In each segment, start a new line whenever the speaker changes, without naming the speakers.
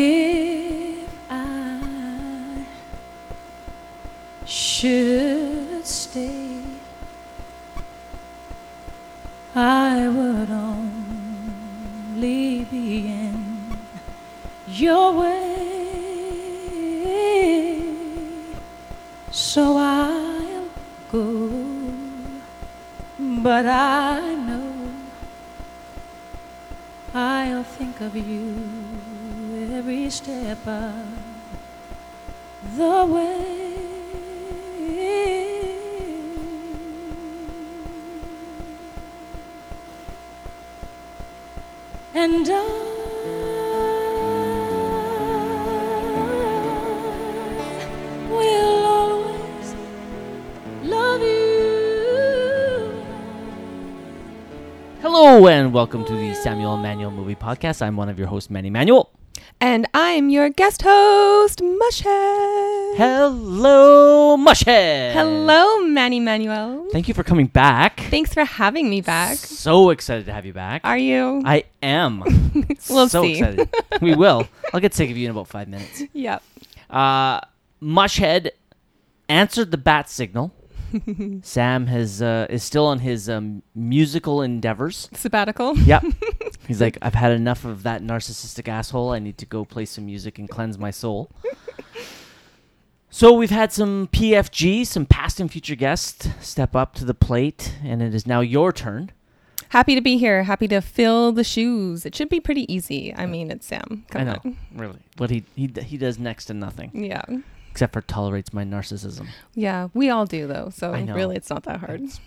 If I should stay, I would only be in your way. So I'll go, but I know I'll think of you every step of the way. And I will always love you.
Hello and welcome to the Samuel Manuel Movie Podcast. I'm one of your hosts, Manny Manuel.
And I'm your guest host, Mushhead.
Hello, Mushhead.
Hello, Manny Manuel.
Thank you for coming back.
Thanks for having me back.
So excited to have you back.
Are you?
I am.
We'll
so
see.
excited. We will. I'll get sick of you in about five minutes.
yep.
Uh, Mushhead answered the bat signal. Sam has uh, is still on his um, musical endeavors.
Sabbatical.
Yep. He's like, I've had enough of that narcissistic asshole. I need to go play some music and cleanse my soul. So we've had some PFG, some past and future guests step up to the plate, and it is now your turn.
Happy to be here. Happy to fill the shoes. It should be pretty easy. I mean, it's Sam. Come
I know,
on.
really. But he he d- he does next to nothing
Yeah.
except for tolerates my narcissism.
Yeah. We all do, though. So
I know.
really, it's not that hard.
It's,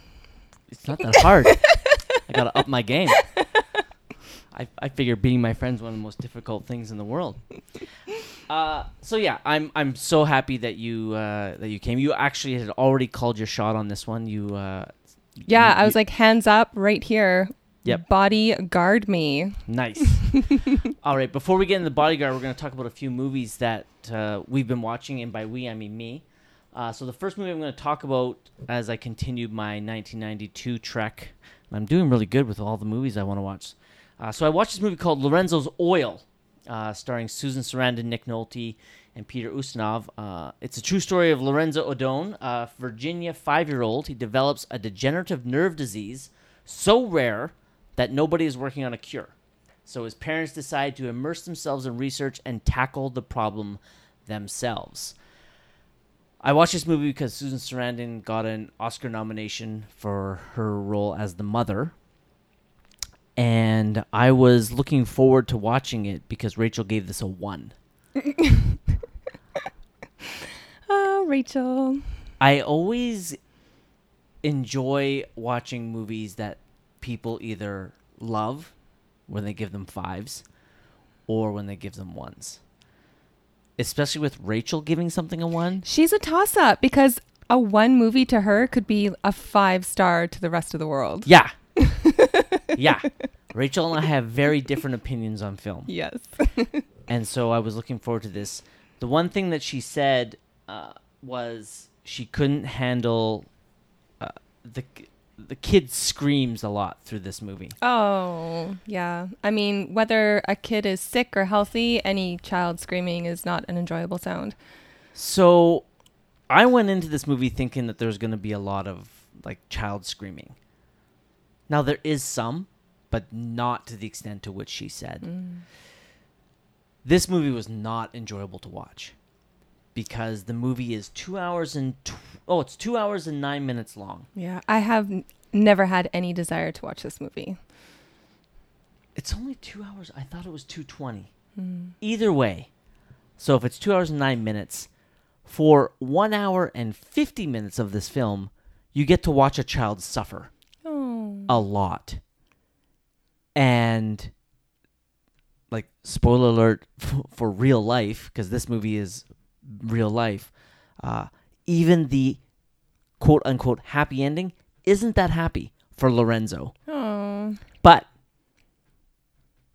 it's not that hard. I gotta up my game. I, I figure being my friend's one of the most difficult things in the world. Uh, so yeah, I'm I'm so happy that you uh, that you came. You actually had already called your shot on this one. You uh,
Yeah.
you-
I was like, hands up right here.
Yep.
Body guard me.
Nice. All right. Before we get into the bodyguard, we're going to talk about a few movies that uh, we've been watching, and by we I mean me. Uh, so the first movie I'm going to talk about as I continue my 1992 trek, and I'm doing really good with all the movies I want to watch. Uh, so I watched this movie called Lorenzo's Oil, uh, starring Susan Sarandon, Nick Nolte, and Peter Ustinov. Uh, it's a true story of Lorenzo Odone, a Virginia five-year-old. He develops a degenerative nerve disease so rare that nobody is working on a cure. So his parents decide to immerse themselves in research and tackle the problem themselves. I watched this movie because Susan Sarandon got an Oscar nomination for her role as the mother. And I was looking forward to watching it because Rachel gave this a one.
Oh, Rachel.
I always enjoy watching movies that people either love when they give them fives or when they give them ones. Especially with Rachel giving something a one.
She's a toss up because a one movie to her could be a five star to the rest of the world.
Yeah. yeah. Rachel and I have very different opinions on film.
Yes.
and so I was looking forward to this. The one thing that she said uh, was she couldn't handle uh, the the kid screams a lot through this movie.
Oh, yeah. I mean, whether a kid is sick or healthy, any child screaming is not an enjoyable sound.
So I went into this movie thinking that there's going to be a lot of like child screaming. Now there is some, but not to the extent to which she said. This movie was not enjoyable to watch because the movie is 2 hours and tw- oh, it's 2 hours and 9 minutes long.
Yeah. I have n- never had any desire to watch this movie.
It's only two hours. I thought it was two twenty. Either way, so if it's two hours and nine minutes, for one hour and fifty minutes of this film, you get to watch a child suffer
Oh.
a lot. And like spoiler alert for, for real life, because this movie is real life. Uh, even the quote unquote happy ending isn't that happy for Lorenzo
Oh.
but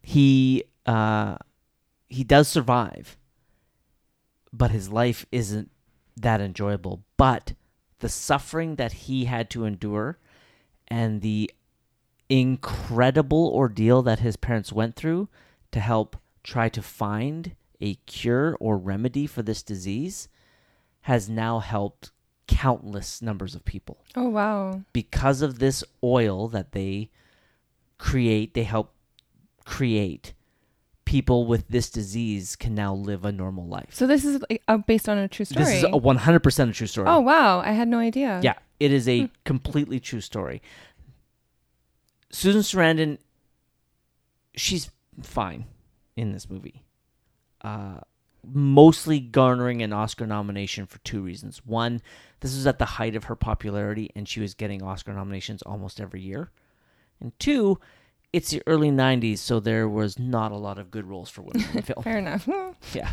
he uh he does survive but his life isn't that enjoyable but the suffering that he had to endure and the incredible ordeal that his parents went through to help try to find a cure or remedy for this disease has now helped countless numbers of people
Oh wow.
because of this oil that they create, they help create, people with this disease can now live a normal life.
So this is like, uh, based on a true story.
This is a 100% a true story.
oh wow, I had no idea.
Yeah, it is a completely true story. Susan Sarandon, she's fine in this movie. Uh, mostly garnering an Oscar nomination for two reasons. One, this was at the height of her popularity, and she was getting Oscar nominations almost every year. And two, it's the early 90s, so there was not a lot of good roles for women in film.
Fair enough.
Yeah.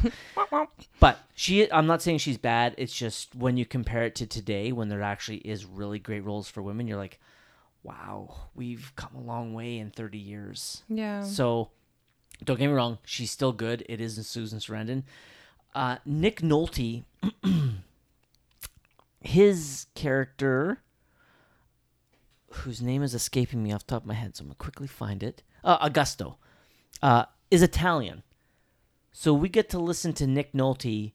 but she I'm not saying she's bad. It's just when you compare it to today when there actually is really great roles for women, you're like, "Wow, we've come a long way in 30 years."
yeah.
So don't get me wrong, she's still good. It isn't Susan Sarandon. Uh, Nick Nolte, his character, whose name is escaping me off the top of my head, so I'm gonna quickly find it. Uh, Augusto uh, is Italian, so we get to listen to Nick Nolte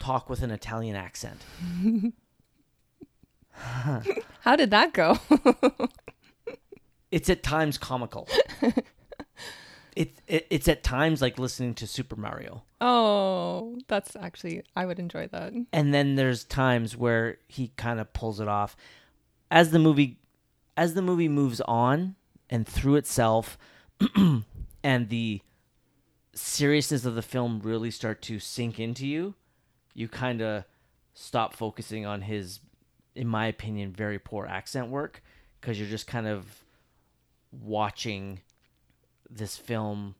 talk with an Italian accent.
How did that go?
It's at times comical. it, it it's at times like listening to Super Mario.
oh, that's actually I would enjoy that.
and then there's times where he kind of pulls it off as the movie as the movie moves on and through itself and the seriousness of the film really start to sink into you you kind of stop focusing on his in my opinion very poor accent work because you're just kind of watching this film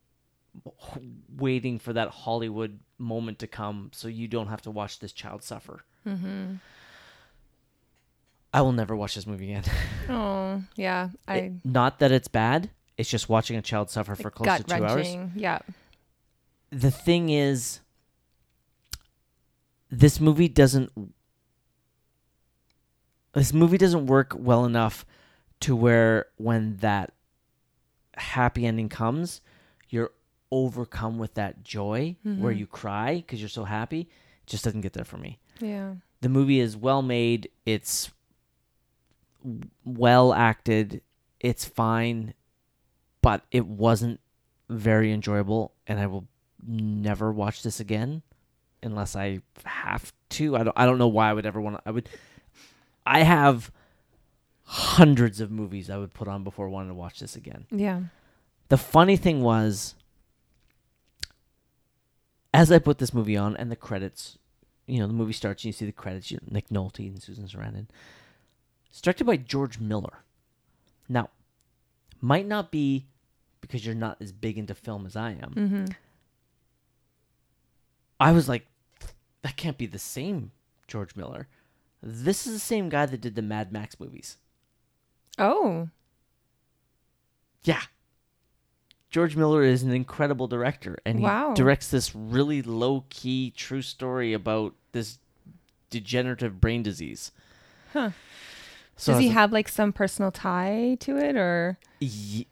waiting for that Hollywood moment to come so you don't have to watch this child suffer. Mm-hmm. I will never watch this movie again.
Oh, yeah. I
Not that it's bad, it's just watching a child suffer for close to
gut
two hours.
wrenching. Yeah.
The thing is, this movie doesn't. This movie doesn't work well enough to where when that happy ending comes, you're overcome with that joy where you cry because you're so happy. It just doesn't get there for me.
Yeah.
The movie is well made, it's well acted, it's fine, but it wasn't very enjoyable, and I will never watch this again unless I have to. I don't I don't know why I would ever want to I would I have hundreds of movies I would put on before wanting to watch this again.
Yeah.
The funny thing was, as I put this movie on and the credits, you know, the movie starts and you see the credits, you Nick Nolte and Susan Sarandon. It's directed by George Miller. Now, might not be because you're not as big into film as I am. I was like, that can't be the same George Miller. This is the same guy that did the Mad Max movies.
Oh.
Yeah. George Miller is an incredible director, and he
Wow.
directs this really low key true story about this degenerative brain disease.
Huh.
So
Does
I
he
was
have like some personal tie to it or
like, "Ye-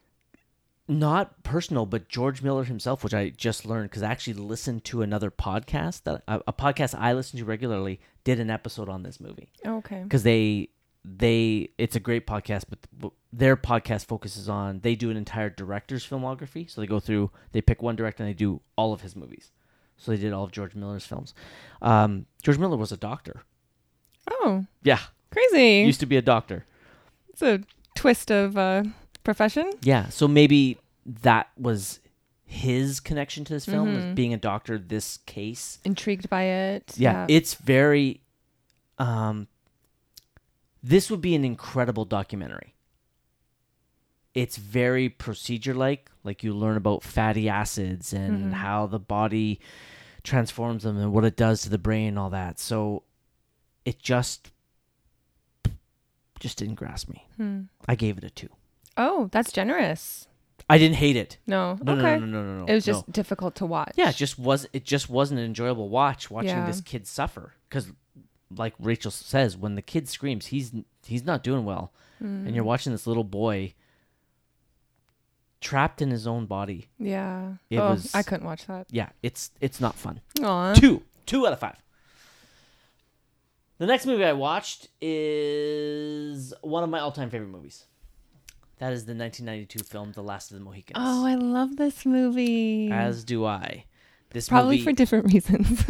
not personal, but George Miller himself, which I just learned because I actually listened to another podcast that a, a podcast I listen to regularly did an episode on this movie.
Okay.
because they they it's a great podcast but but their podcast focuses on they do an entire director's filmography so they go through they pick one director and they do all of his movies so they did all of george miller's films um, george miller was a doctor
Oh,
yeah
crazy.
used to be a doctor
it's a twist of uh profession.
yeah so maybe that was his connection to this film is being a doctor this case
Intrigued by it.
yeah, it's very um this would be an incredible documentary it's very procedure like like you learn about fatty acids and
Mm-hmm.
how the body transforms them and what it does to the brain and all that so it just just didn't grasp me
Hmm.
i gave it a two
Oh, that's generous.
i didn't hate it
No.
no
okay.
no no no no no
It was
no.
just difficult to watch.
Yeah, it just was. It just wasn't an enjoyable watch watching
Yeah.
this kid suffer because, like Rachel says, when the kid screams,
Mm.
he's he's not doing well, and you're watching this little boy trapped in his own body.
Yeah.
It
oh,
was-
I couldn't watch that.
Yeah, it's it's not fun.
Aw.
Two, two out of five. The next movie I watched is one of my all-time favorite movies. That is the 1992 film The Last of the Mohicans.
Oh, I love this movie.
as do I. This
Probably
movie,
for different reasons.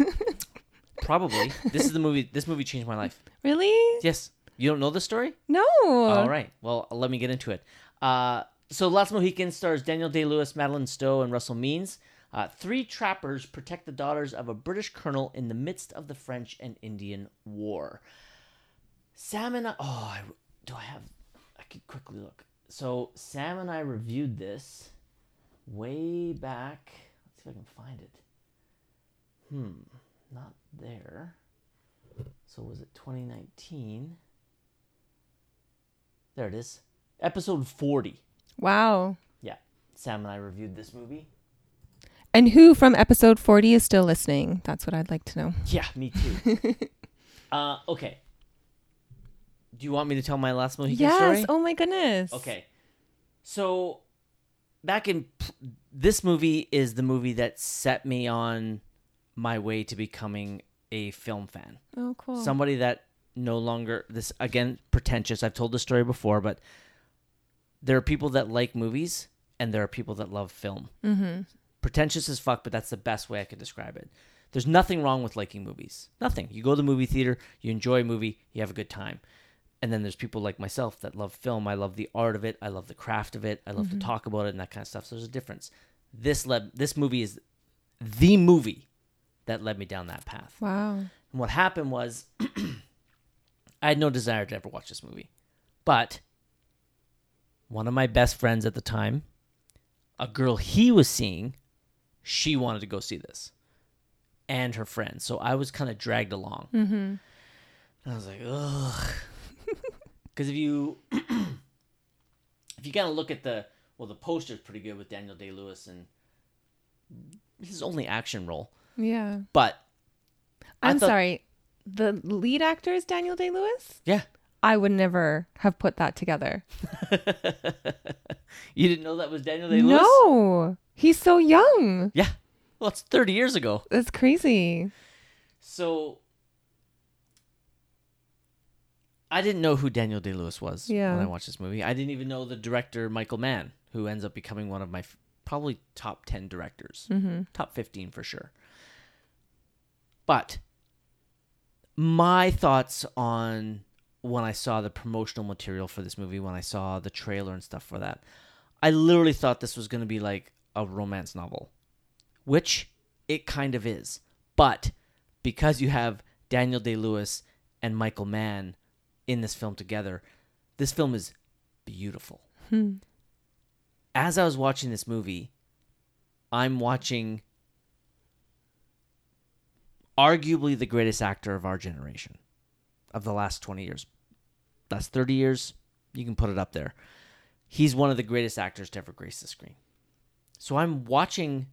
probably this is the movie. This movie changed my life.
really?
Yes, you don't know this story.
No.
All right. Well, let me get into it. Uh, so, Last Mohican stars Daniel Day Lewis, Madeline Stowe, and Russell Means. Uh, three trappers protect the daughters of a British colonel in the midst of the French and Indian War. Sam and I. Oh, I, do I have. I could quickly look. So, Sam and I reviewed this way back. Let's see if I can find it. Hmm. Not there. So, was it 2019? There it is. Episode 40.
Wow.
Yeah. Sam and I reviewed this movie.
And who from episode 40 is still listening? That's what I'd like to know.
Yeah, me too. uh, okay. Do you want me to tell my last Mohican
yes.
story?
Oh my goodness.
Okay. So, back in this movie is the movie that set me on my way to becoming a film fan.
Oh, cool.
somebody that no longer this again pretentious i've told this story before but there are people that like movies and there are people that love film mm-hmm. pretentious as fuck but that's the best way i could describe it there's nothing wrong with liking movies nothing you go to the movie theater you enjoy a movie you have a good time and then there's people like myself that love film i love the art of it i love the craft of it i love to talk about it and that kind of stuff so there's a difference this led this movie is the movie that led me down that path
Wow.
and what happened was, I had no desire to ever watch this movie. But one of my best friends at the time, a girl he was seeing, she wanted to go see this and her friends. So I was kind of dragged along. Mm-hmm. And I was like, ugh. Because if you. If you kind of look at the well, the poster's pretty good with Daniel Day Lewis and his only action role.
Yeah.
But I
I'm
thought-
sorry. The lead actor is Daniel Day Lewis?
yeah,
I would never have put that together.
You didn't know that was Daniel Day Lewis?
No. He's so young.
Yeah. Well, it's 30 years ago.
That's crazy.
So I didn't know who Daniel Day Lewis was
Yeah.
when I watched this movie. I didn't even know the director Michael Mann, who ends up becoming one of my f- probably top 10 directors, top 15 for sure. But my thoughts on when I saw the promotional material for this movie, when I saw the trailer and stuff for that, I literally thought this was going to be like a romance novel, which it kind of is. But because you have Daniel Day Lewis and Michael Mann in this film together, this film is beautiful. As I was watching this movie, I'm watching arguably the greatest actor of our generation, of the last 20 years. Last 30 years, you can put it up there. He's one of the greatest actors to ever grace the screen. So I'm watching,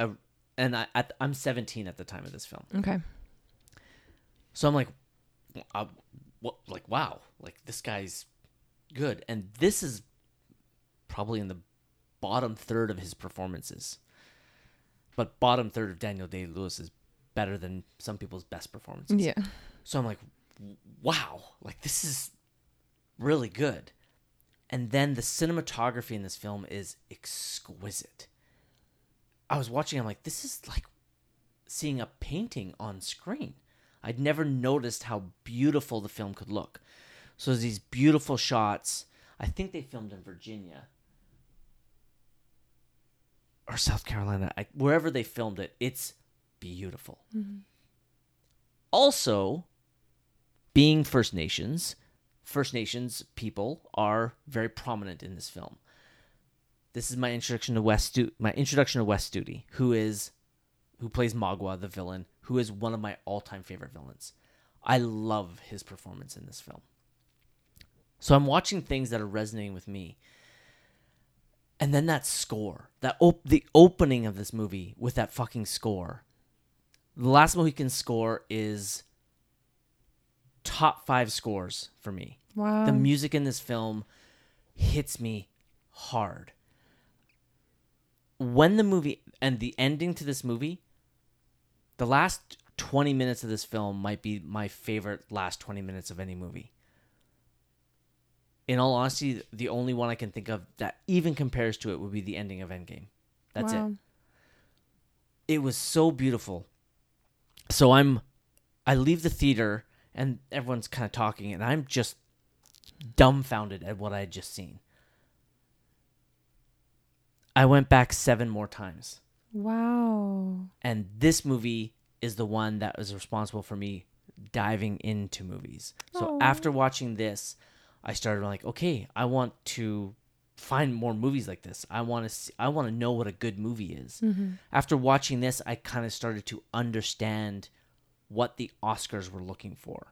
a, and I, at, I'm 17 at the time of this film.
Okay.
So I'm like, I, what, like wow, like this guy's good, and this is probably in the bottom third of his performances. But bottom third of Daniel Day Lewis is better than some people's best performances.
Yeah.
So I'm like, wow, like this is really good. And then the cinematography in this film is exquisite. I was watching, I'm like, this is like seeing a painting on screen. I'd never noticed how beautiful the film could look. So there's these beautiful shots. I think they filmed in Virginia or South Carolina, I, wherever they filmed it. It's beautiful. Also, being First Nations, First Nations people are very prominent in this film. This is my introduction to West Stu- my introduction to West Studi, who is who plays Magua the villain, who is one of my all-time favorite villains. I love his performance in this film. So I'm watching things that are resonating with me. And then that score, that op- the opening of this movie with that fucking score. The Last Mohican score is top 5 scores for me
Wow.
the music in this film hits me hard. when the movie and the ending to this movie, the last 20 minutes of this film might be my favorite last 20 minutes of any movie. In all honesty, the only one I can think of that even compares to it would be the ending of Endgame. That's it. It was so beautiful. So I'm I leave the theater and everyone's kind of talking and I'm just dumbfounded at what I had just seen. I went back 7 more times
Wow.
and this movie is the one that was responsible for me diving into movies. So
Aw.
after watching this, I started like, okay, I want to find more movies like this. I want to I want to know what a good movie is. After watching this, I kind of started to understand what the Oscars were looking for.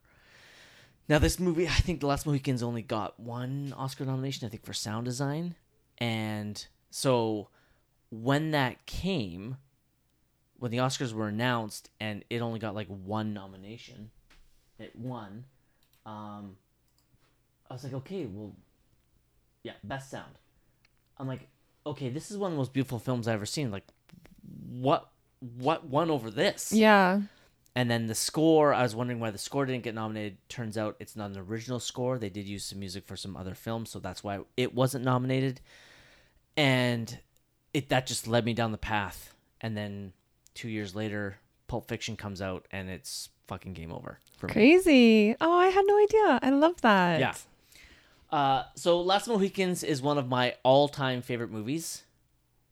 Now this movie, I think The Last Mohicans only got one Oscar nomination, I think for sound design. And so when that came, when the Oscars were announced and it only got like one nomination, it won. Um, I was like, okay, well, yeah, best sound. I'm like, okay, this is one of the most beautiful films I've ever seen. Like, what what won over this?
Yeah.
And then the score, I was wondering why the score didn't get nominated. Turns out it's not an original score. They did use some music for some other films, so that's why it wasn't nominated. And it that just led me down the path. And then two years later, Pulp Fiction comes out, and it's fucking game over for me.
Crazy. Oh, I had no idea. I love that.
Yeah. Uh, so Last Mohicans is one of my all-time favorite movies.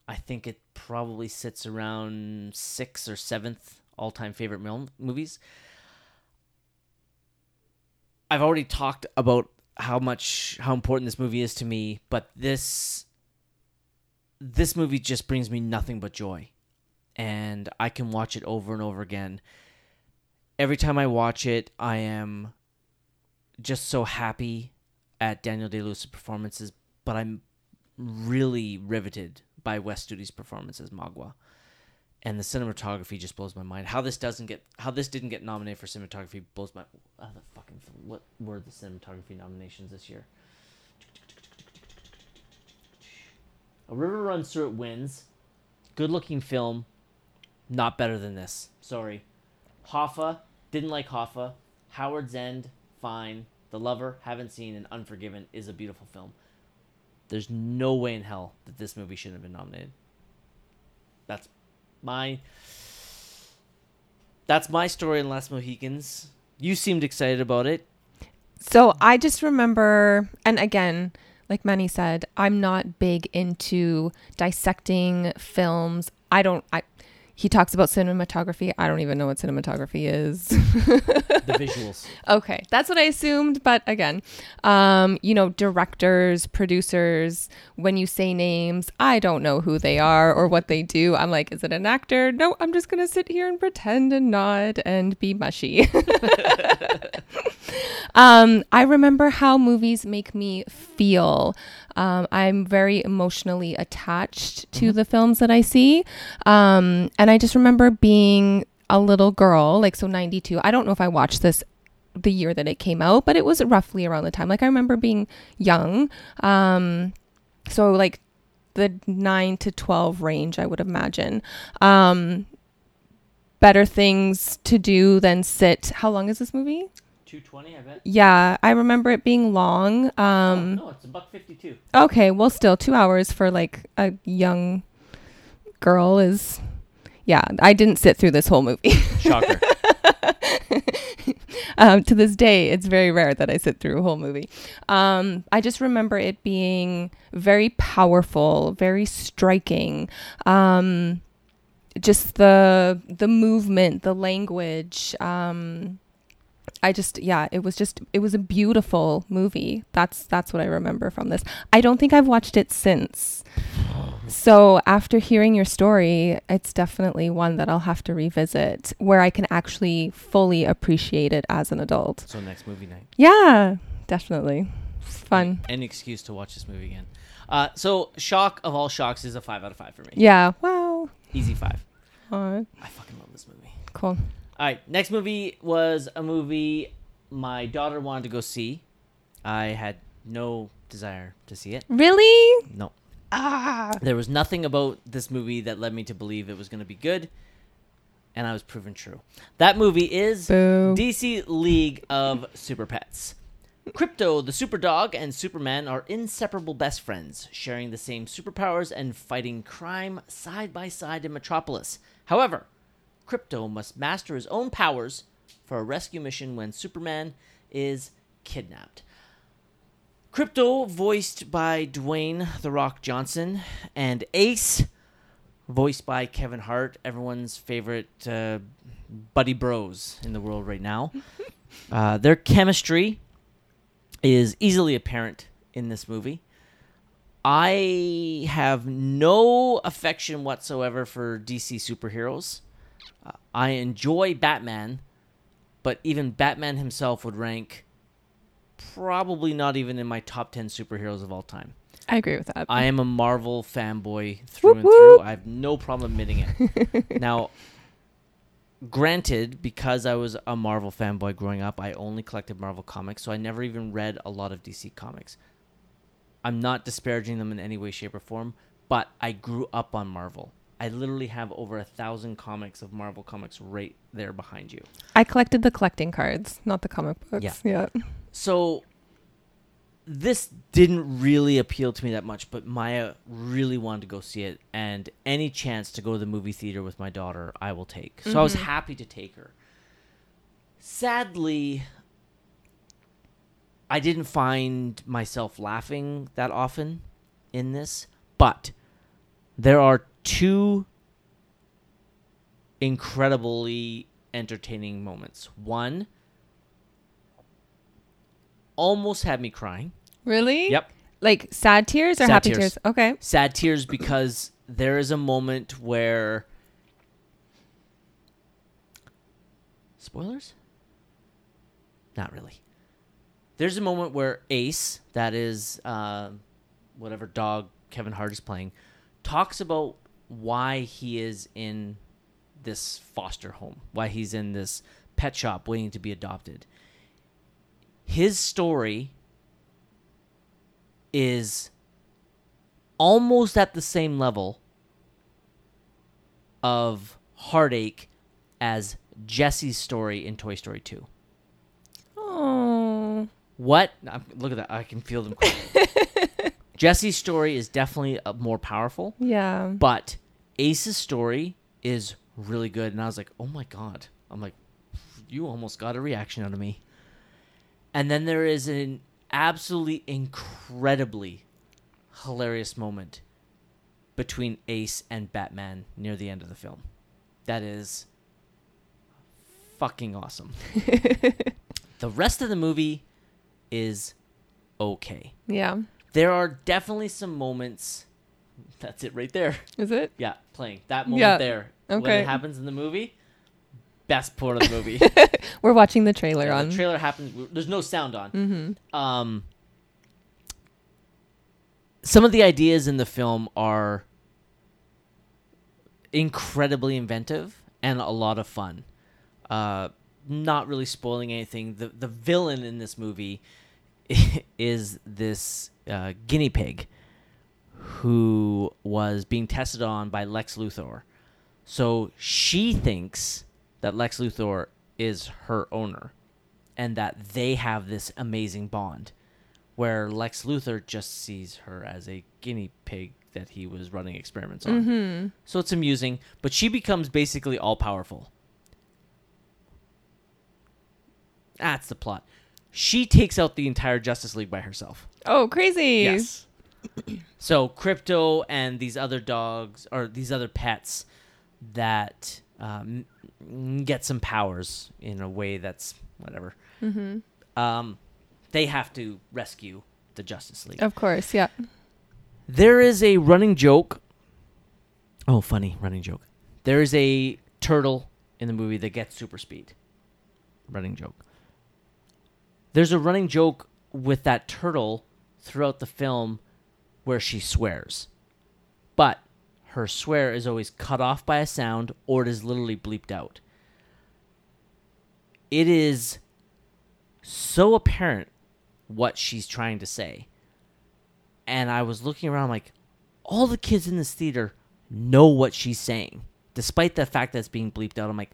I think it probably sits around sixth or seventh all-time favorite mil- movies. I've already talked about how much how important this movie is to me, but this this movie just brings me nothing but joy, and I can watch it over and over again. Every time I watch it, I am just so happy at Daniel Day Lewis' performances, but I'm really riveted by West Studi's performance as Magua. And the cinematography just blows my mind. How this doesn't get how this didn't get nominated for cinematography blows my oh, the fucking what were the cinematography nominations this year? A River Runs Through It wins. Good looking film. Not better than this. Sorry. Hoffa, didn't like Hoffa. Howard's End, fine. The Lover, haven't seen, and Unforgiven is a beautiful film. There's no way in hell that this movie shouldn't have been nominated. That's my That's my story in Last Mohicans. You seemed excited about it.
So I just remember, and again, like Manny said, I'm not big into dissecting films. I don't. I he talks about cinematography. I don't even know what cinematography is.
The visuals.
okay, that's what I assumed. But again, um, you know, directors, producers. When you say names, I don't know who they are or what they do. I'm like, is it an actor? No, I'm just gonna sit here and pretend and nod and be mushy. Um, I remember how movies make me feel. Um, I'm very emotionally attached to the films that I see. Um, and I just remember being a little girl, like so 92. I don't know if I watched this the year that it came out, but it was roughly around the time. Like I remember being young. Um, so like the 9 to 12 range, I would imagine. Um, better things to do than sit. How long is this movie?
Two twenty, I bet. Oh,
Yeah, I remember it being long. Um,
no, it's a buck fifty two.
okay, well, still two hours for like a young girl is. Yeah, I didn't sit through this whole movie.
Shocker.
um, to this day, it's very rare that I sit through a whole movie. Um, I just remember it being very powerful, very striking. Um, just the the movement, the language. Um, I just yeah, it was just it was a beautiful movie. That's that's what I remember from this. I don't think I've watched it since. So after hearing your story, it's definitely one that I'll have to revisit where I can actually fully appreciate it as an adult.
so next movie night.
Yeah, definitely. It's fun.
Any excuse to watch this movie again. Uh, so shock of all shocks is a five out of five for me.
Yeah. Wow.
Easy five.
Aw,
I fucking love this movie.
cool.
All right, next movie was a movie my daughter wanted to go see. I had no desire to see it.
Really?
No.
ah.
There was nothing about this movie that led me to believe it was going to be good, and I was proven true. That movie is
Boo.
DC League of Super Pets. Crypto, the Superdog, and Superman are inseparable best friends, sharing the same superpowers and fighting crime side by side in Metropolis. However, Crypto must master his own powers for a rescue mission when Superman is kidnapped. Crypto, voiced by Dwayne The Rock Johnson, and Ace, voiced by Kevin Hart, everyone's favorite uh, buddy bros in the world right now. uh, their chemistry is easily apparent in this movie. I have no affection whatsoever for DC superheroes. Uh, I enjoy Batman, but even Batman himself would rank probably not even in my top 10 superheroes of all time.
I agree with that.
I am a Marvel fanboy through
Whoop
and
whoop.
through. I have no problem admitting it. now, granted, because I was a Marvel fanboy growing up, I only collected Marvel comics, so I never even read a lot of DC comics. I'm not disparaging them in any way, shape, or form, but I grew up on Marvel. I literally have over a thousand comics of Marvel comics right there behind you.
I collected the collecting cards, not the comic books.
Yeah.
yeah.
so this didn't really appeal to me that much, but Maya really wanted to go see it, and any chance to go to the movie theater with my daughter, I will take. So I was happy to take her. Sadly, I didn't find myself laughing that often in this, but there are two incredibly entertaining moments. One almost had me crying.
Really?
Yep.
Like sad tears or
Sad
happy
tears.
tears? Okay.
sad tears because there is a moment where spoilers not really there's a moment where ace that is uh, whatever dog kevin hart is playing talks about why he is in this foster home why he's in this pet shop waiting to be adopted his story is almost at the same level of heartache as Jesse's story in Toy Story 2.
Oh.
What? I'm, look at that. I can feel them. quivering. Jesse's story is definitely uh, more powerful,
Yeah.
but Ace's story is really good. And I was like, oh my God. I'm like, you almost got a reaction out of me. And then there is an absolutely incredibly hilarious moment between Ace and Batman near the end of the film. That is fucking awesome. the rest of the movie is okay.
Yeah.
There are definitely some moments. That's it right there.
Is it?
Yeah, playing that moment
Yeah,
there. When
okay.
it happens in the movie, best part of the movie.
We're watching the trailer
Yeah,
on. Mm-hmm.
The trailer happens. There's no sound on. Um, some of the ideas in the film are incredibly inventive and a lot of fun. Uh, not really spoiling anything. The the villain in this movie is this uh, guinea pig who was being tested on by Lex Luthor. So she thinks that Lex Luthor is her owner and that they have this amazing bond where Lex Luthor just sees her as a guinea pig that he was running experiments on. So it's amusing, but she becomes basically all powerful. That's the plot. She takes out the entire Justice League by herself.
oh, crazy.
Yes. so crypto and these other dogs or these other pets that um, get some powers in a way that's whatever. Mm-hmm. Um, they have to rescue the Justice League.
Of course. Yeah.
There is a running joke. Oh, funny running joke. There is a turtle in the movie that gets super speed. Running joke. There's a running joke with that turtle throughout the film where she swears. But her swear is always cut off by a sound or it is literally bleeped out. It is so apparent what she's trying to say and I was looking around like, all the kids in this theater know what she's saying, despite the fact that it's being bleeped out. I'm like,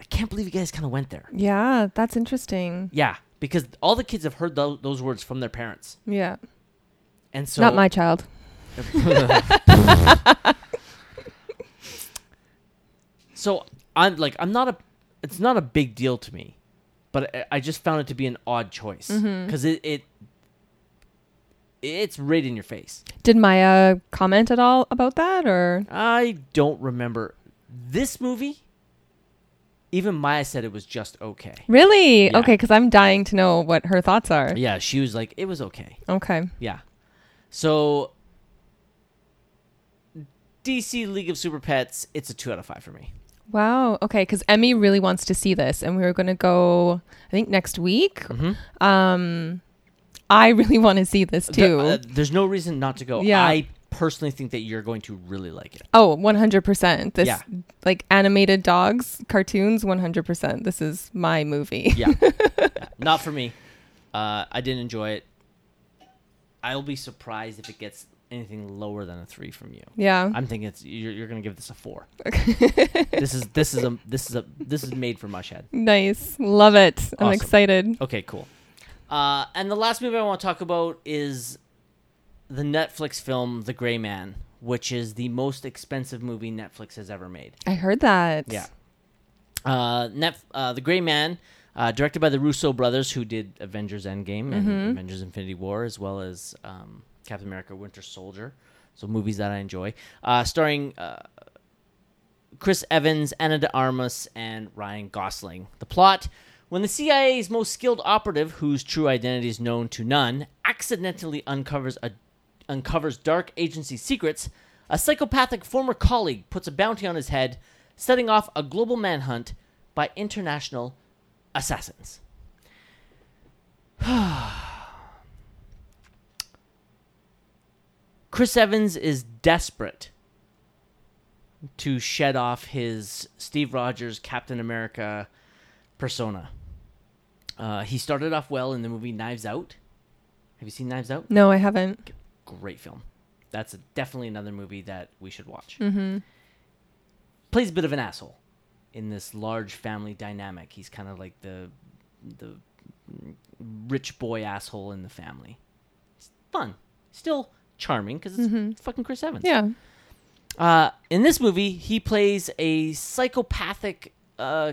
I can't believe you guys kind of went there.
Yeah, that's interesting.
Yeah, because all the kids have heard tho- those words from their parents,
Yeah.
and so
Not my child.
so I'm like, I'm not a. It's not a big deal to me, but I, I just found it to be an odd choice
Mm-hmm.
because it, it it's right in your face.
Did Maya comment at all about that or
I don't remember this movie. Even Maya said it was just okay.
Really?
Yeah.
Okay, cuz I'm dying to know what her thoughts are.
Yeah, she was like, it was okay.
Okay.
Yeah. So DC League of Super Pets, it's a 2 out of 5 for me.
Wow. Okay, cuz Emmy really wants to see this and we were going to go I think next week. Um I really want to see this
Th-
too.
uh, there's no reason not to go.
Yeah.
I personally think that you're going to really like it.
Oh, 100%. This
Yeah.
like animated dogs, cartoons 100%. This is my movie.
Yeah. Yeah. Not for me. Uh, I didn't enjoy it. I'll be surprised if it gets anything lower than a 3 from you.
Yeah.
I'm thinking it's you're, you're going to give this a 4. this is this is a this is a this is made for Mushhead.
Nice. Love it. I'm
Awesome.
excited.
Okay, cool. Uh, and the last movie I want to talk about is the Netflix film The Gray Man, which is the most expensive movie Netflix has ever made.
I heard that.
Yeah. Uh, Net, uh, the Gray Man, uh, directed by the Russo brothers, who did Avengers Endgame and Avengers Infinity War, as well as um, Captain America Winter Soldier. So, movies that I enjoy. Uh, starring uh, Chris Evans, Anna de Armas, and Ryan Gosling. The plot when the CIA's most skilled operative, whose true identity is known to none, accidentally uncovers a uncovers dark agency secrets, a psychopathic former colleague puts a bounty on his head, setting off a global manhunt by international assassins. Chris Evans is desperate to shed off his Steve Rogers Captain America persona. Uh, he started off well in the movie Knives Out. Have you seen Knives Out?
No, I haven't.
great film. That's a, definitely another movie that we should watch. Mm-hmm. Plays a bit of an asshole in this large family dynamic. He's kind of like the the rich boy asshole in the family. It's fun, still charming because it's fucking Chris Evans.
Yeah.
Uh, in this movie, he plays a psychopathic uh,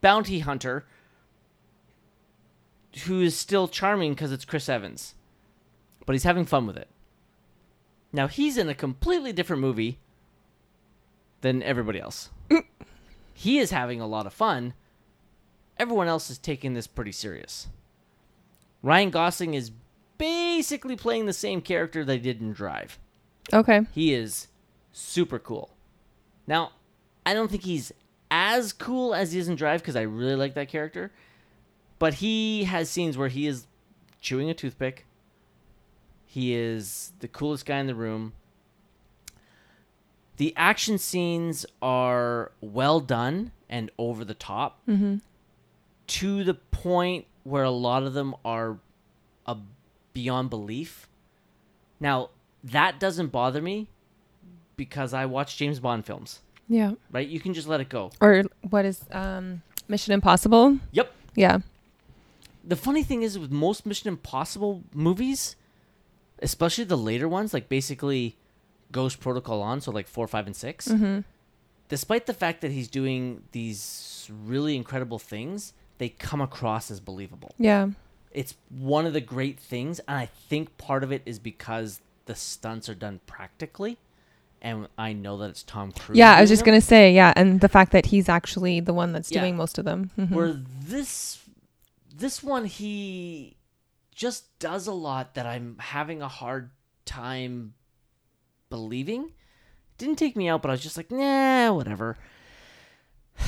bounty hunter who is still charming because it's Chris Evans, but he's having fun with it. Now he's in a completely different movie than everybody else. he is having a lot of fun. Everyone else is taking this pretty serious. Ryan Gosling is basically playing the same character they did in Drive.
Okay.
He is super cool. Now, I don't think he's as cool as he is in Drive because I really like that character, but he has scenes where he is chewing a toothpick. He is the coolest guy in the room. The action scenes are well done and over the top to the point where a lot of them are a beyond belief. Now, that doesn't bother me because I watch James Bond films,
Yeah.
right? You can just let it go.
Or what is um Mission Impossible?
Yep.
Yeah.
The funny thing is with most Mission Impossible movies, especially the later ones, like basically Ghost Protocol on, so like 4, 5 and 6.
Mm-hmm.
Despite the fact that he's doing these really incredible things, they come across as believable.
Yeah.
It's one of the great things, and I think part of it is because the stunts are done practically, and I know that it's Tom Cruise.
Yeah, I was
doing
just
them.
going to say, yeah, and the fact that he's actually the one that's
Yeah.
doing most of them. Mhm.
where this this one he just does a lot that I'm having a hard time believing. Didn't take me out, but I was just like, nah, whatever.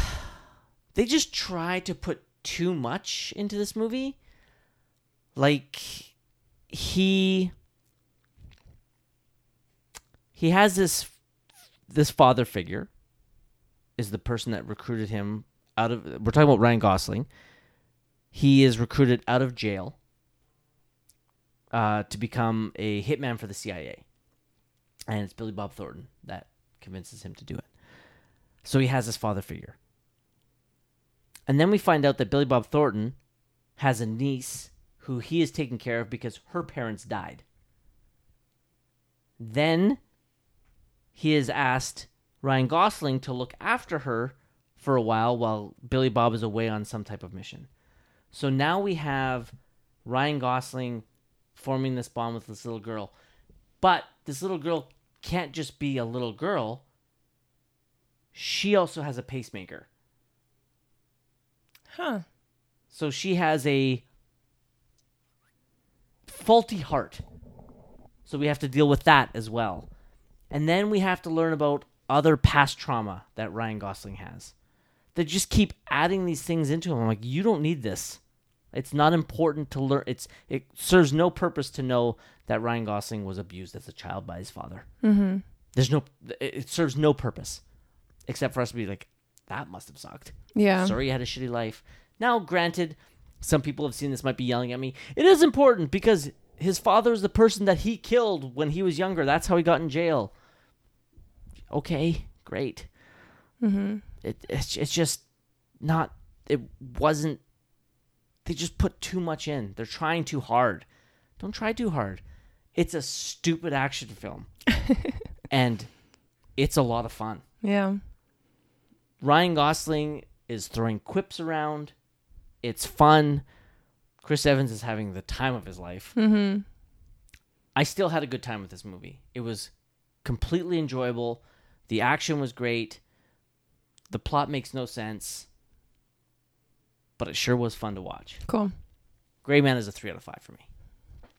They just try to put too much into this movie. Like he he has this this father figure is the person that recruited him out of we're talking about Ryan Gosling. He is recruited out of jail uh, to become a hitman for the CIA. and it's Billy Bob Thornton that convinces him to do it. So he has his father figure. And then we find out that Billy Bob Thornton has a niece who he is taking care of because her parents died. Then he has asked Ryan Gosling to look after her for a while while Billy Bob is away on some type of mission. So now we have Ryan Gosling forming this bond with this little girl. But this little girl can't just be a little girl. She also has a pacemaker.
Huh.
So she has a faulty heart. So we have to deal with that as well. And then we have to learn about other past trauma that Ryan Gosling has. They just keep adding these things into him. I'm like, you don't need this. It's not important to learn. It's it serves no purpose to know that Ryan Gosling was abused as a child by his father.
Mm-hmm.
There's no. It it serves no purpose, except for us to be like, that must have sucked.
Yeah.
Sorry, you had a shitty life. Now, granted, some people have seen this might be yelling at me. It is important because his father is the person that he killed when he was younger. That's how he got in jail. Okay, great.
Mm-hmm.
It, it's it's just not. It wasn't. They just put too much in. They're trying too hard. Don't try too hard. It's a stupid action film, and it's a lot of fun.
Yeah.
Ryan Gosling is throwing quips around. It's fun. Chris Evans is having the time of his life.
Mm-hmm.
I still had a good time with this movie. It was completely enjoyable. The action was great. The plot makes no sense, but it sure was fun to watch.
Cool.
Gray Man is a 3 out of 5 for me.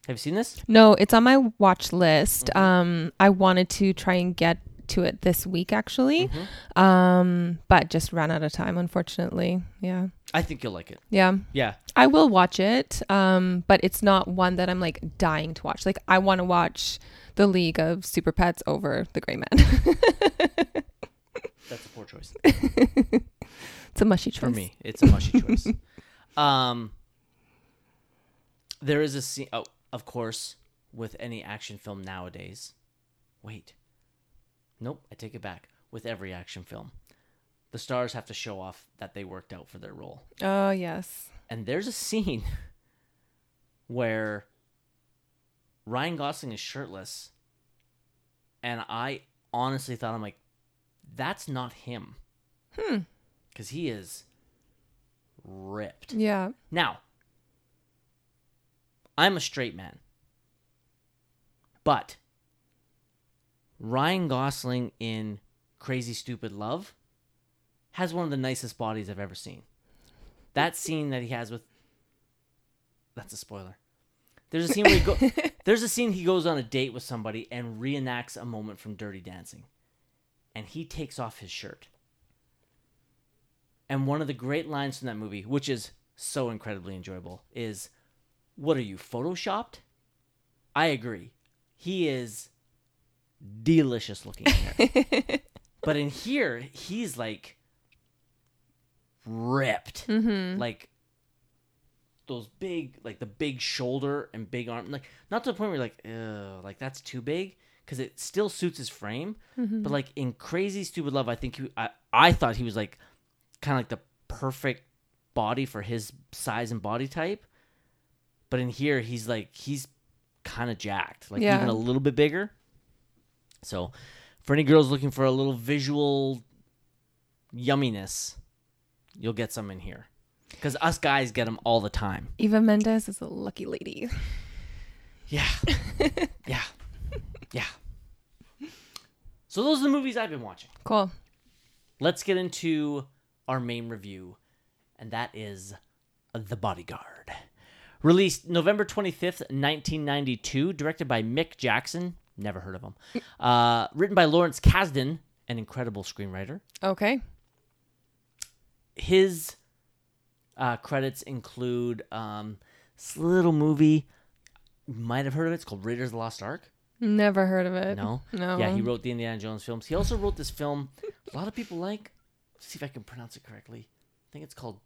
Have you seen this?
No, it's on my watch list. Um, I wanted to try and get to it this week actually,
Mm-hmm.
um, but just ran out of time unfortunately. Yeah.
I think you'll like it.
Yeah.
Yeah.
I will watch it, um, but it's not one that I'm like dying to watch. Like I want to watch The League of Super Pets over The Gray Man.
That's a poor choice.
it's a mushy choice.
For me, it's a mushy choice. Um, there is a scene, oh, of course, with any action film nowadays. Wait, nope, I take it back. With every action film, the stars have to show off that they worked out for their role,
Oh yes.
and there's a scene where Ryan Gosling is shirtless, and I honestly thought I'm like, that's not him,
Hmm.
because he is ripped.
Yeah.
Now, I'm a straight man. But Ryan Gosling in Crazy Stupid Love has one of the nicest bodies I've ever seen. That scene that he has with That's a spoiler. There's a scene where he go, there's a scene he goes on a date with somebody and reenacts a moment from Dirty Dancing. And he takes off his shirt. And one of the great lines from that movie, which is so incredibly enjoyable, is What are you, photoshopped? I agree. He is delicious looking in there. but in here, he's like ripped. Like those big, like the big shoulder and big arm. Like, not to the point where you're like, ew, like that's too big. Because it still suits his frame. But like in Crazy Stupid Love, I think he, I, I thought he was like, kind of like the perfect body for his size and body type. But in here, he's like he's kind of jacked, like
Yeah.
even a little bit bigger. So, for any girls looking for a little visual yumminess, you'll get some in here. Because us guys get them all the time.
Eva Mendes is a lucky lady.
Yeah. yeah. Yeah. So those are the movies I've been watching.
Cool.
Let's get into our main review, and that is The Bodyguard. Released November 25th, 1992, directed by Mick Jackson. Never heard of him. Uh, written by Lawrence Kasdan, an incredible screenwriter.
Okay.
His uh, credits include um, this little movie, you might have heard of it. It's called Raiders of the Lost Ark.
Never heard of it.
No.
No.
Yeah, he wrote the Indiana Jones films. He also wrote this film. A lot of people like. Let's see if I can pronounce it correctly. I think it's called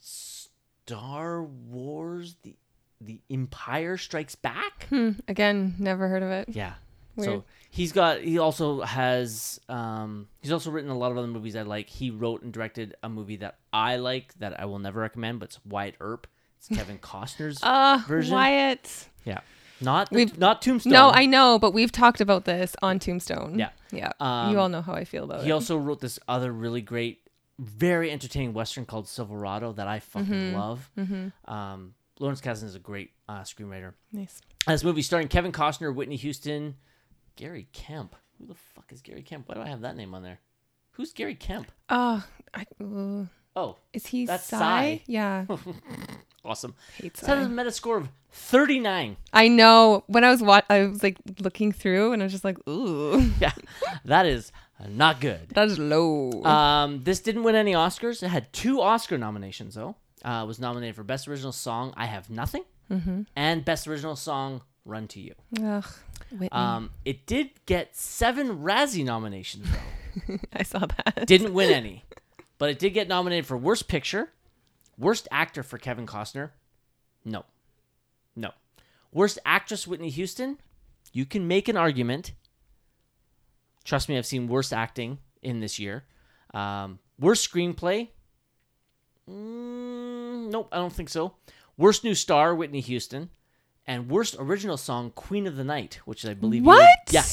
Star Wars: The The Empire Strikes Back.
Hmm. Again, never heard of it.
Yeah,
Weird.
So he's got. He also has. Um, he's also written a lot of other movies I like. He wrote and directed a movie that I like that I will never recommend, but it's Wyatt Earp. It's Kevin Costner's.
uh,
version?
Wyatt.
yeah, not the,
We've-
not Tombstone.
No, I know, but we've talked about this on Tombstone.
Yeah.
Yeah.
Um,
you all know how I feel about
He
it.
also wrote this other really great, very entertaining western called Silverado that I fucking love. Um, Lawrence Kasdan is a great uh, screenwriter.
nice.
Uh, This movie starring Kevin Costner, Whitney Houston, Gary Kemp. Who the fuck is Gary Kemp? Why do I have that name on there? Who's Gary Kemp?
Oh, I, uh,
Oh,
is he
That's
Psy?
Psy.
Yeah.
awesome.
Hate
It's had a
Psy.
meta score of 39.
I know. When I was wa- I was like looking through, and I was just like, ooh,
Yeah, that is not good.
that is low.
Um, this didn't win any Oscars. It had two Oscar nominations, though. Uh, it was nominated for Best Original Song, I Have Nothing, and Best Original Song, Run to You.
Ugh. Whitney.
Um, it did get seven Razzie nominations, though.
I saw that.
Didn't win any, but it did get nominated for Worst Picture, Worst Actor for Kevin Costner. No. No. Worst Actress, Whitney Houston. You can make an argument. Trust me, I've seen worst acting in this year. Um, worst Screenplay. Mm, nope, I don't think so. Worst New Star, Whitney Houston. And worst original song, Queen of the Night, which I believe you
What?
were, yeah,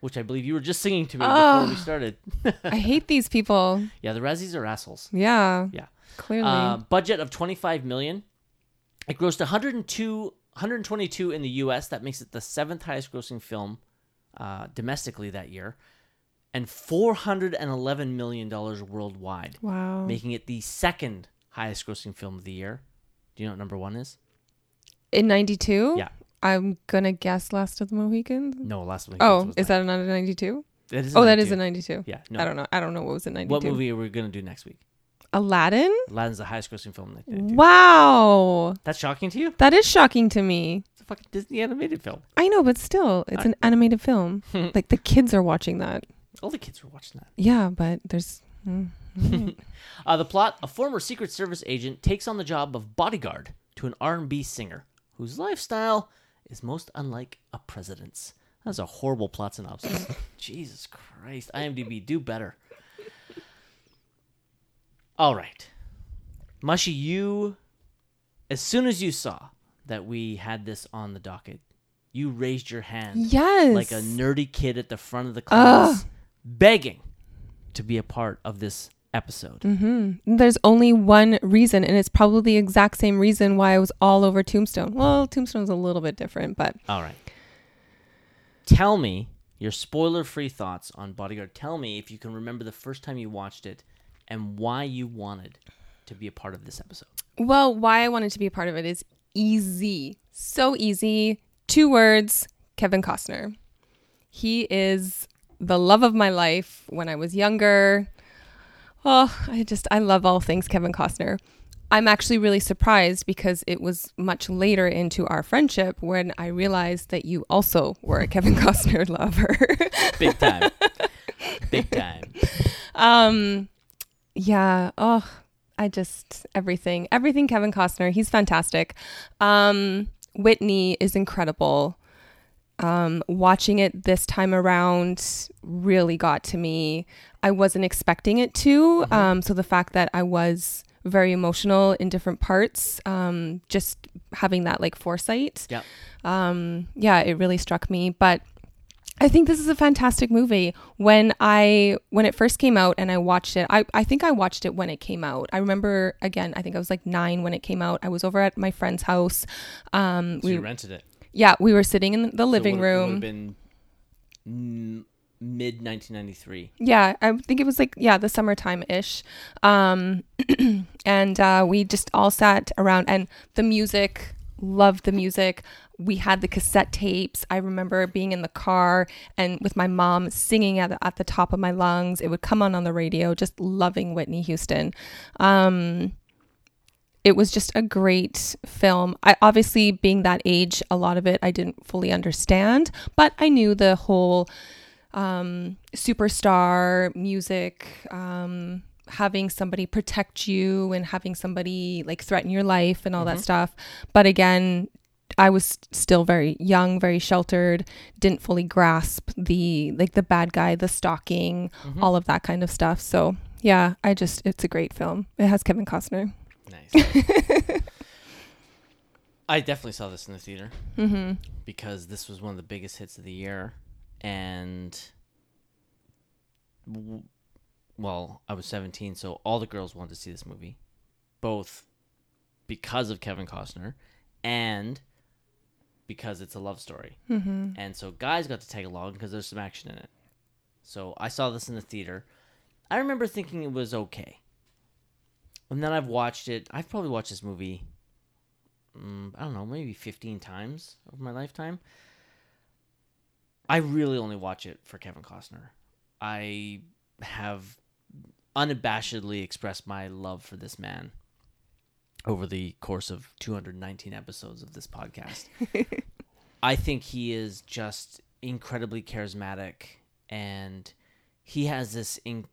which I believe you were just singing to me before we started.
I hate these people.
yeah, the Razzies are assholes.
Yeah.
Yeah.
Clearly.
Uh, budget of 25 million. It grossed 102, 122 in the U.S. That makes it the seventh highest-grossing film uh, domestically that year, and 411 million dollars worldwide,
wow.
making it the second highest-grossing film of the year. Do you know what number one is?
In 92?
Yeah.
I'm going to guess Last of the Mohicans.
No, last one.
Oh, is that another 92?
that is
Oh, that is a
an.
92.
Yeah,
I
no.
don't know. I don't know what was in 92.
What movie are we gonna do next week?
Aladdin?
Aladdin's the highest-grossing film. That
Mm.
they do.
Wow.
That's shocking to you?
That is shocking to me.
It's a fucking Disney animated film.
I know, but still, it's an animated film. like the kids are watching that.
All the kids were watching that.
Yeah, but there's mm.
Uh, the plot: A former Secret Service agent takes on the job of bodyguard to an R&B singer whose lifestyle is most unlike a president's. That's a horrible plot synopsis. Jesus Christ! IMDb, do better. All right, Mushy, you. As soon as you saw that we had this on the docket, you raised your hand
Yes.
like a nerdy kid at the front of the class, begging to be a part of this episode.
There's only one reason, and it's probably the exact same reason why I was all over Tombstone. Well, Tombstone's a little bit different, but
All right. Tell me your spoiler free thoughts on Bodyguard. Tell me if you can remember the first time you watched it and why you wanted to be a part of this episode.
Well, why I wanted to be a part of it is easy. So easy. Two words Kevin Costner. He is the love of my life when I was younger. Oh, I just, I love all things Kevin Costner. I'm actually really surprised because it was much later into our friendship when I realized that you also were a Kevin Costner lover.
Big time. Big time.
Um, yeah. Oh, I just everything, everything. Kevin Costner, he's fantastic. Um, Whitney is incredible. Um, watching it this time around really got to me. I wasn't expecting it to. Um, so the fact that I was very emotional in different parts, um, just having that like foresight
Yep.
um, yeah, it really struck me. But I think this is a fantastic movie. When I when it first came out and I watched it, I, I think I watched it when it came out. I remember again, I think I was like nine when it came out. I was over at my friend's house. Um,
So
we
you rented it.
yeah, we were sitting in the living
It would
room.
have been mid 1993.
Yeah, I think it was like yeah, the summertime ish, um, and uh, we just all sat around and the music. Loved the music. We had the cassette tapes. I remember being in the car and with my mom singing at the, at the top of my lungs. It would come on on the radio. Just loving Whitney Houston. Um, it was just a great film. I obviously being that age, a lot of it I didn't fully understand, but I knew the whole um, superstar music, um, having somebody Mm-hmm. protect you and having somebody like threaten your life and all that stuff. But again, I was still very young, very sheltered, didn't fully grasp the like the bad guy, the stalking,
Mhm.
all of that kind of stuff. So yeah, I just it's a great film. It has Kevin Costner.
Nice. I definitely saw this in the theater
Mm-hmm.
because this was one of the biggest hits of the year, and w- well, I was 17, so all the girls wanted to see this movie, both because of Kevin Costner and because it's a love story.
Mm-hmm.
And so guys got to tag along because there's some action in it. So I saw this in the theater. I remember thinking it was okay. And then I've watched it. I've probably watched this movie, mm, I don't know, maybe 15 times over my lifetime. I really only watch it for Kevin Costner. I have unabashedly expressed my love for this man over the course of 219 episodes of this podcast. I think he is just incredibly charismatic, and he has this. In-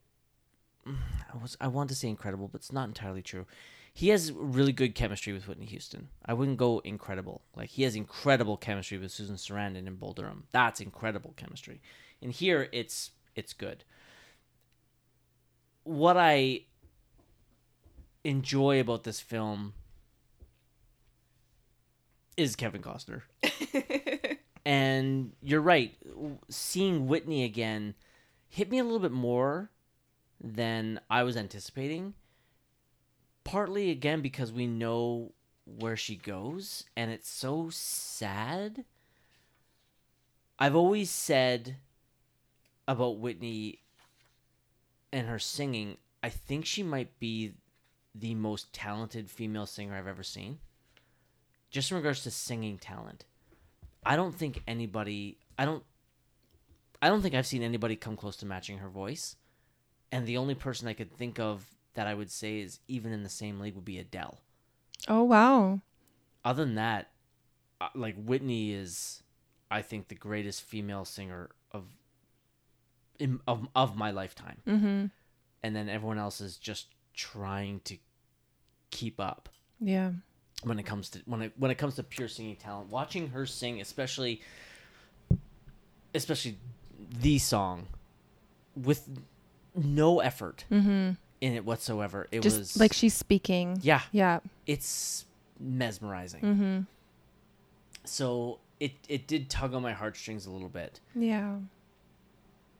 I was I want to say incredible, but it's not entirely true. He has really good chemistry with Whitney Houston. I wouldn't go incredible. Like he has incredible chemistry with Susan Sarandon and Bull Durham. That's incredible chemistry. And here it's it's good. What I enjoy about this film is Kevin Costner and you're right w- seeing whitney again hit me a little bit more than i was anticipating partly again because we know where she goes and it's so sad i've always said about whitney and her singing i think she might be the most talented female singer i've ever seen just in regards to singing talent I don't think anybody I don't I don't think I've seen anybody come close to matching her voice. And the only person I could think of that I would say is even in the same league would be Adele.
Oh wow.
Other than that, uh, like Whitney is I think the greatest female singer of in, of of my lifetime.
Mm-hmm.
And then everyone else is just trying to keep up.
Yeah.
when it comes to when it when it comes to pure singing talent. Watching her sing, especially especially the song with no effort
Mm-hmm.
in it whatsoever. It
Just
was
like she's speaking.
yeah,
Yeah.
it's mesmerizing.
Mm-hmm.
So it it did tug on my heartstrings a little bit.
Yeah.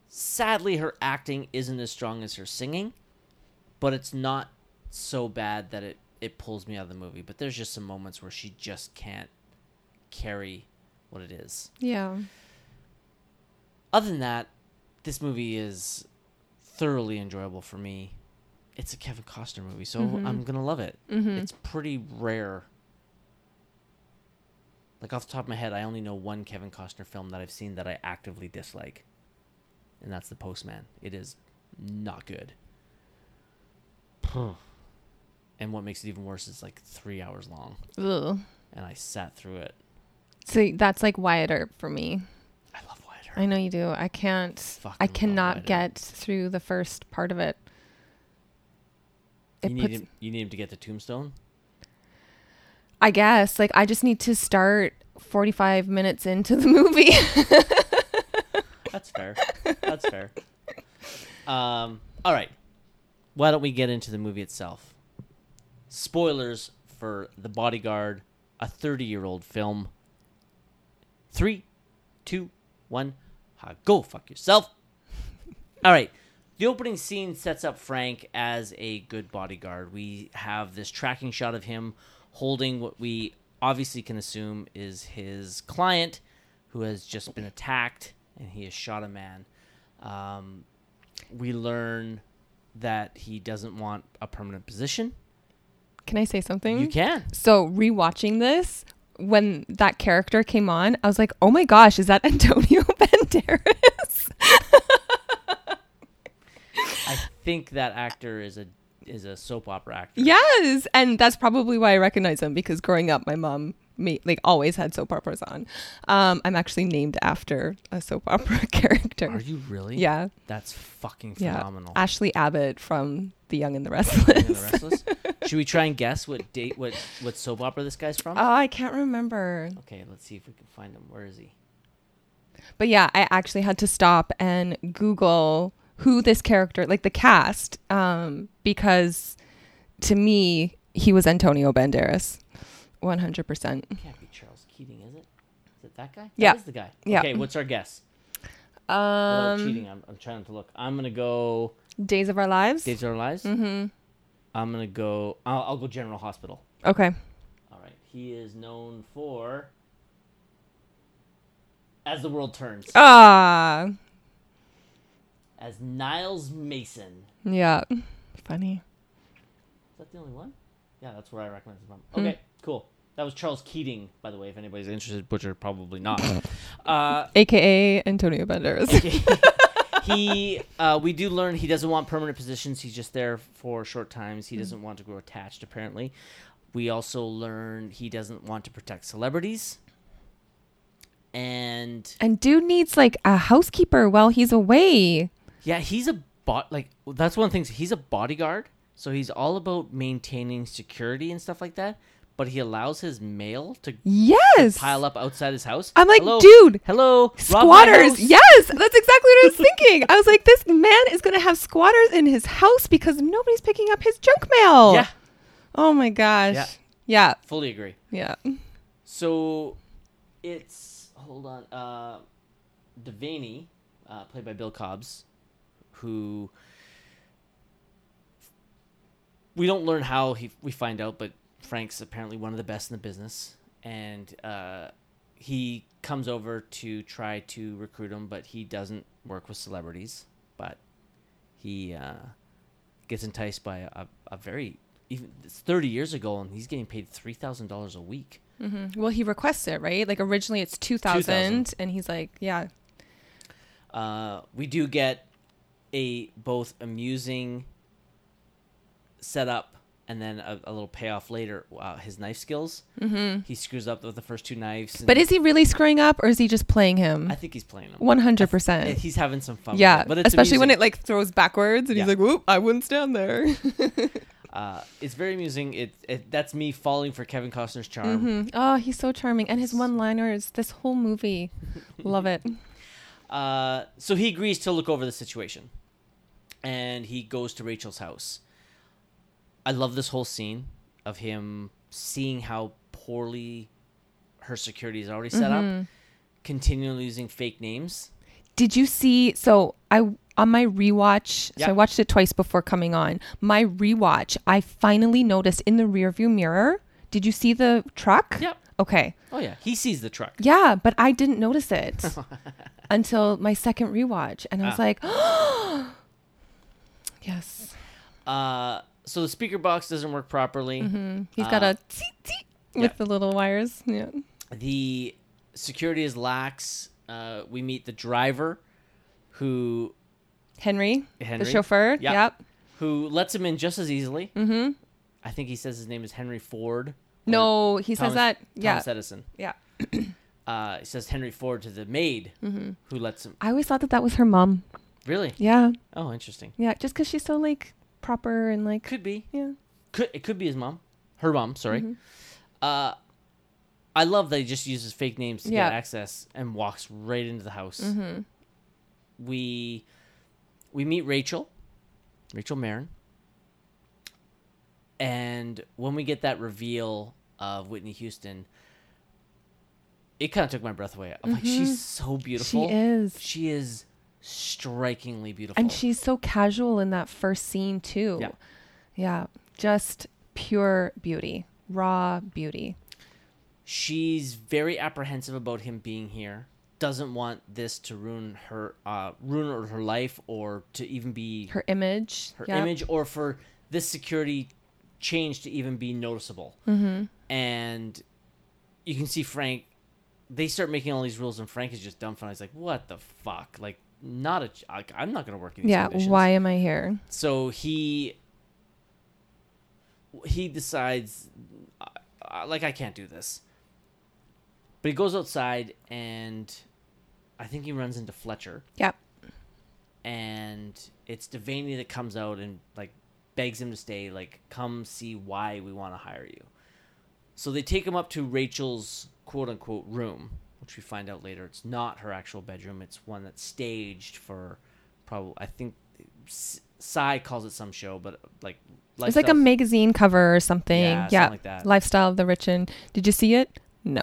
Sadly, her acting isn't as strong as her singing, but it's not so bad that it it pulls me out of the movie. But there's just some moments where she just can't carry what it is.
Yeah.
other than that, this movie is thoroughly enjoyable for me. It's a Kevin Costner movie, so I'm gonna love it.
Mm-hmm.
It's pretty rare. Like off the top of my head, I only know one Kevin Costner film that I've seen that I actively dislike, and that's The Postman. It is not good. and what makes it even worse is like three hours long,
Ugh.
and I sat through it.
So that's like Wyatt Earp for me.
I love Wyatt Earp.
I know you do. I can't.
Fucking
I
love
cannot
Wyatt Earp.
get through the first part of it. It
You need
puts.
him. You need him to get the tombstone.
I guess. Like I just need to start forty-five minutes into the movie.
That's fair. That's fair. Um, all right. Why don't we get into the movie itself? Spoilers for The Bodyguard, a 30 year old film. Three, two, one, ha, go fuck yourself. All right. The opening scene sets up Frank as a good bodyguard. We have this tracking shot of him holding what we obviously can assume is his client who has just been attacked and he has shot a man. Um, we learn that he doesn't want a permanent position.
Can I say something?
You can.
So rewatching this, when that character came on, I was like, "Oh my gosh, is that Antonio Banderas?"
I think that actor is a is a soap opera actor.
yes, and that's probably why I recognize him because growing up, my mom me like always had soap operas on. Um, I'm actually named after a soap opera character.
Are you really?
Yeah,
That's fucking
Yeah.
phenomenal.
Ashley Abbott from The Young and the
Young and the
Restless.
Restless. Should we try and guess what date, what what soap opera this guy's from?
Oh, I can't remember.
okay, let's see if we can find him. Where is he?
But yeah, I actually had to stop and Google who this character, like the cast, um, because to me, he was Antonio Banderas. 100%.
Can't be Charles Keating, is it? Is it that guy? That
Yeah.
is the guy.
Yeah.
Okay, what's our guess? Without
Um,
cheating, I'm, I'm trying to look. I'm gonna go
Days of Our Lives?
Days of Our Lives. Mm-hmm. I'm gonna go. I'll, I'll go General Hospital.
okay.
All right. He is known for As the World Turns,
Ah,
as Niles Mason.
yeah. Funny.
Is that the only one? Yeah, that's where I recognize it from. Okay, cool. That was Charles Keating, by the way. If anybody's interested, Butcher probably not. uh,
AKA Antonio Banderas.
he, uh, we do learn he doesn't want permanent positions. He's just there for short times. He doesn't want to grow attached. Apparently, we also learn he doesn't want to protect celebrities. And
and dude needs like a housekeeper while he's away.
Yeah, he's a bot. Like that's one of the things. He's a bodyguard, so he's all about maintaining security and stuff like that. But he allows his mail to
Yes.
pile up outside his house.
I'm like,
Hello-
dude,
Hello, rob my
Squatters.
house.
Yes, that's exactly what I was thinking. I was like, this man is going to have squatters in his house because nobody's picking up his junk mail.
Yeah,
Oh my
Yeah.
gosh. Yeah.
fully agree.
Yeah.
So, it's hold on. Uh, Devaney, uh, played by Bill Cobbs, who we don't learn how he we find out, but Frank's apparently one of the best in the business, and uh, he comes over to try to recruit him, but he doesn't work with celebrities. But he uh, gets enticed by a, a very even it's thirty years ago, and he's getting paid three thousand dollars a week.
Well, he requests it, right? Like originally it's
2000,
and he's like, yeah.
Uh, we do get a both amusing setup and then a, a little payoff later. Wow, his knife skills. Mm-hmm. He screws up with the first two knives. and
But is he really screwing up or is he just playing him?
I think he's playing them.
100%.
And He's having some fun. with
yeah,
it, but it's
especially when it
amusing.
like throws backwards and
Yeah.
he's like, whoop, I wouldn't stand there.
uh, it's very amusing. It, it that's me falling for Kevin Costner's charm.
oh, he's so charming. And his one liners, this whole movie. Love it.
Uh, so he agrees to look over the situation, and he goes to Rachel's house. I love this whole scene of him seeing how poorly her security is already set up, continually using fake names.
Did you see? So I on my rewatch.
Yeah.
So I watched it twice before coming on. My rewatch, I finally noticed in the rearview mirror. Did you see the truck?
Yep.
Okay.
Oh yeah, he sees the truck.
Yeah, but I didn't notice it until my second rewatch, and I
Ah.
was like, "Yes,
Uh, so the speaker box doesn't work properly.
he's got a
Ah.
tee tee with the little wires." Yeah.
the security is lax. Uh, we meet the driver, who
Henry,
Henry.
the chauffeur.
Yeah.
Yep.
who lets him in just as easily. Mm-hmm. I think he says his name is Henry Ford.
No, he
Thomas-
says that. Yeah.
Thomas Edison.
yeah.
Uh, he says Henry Ford to the maid
Mm-hmm.
who lets him.
I always thought that that was her mom.
Really?
Yeah.
Oh, interesting.
Yeah. Just because she's so like proper and like.
Could be.
yeah.
Could it could be his mom? Her mom. Sorry.
Mm-hmm.
Uh, I love that he just uses fake names to
Yeah. Mm-hmm.
get access and walks right into the house. We we meet Rachel, Rachel Marin, and when we get that reveal of Whitney Houston. It kind of took my breath away. I'm like, she's
Mm-hmm.
so beautiful.
is.
She is strikingly beautiful.
And she's so casual in that first scene too.
Yeah.
Yeah, Just pure beauty. Raw beauty.
she's very apprehensive about him being here. Doesn't want this to ruin her, uh, ruin her- her life, or to even be her,
Her image. yeah.
image, or for this security change to even be noticeable.
Mm-hmm.
And you can see Frank. They start making all these rules, and Frank is just dumbfounded. He's like, "What the fuck? Like, not a. ch- I- I'm not gonna work in these
Yeah.
conditions."
Why am I here?
so he he decides I- I- like i can't do this But he goes outside and I think he runs into Fletcher
Yep.
and it's Devaney that comes out and like begs him to stay, like come see why we want to hire you. So they take him up to Rachel's quote unquote room, which we find out later it's not her actual bedroom. It's one that's staged for probably I think S- Cy calls it some show, but like
It's like a
lifestyle-
magazine cover or something.
Yeah,
Yeah.
something like that.
Lifestyle of the rich and did you see it? No.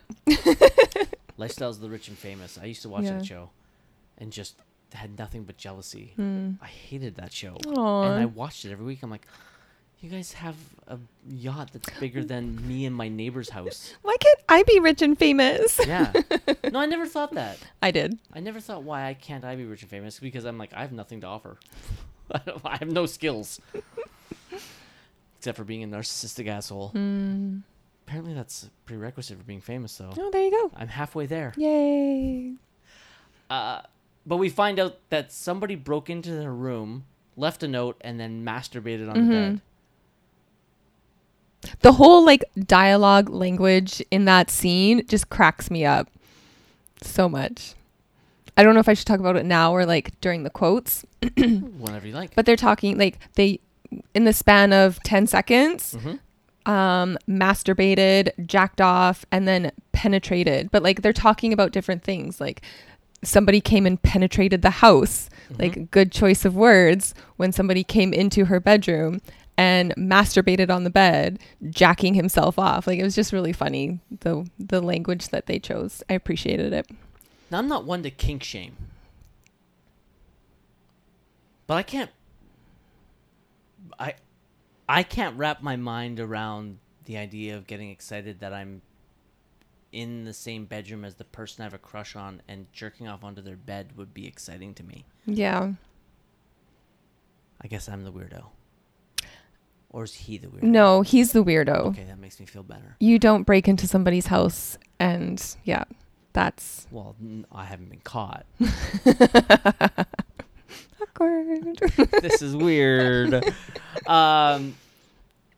Lifestyles of the Rich and Famous. I used to watch
Yeah. Mm.
that show and just had nothing but jealousy. I hated that show.
Aw.
And I watched it every week. I'm like, you guys have a yacht that's bigger than me and my neighbor's house.
Why can't I be rich and famous?
Yeah. No, I never thought that.
I did.
I never thought why I can't I be rich and famous because I'm like I have nothing to offer. I, don't, I have no skills except for being a narcissistic asshole.
Mm.
Apparently that's a prerequisite for being famous though.
Oh, there you go.
I'm halfway there.
Yay.
Uh, but we find out that somebody broke into their room, left a note, and then masturbated on the bed.
Mm-hmm. The whole like dialogue language in that scene just cracks me up so much. I don't know if I should talk about it now or like during the quotes,
Whenever you like.
but they're talking like they in the span of 10 seconds
Mhm.
um masturbated, jacked off and then penetrated. But like they're talking about different things like somebody came and penetrated the house. Like good choice of words when somebody came into her bedroom and masturbated on the bed, jacking himself off. Like it was just really funny the the language that they chose. I appreciated it.
now, I'm not one to kink shame, but I can't. I, I can't wrap my mind around the idea of getting excited that I'm in the same bedroom as the person I have a crush on, and jerking off onto their bed would be exciting to me.
Yeah.
I guess I'm the weirdo. Or is he the weirdo?
No, he's the weirdo.
Okay, that makes me feel better.
You don't break into somebody's house and yeah, that's
Well, n- I haven't been caught.
awkward.
this is weird. Um,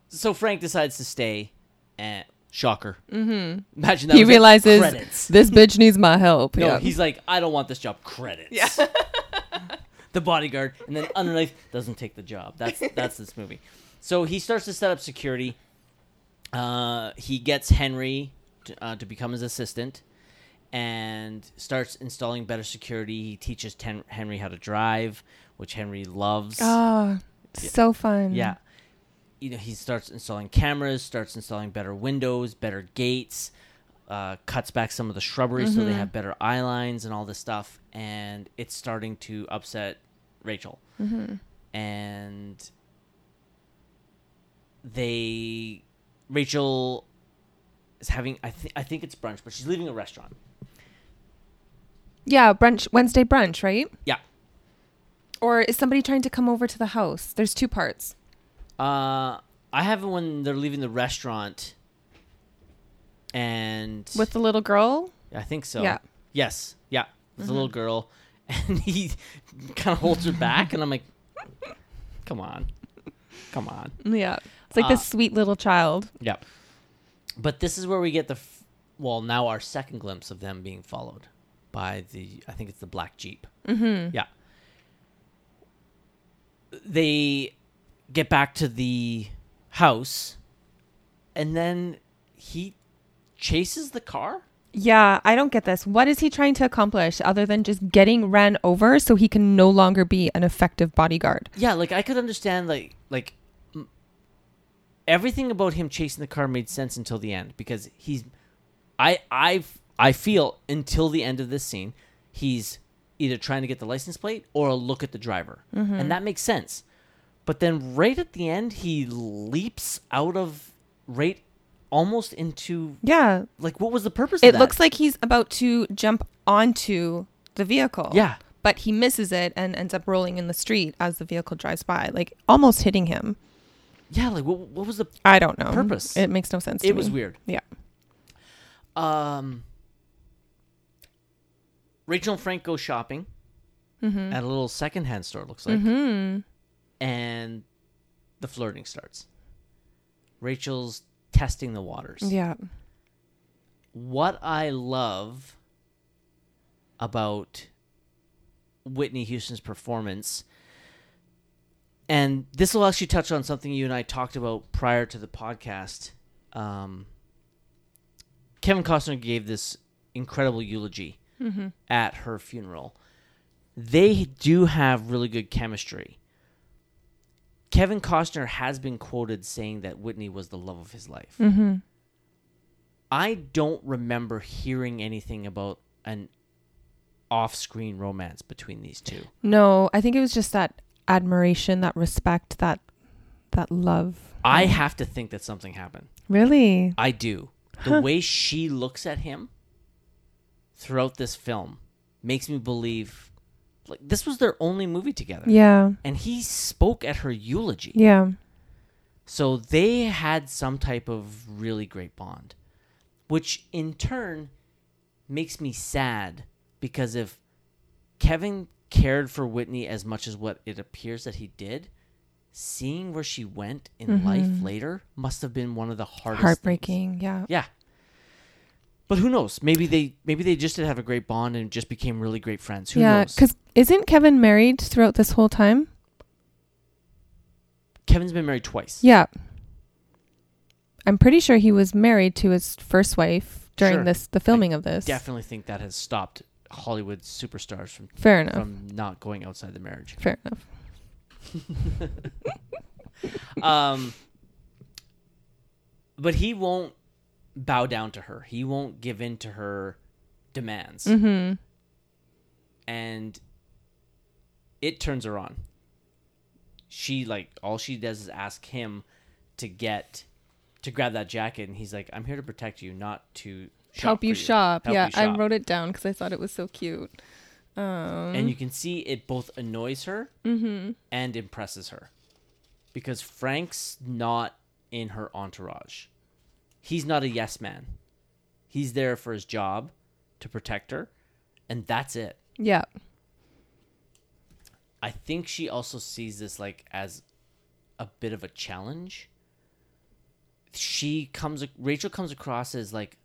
so Frank decides to stay. And shocker. Mm-hmm. Imagine that.
he
was it.
realizes
credits.
this bitch needs my help.
No,
yeah.
he's like, I don't want this job. Credits. Yeah. the bodyguard, and then underneath doesn't take the job. That's that's this movie. So he starts to set up security. Uh, he gets Henry to, uh, to become his assistant, and starts installing better security. He teaches Ten- Henry how to drive, which Henry loves.
oh, so fun.
Yeah. You know, he starts installing cameras, starts installing better windows, better gates, uh, cuts back some of the shrubbery so they have better eye lines and all this stuff. And it's starting to upset Rachel. And they, Rachel is having, I, th- I think it's brunch, but she's leaving a restaurant.
Yeah, brunch Wednesday brunch, right?
Yeah.
Or is somebody trying to come over to the house? There's two parts.
Uh, I have it when they're leaving the restaurant. And
With the little girl?
I think so.
Yeah.
Yes. Yeah. It's a little girl, and he kind of holds her back, and I'm like, "Come on, come on."
Yeah. It's like
Uh,
this sweet little child.
Yeah. But this is where we get the, f- well, now our second glimpse of them being followed by the, I think it's the black jeep. Mm-hmm. Yeah. They get back to the house, and then he chases the car.
Yeah, I don't get this. What is he trying to accomplish other than just getting ran over so he can no longer be an effective bodyguard?
yeah like i could understand like like m- everything about him chasing the car made sense until the end because he's i i i feel until the end of this scene he's either trying to get the license plate or a look at the driver
Mm-hmm.
and that makes sense but then right at the end he leaps out of right almost into
Yeah,
like what was the purpose of
It
that?
looks like he's about to jump onto the vehicle.
Yeah.
But he misses it and ends up rolling in the street as the vehicle drives by, like almost hitting him.
yeah like what, what was the
I don't know.
Purpose.
It makes no sense. to
it was
me.
weird
Yeah.
Um, Rachel and Frank go shopping at a little secondhand store, it looks like. And the flirting starts. Rachel's testing the waters.
Yeah.
what I love about Whitney Houston's performance, and this will actually touch on something you and I talked about prior to the podcast. Um, Kevin Costner gave this incredible eulogy at her funeral. They do have really good chemistry. Kevin Costner has been quoted saying that Whitney was the love of his life. I don't remember hearing anything about an off-screen romance between these two.
No, I think it was just that admiration, that respect, that that love.
I have to think that something happened.
Really?
I do. The way she looks at him throughout this film makes me believe like this was their only movie together.
Yeah.
And he spoke at her eulogy.
Yeah.
So they had some type of really great bond, which in turn makes me sad because if Kevin cared for Whitney as much as what it appears that he did, seeing where she went in life later must have been one of the hardest things.
Mm-hmm. Heartbreaking. Yeah.
Yeah. But who knows? Maybe they maybe they just did have a great bond and just became really great friends. Who
yeah,
knows?
cuz isn't Kevin married throughout this whole time?
Kevin's been married twice.
Yeah. I'm pretty sure he was married to his first wife during
Sure.
this the filming of this.
Definitely think that has stopped Hollywood superstars from
Fair enough.
from not going outside the marriage.
Fair enough.
Um, but he won't bow down to her. He won't give in to her demands,
Mhm.
and it turns her on. She like all she does is ask him to get to grab that jacket, and he's like, "I'm here to protect you, not to shop
Help
for
you shop.
Help
yeah,
you
I
shop."
wrote it down cuz I thought it was so cute. Um
and you can see it both annoys her and impresses her because Frank's not in her entourage. He's not a yes man. He's there for his job to protect her, and that's it.
yeah.
I think she also sees this like as a bit of a challenge. She comes Rachel comes across as like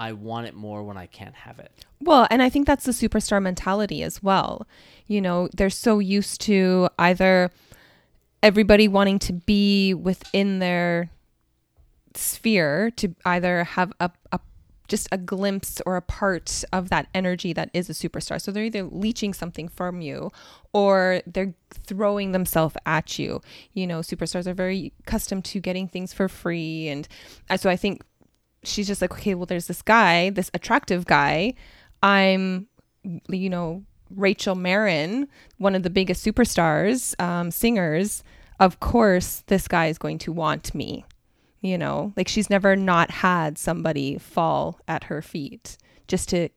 I want it more when I can't have it.
Well, and I think that's the superstar mentality as well. You know, they're so used to either everybody wanting to be within their sphere to either have a, a just a glimpse or a part of that energy that is a superstar. So they're either leeching something from you or they're throwing themselves at you. You know, superstars are very accustomed to getting things for free. And uh, so I think she's just like, okay, well, there's this guy, this attractive guy. I'm, you know, Rachel Marin, one of the biggest superstars, um, singers. Of course, this guy is going to want me. You know, like she's never not had somebody fall at her feet just to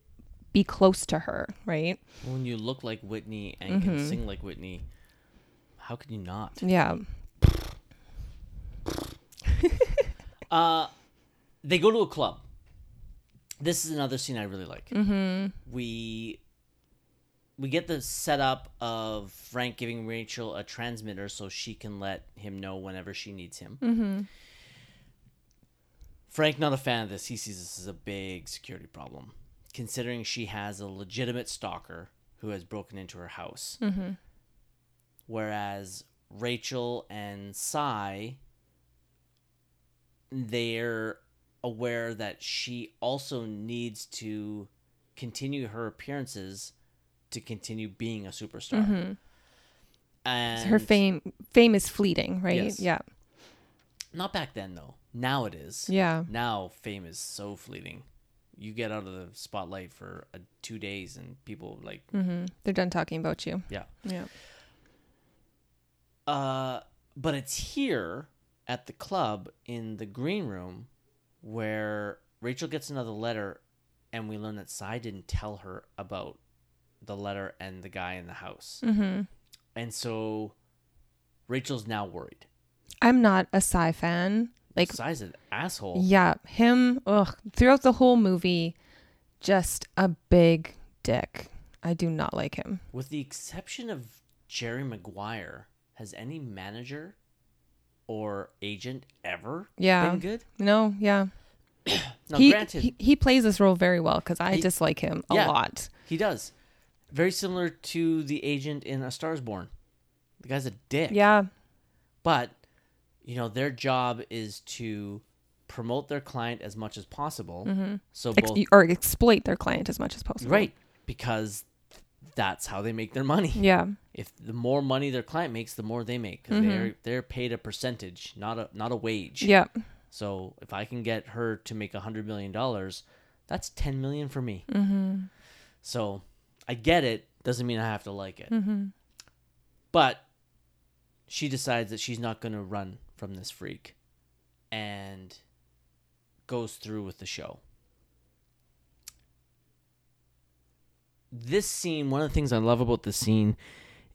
be close to her, right?
When you look like Whitney and can sing like Whitney, how could you not?
Yeah.
Uh, they go to a club. This is another scene I really like. Mm-hmm. We we get the setup of Frank giving Rachel a transmitter so she can let him know whenever she needs him. Mm-hmm. Frank not a fan of this. He sees this as a big security problem, considering she has a legitimate stalker who has broken into her house. Mm-hmm. Whereas Rachel and Cy they're aware that she also needs to continue her appearances to continue being a superstar. And
Mm-hmm. Her fame fame is fleeting, right?
Yes.
Yeah.
Not back then though. Now it is.
Yeah.
Now fame is so fleeting. You get out of the spotlight for uh, two days, and people like,
They're done talking about you.
yeah.
Yeah.
Uh, but it's here at the club in the green room where Rachel gets another letter, and we learn that Cy didn't tell her about the letter and the guy in the house. Mm-hmm. And so Rachel's now worried.
I'm not a sci fan. Like
Cy's an asshole.
Yeah, him. Ugh, throughout the whole movie, just a big dick. I do not like him.
With the exception of Jerry Maguire, has any manager or agent ever
Yeah.
been good?
No, yeah,
Now,
he,
granted,
he he plays this role very well because I
He-
dislike him a
Yeah.
lot.
He does. Very similar to the agent in A Star's Born. The guy's a dick.
Yeah,
But, you know, their job is to promote their client as much as possible.
Mm-hmm.
So
Ex-
both
or exploit their client as much as possible.
right because that's how they make their money.
Yeah.
If the more money their client makes, the more they make
Mm-hmm.
because they're they're paid a percentage, not a not a wage.
Yeah.
So if I can get her to make a hundred million dollars, that's ten million for me. So I get it. Doesn't mean I have to like it. But she decides that she's not going to run from this freak, and goes through with the show. This scene, one of the things I love about this scene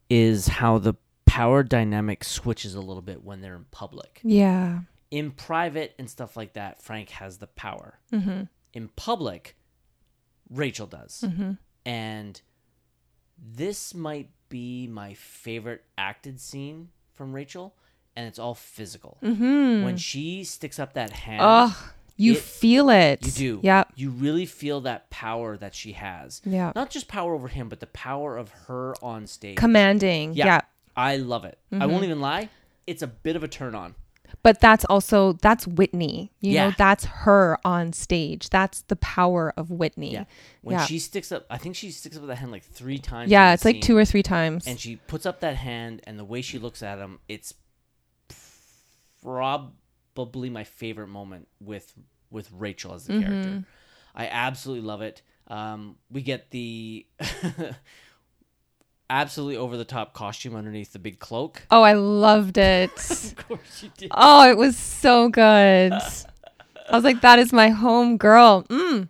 is how the power dynamic switches a little bit when they're in public
Yeah.
in private and stuff like that, Frank has the power. Mm-hmm. In public, Rachel does. And this might be my favorite acted scene from Rachel, and it's all physical. When she sticks up that hand,
Ugh. You
It-
feel it.
you do.
Yeah.
You really feel that power that she has.
Yeah.
Not just power over him, but the power of her on stage.
Commanding. Yeah.
I love it. I won't even lie. It's a bit of a turn on.
But that's also that's Whitney. You know,
Yeah.
that's her on stage. That's the power of Whitney.
Yeah.
Yeah.
When
yeah.
she sticks up, I think she sticks up with that hand like three times. in
yeah,
the
it's like
scene.
two or three times.
And she puts up that hand, and the way she looks at him, it's probably my favorite moment with with Rachel as the character. I absolutely love it. Um, we get the absolutely over the top costume underneath the big cloak. Uh,
oh, I loved it.
Of course, you did.
oh, it was so good. I was like, that is my home girl. Mm.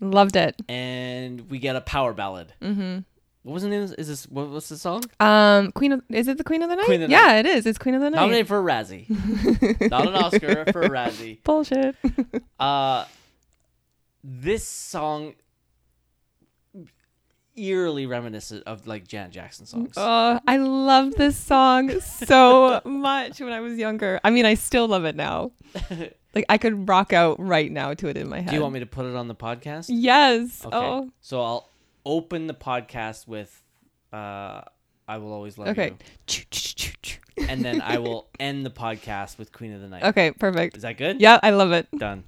Loved it.
And we get a power ballad. Mm-hmm. What was the name? of- Is this what was the song?
Um, Queen of is it the Queen of the Night?
Queen of the
yeah,
Night.
it is. It's Queen of the Night.
Nominated for a Razzie, not an Oscar for a Razzie.
Bullshit.
Uh, this song eerily reminiscent of like Janet Jackson songs.
Oh, I love this song so much when I was younger. I mean, I still love it now. Like I could rock out right now to it in my head.
Do you want me to put it on the podcast?
Yes.
Okay.
Oh.
So I'll open the podcast with uh, "I Will Always Love
Okay. Choo, choo, choo, choo.
You," and then I will end the podcast with "Queen of the Night."
Okay,
Is
perfect.
that good?
Yeah, I love it.
Done.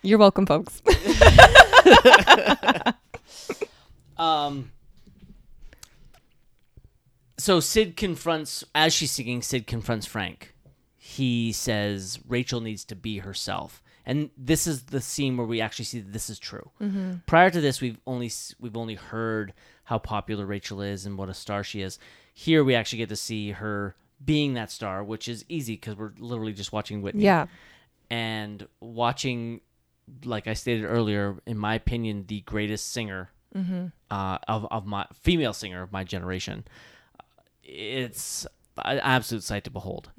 You're welcome, folks.
Um. So Sid confronts as she's singing. Sid confronts Frank. He says Rachel needs to be herself, and this is the scene where we actually see that this is true. Prior to this, we've only s- we've only heard how popular Rachel is and what a star she is. Here, we actually get to see her being that star, which is easy because we're literally just watching Whitney
yeah.
and watching, like I stated earlier, in my opinion, the greatest singer uh, of of my female singer of my generation. uh, It's an absolute sight to behold.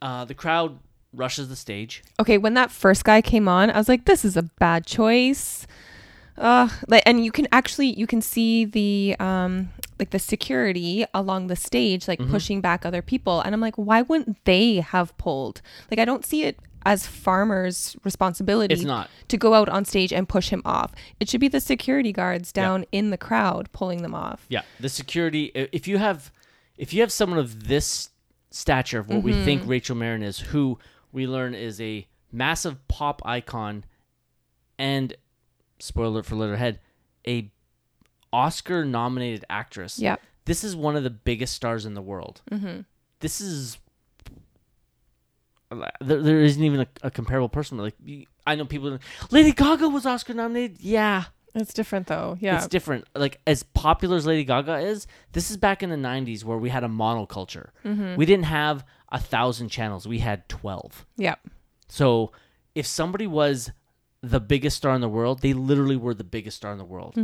Uh, the crowd rushes the stage.
Okay, when that first guy came on, I was like, this is a bad choice. Uh, like, and you can actually you can see the um like the security along the stage
Mm-hmm.
like pushing back other people, and I'm like, why wouldn't they have pulled? Like, I don't see it as farmers' responsibility.
It's not.
to go out on stage and push him off. It should be the security guards down in the crowd pulling them off.
Yeah, the security. i- If you have, if you have someone of this stature of what we think Rachel Marin is, who we learn is a massive pop icon, and spoiler alert for Letterhead, a Oscar nominated actress.
Yeah.
this is one of the biggest stars in the world. Mm-hmm. This is. uh, There, there isn't even a, a comparable person. Like you- I know people. Lady Gaga was Oscar nominated. Yeah,
It's different though. Yeah.
it's different. Like as popular as Lady Gaga is, this is back in the '90s where we had a monoculture. We didn't have a thousand channels. We had twelve.
yeah.
So if somebody was the biggest star in the world, they literally were the biggest star in the world.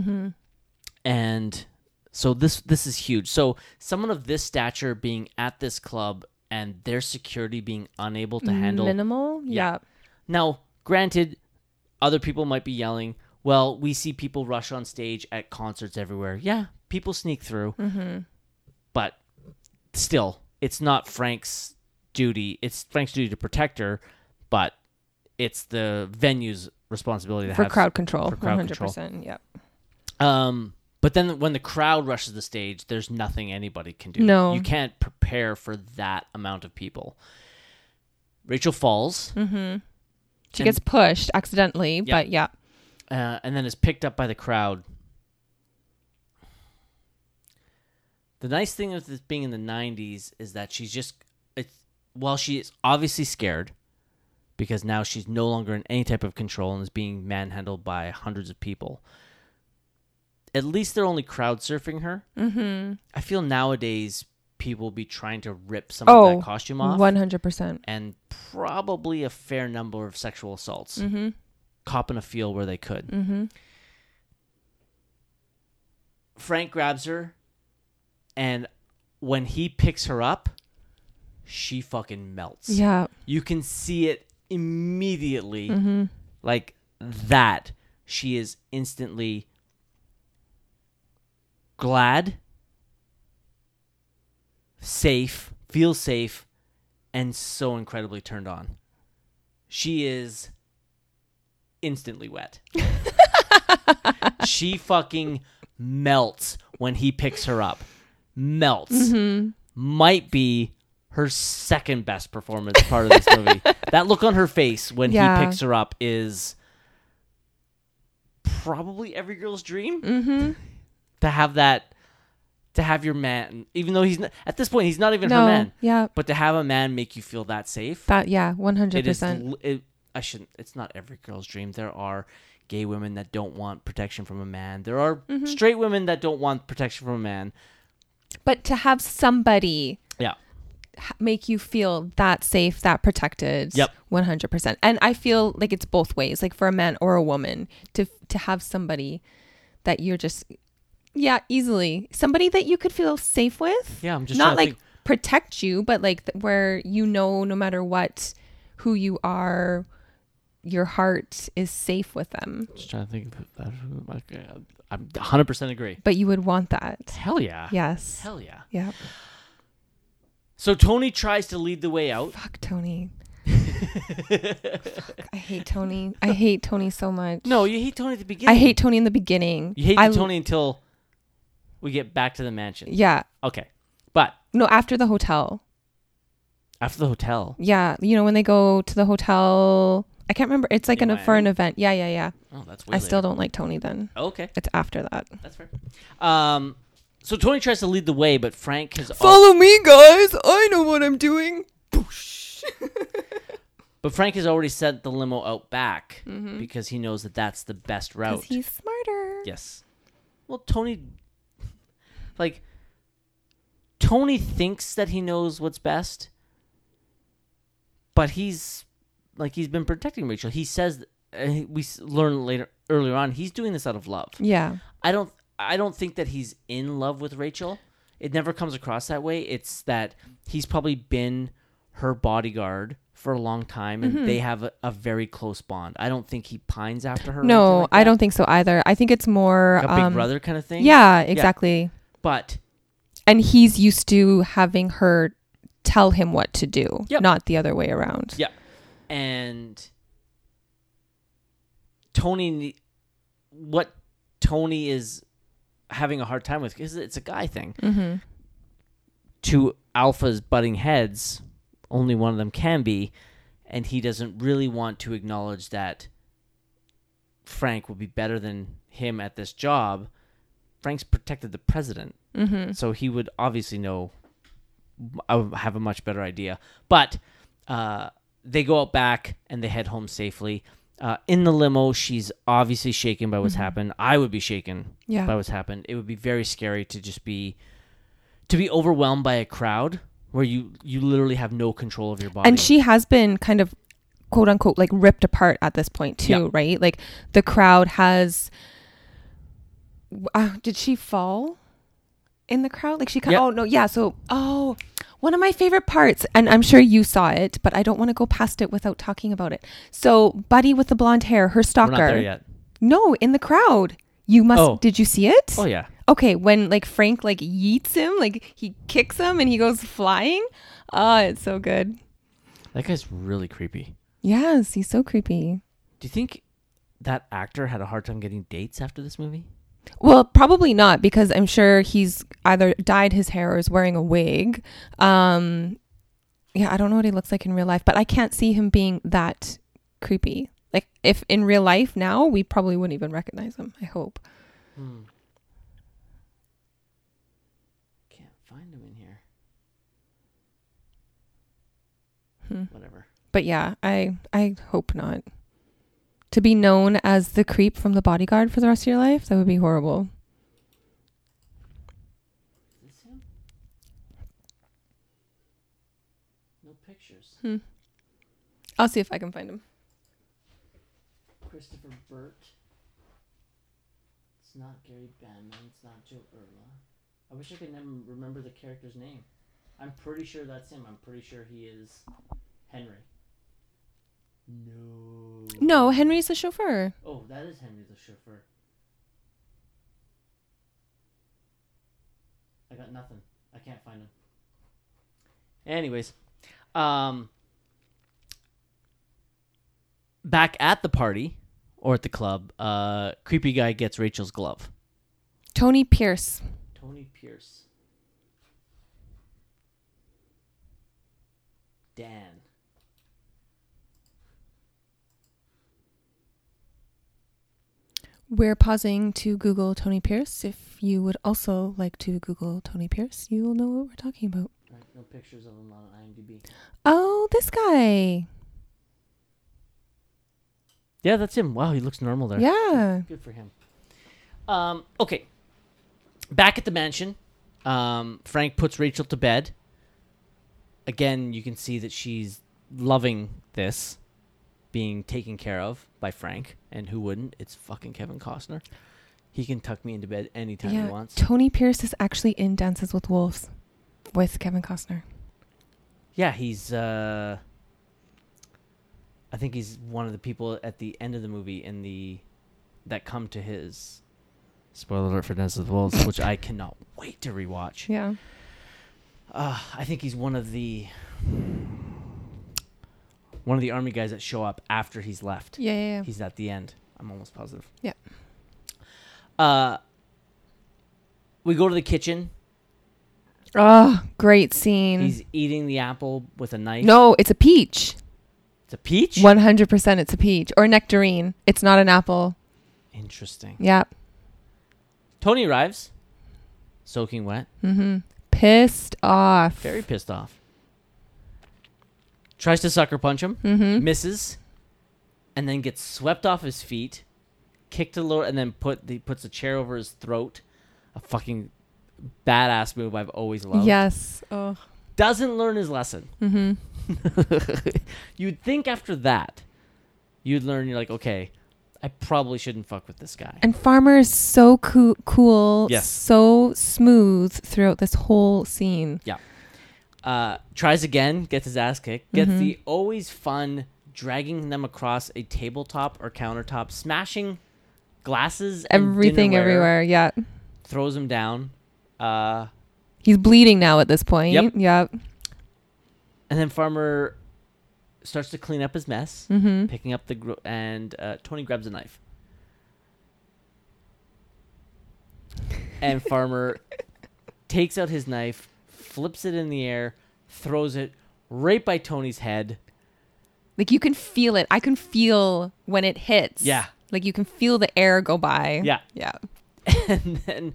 And so this this is huge. So someone of this stature being at this club and their security being unable to handle
Minimal.
Yeah.
Yeah.
now, granted, other people might be yelling, well, we see people rush on stage at concerts everywhere. Yeah, people sneak through.
Mm-hmm.
But still, it's not Frank's duty. It's Frank's duty to protect her, but it's the venue's responsibility to
for
have
crowd control.
for crowd
100%.
control.
Yep.
Um, but then when the crowd rushes the stage, there's nothing anybody can do.
No.
you can't prepare for that amount of people. Rachel falls,
She
And-
gets pushed accidentally, but yeah.
uh, and then is picked up by the crowd. The nice thing with this being in the '90s is that she's just, it's, while she is obviously scared, because now she's no longer in any type of control and is being manhandled by hundreds of people. At least they're only crowd surfing her. Mm-hmm. I feel nowadays people will be trying to rip some of
Oh,
that costume off,
100%.
and probably a fair number of sexual assaults
Mm-hmm.
copping a feel where they could.
Mm-hmm.
Frank grabs her, and when he picks her up, she fucking melts.
Yeah.
You can see it immediately.
Mm-hmm.
Like that. She is instantly glad, safe, feels safe, and so incredibly turned on. She is instantly wet. she fucking melts when he picks her up. Melts. Might be her second best performance part of this movie. that look on her face when
Yeah.
he picks her up is probably every girl's dream
Mm-hmm.
to have that to have your man even though he's not, at this point he's not even her
No.
man
Yeah.
but to have a man make you feel that safe
That yeah, 100%.
it is l- it, i shouldn't it's not every girl's dream there are gay women that don't want protection from a man there are
Mm-hmm.
straight women that don't want protection from a man
but to have somebody
yeah
h- make you feel that safe, that protected.
Yep.
100%. And I feel like it's both ways, like for a man or a woman to to have somebody that you're just yeah, easily. Somebody that you could feel safe with.
Yeah, I'm just
not
trying to
like
think.
protect you, but like th- where you know no matter what who you are, your heart is safe with them.
just trying to think of that uh, i'm 100% agree
But you would want that.
hell yeah
Yes.
Ah, hell yeah
Yeah.
so tony tries to lead the way out
Fuck Tony. Fuck, I hate Tony. I hate Tony so much.
no you hate tony at the beginning
I hate Tony in the beginning.
you hate
I,
tony until we get back to the mansion
Yeah.
okay but
No, after the hotel.
after the hotel
Yeah. You know, when they go to the hotel, I can't remember. It's like
In
an, for an
Miami?
event. Yeah, yeah, yeah.
oh that's
I still don't like Tony then.
okay
It's after that.
that's fair um so tony tries to lead the way but frank has al-
me, guys. I know what I'm doing.
But Frank has already sent the limo out back
Mm-hmm.
because he knows that that's the best route.
Because he's smarter.
yes. Well, Tony, like, Tony thinks that he knows what's best, but he's like he's been protecting Rachel. He says uh, we s- learn later earlier on he's doing this out of love.
Yeah.
I don't I don't think that he's in love with Rachel. It never comes across that way. It's that he's probably been her bodyguard for a long time and
Mm-hmm.
they have a, a very close bond. I don't think he pines after her. or anything
No,
like
I
that.
don't think so either. I think it's more.
Like a big
um,
brother kind of thing.
Yeah, exactly.
But
And he's used to having her tell him what to do,
Yep.
not the other way around.
yeah. And Tony ne- what Tony is having a hard time with cuz it's a guy thing.
Mm-hmm.
two alphas butting heads, only one of them can be, and he doesn't really want to acknowledge that Frank would be better than him at this job. Frank's protected the president,
Mm-hmm.
so he would obviously know. I would have a much better idea, but uh, they go out back and they head home safely. Uh, in the limo, she's obviously shaken by what's happened. I would be shaken
Mm-hmm. Yeah.
by what's happened. It would be very scary to just be to be overwhelmed by a crowd where you you literally have no control of your body.
And she has been kind of quote unquote like ripped apart at this point too,
Yeah.
right? Like the crowd has uh, did she fall in the crowd? Like she kind
Yeah.
Oh no, yeah, so oh, one of my favorite parts and I'm sure you saw it, but I don't want to go past it without talking about it. So, Buddy with the blonde hair, her
We're
stalker.
not there yet.
No, in the crowd. You must
Oh.
did you see it?
Oh yeah,
Okay, when like Frank like yeets him, like he kicks him and he goes flying. Oh, it's so good.
that guy's really creepy.
Yes, he's so creepy.
Do you think that actor had a hard time getting dates after this movie?
Well, probably not because I'm sure he's either dyed his hair or is wearing a wig. Um, yeah, I don't know what he looks like in real life, but I can't see him being that creepy. Like if in real life now, we probably wouldn't even recognize him. I hope.
Can't find him in here.
Hmm.
Whatever.
But yeah, I I hope not. To be known as the creep from the bodyguard for the rest of your life, that would be horrible.
No pictures.
I'll see if I can find him.
Christopher Burt. It's not Gary Banman. It's not Joe Erla. I wish I could never remember the character's name. I'm pretty sure that's him. I'm pretty sure he is Henry. No.
No, Henry's the chauffeur.
Oh, that is Henry the chauffeur. I got nothing. I can't find him.
Anyways, um, back at the party or at the club, uh, creepy guy gets Rachel's glove.
Tony Pierce.
Tony Pierce. Dan.
We're pausing to Google Tony Pierce. If you would also like to Google Tony Pierce, you will know what we're talking about.
Right, no pictures of him on IMDb.
Oh, this guy.
Yeah, that's him. Wow, he looks normal there.
Yeah.
Good for him. Um, okay. Back at the mansion, um, Frank puts Rachel to bed. Again, you can see that she's loving this being taken care of by Frank. And who wouldn't? It's fucking Kevin Costner. He can tuck me into bed anytime he
Yeah.
wants.
Tony Pierce is actually in Dances with Wolves with Kevin Costner.
Yeah, he's. Uh, I think he's one of the people at the end of the movie in the that come to his. Spoiler alert for Dance of the Wolves, which I cannot wait to rewatch.
Yeah.
Uh, I think he's one of the one of the army guys that show up after he's left.
Yeah, yeah,
He's at the end. I'm almost positive.
Yeah.
Uh, we go to the kitchen.
Oh, great scene.
He's eating the apple with a knife.
no, it's a peach.
it's a peach.
100% it's a peach or nectarine. It's not an apple.
Interesting.
Yeah.
Tony arrives, soaking wet,
Mhm. Pissed off.
very pissed off. Tries to sucker punch him,
Mhm.
misses, and then gets swept off his feet, kicked to the lower, and then put the puts a chair over his throat. A fucking badass move I've always loved.
Yes. Oh.
Doesn't learn his lesson.
Mhm.
you'd think after that, you'd learn. You're like, okay, I probably shouldn't fuck with this guy.
And Farmer is so coo- cool,
Yes.
so smooth throughout this whole scene.
uh, tries again, gets his ass kicked, gets
Mm-hmm.
the always fun dragging them across a tabletop or countertop, smashing glasses, and
Everything
dinnerware,
everywhere. Yeah.
throws him down, uh,
He's bleeding now at this point.
Yep.
Yep.
and then Farmer starts to clean up his mess,
Mhm.
picking up the gr- and uh, Tony grabs a knife, and Farmer takes out his knife, flips it in the air, throws it right by Tony's head.
Like you can feel it. I can feel when it hits.
Yeah.
Like you can feel the air go by.
Yeah.
Yeah.
and then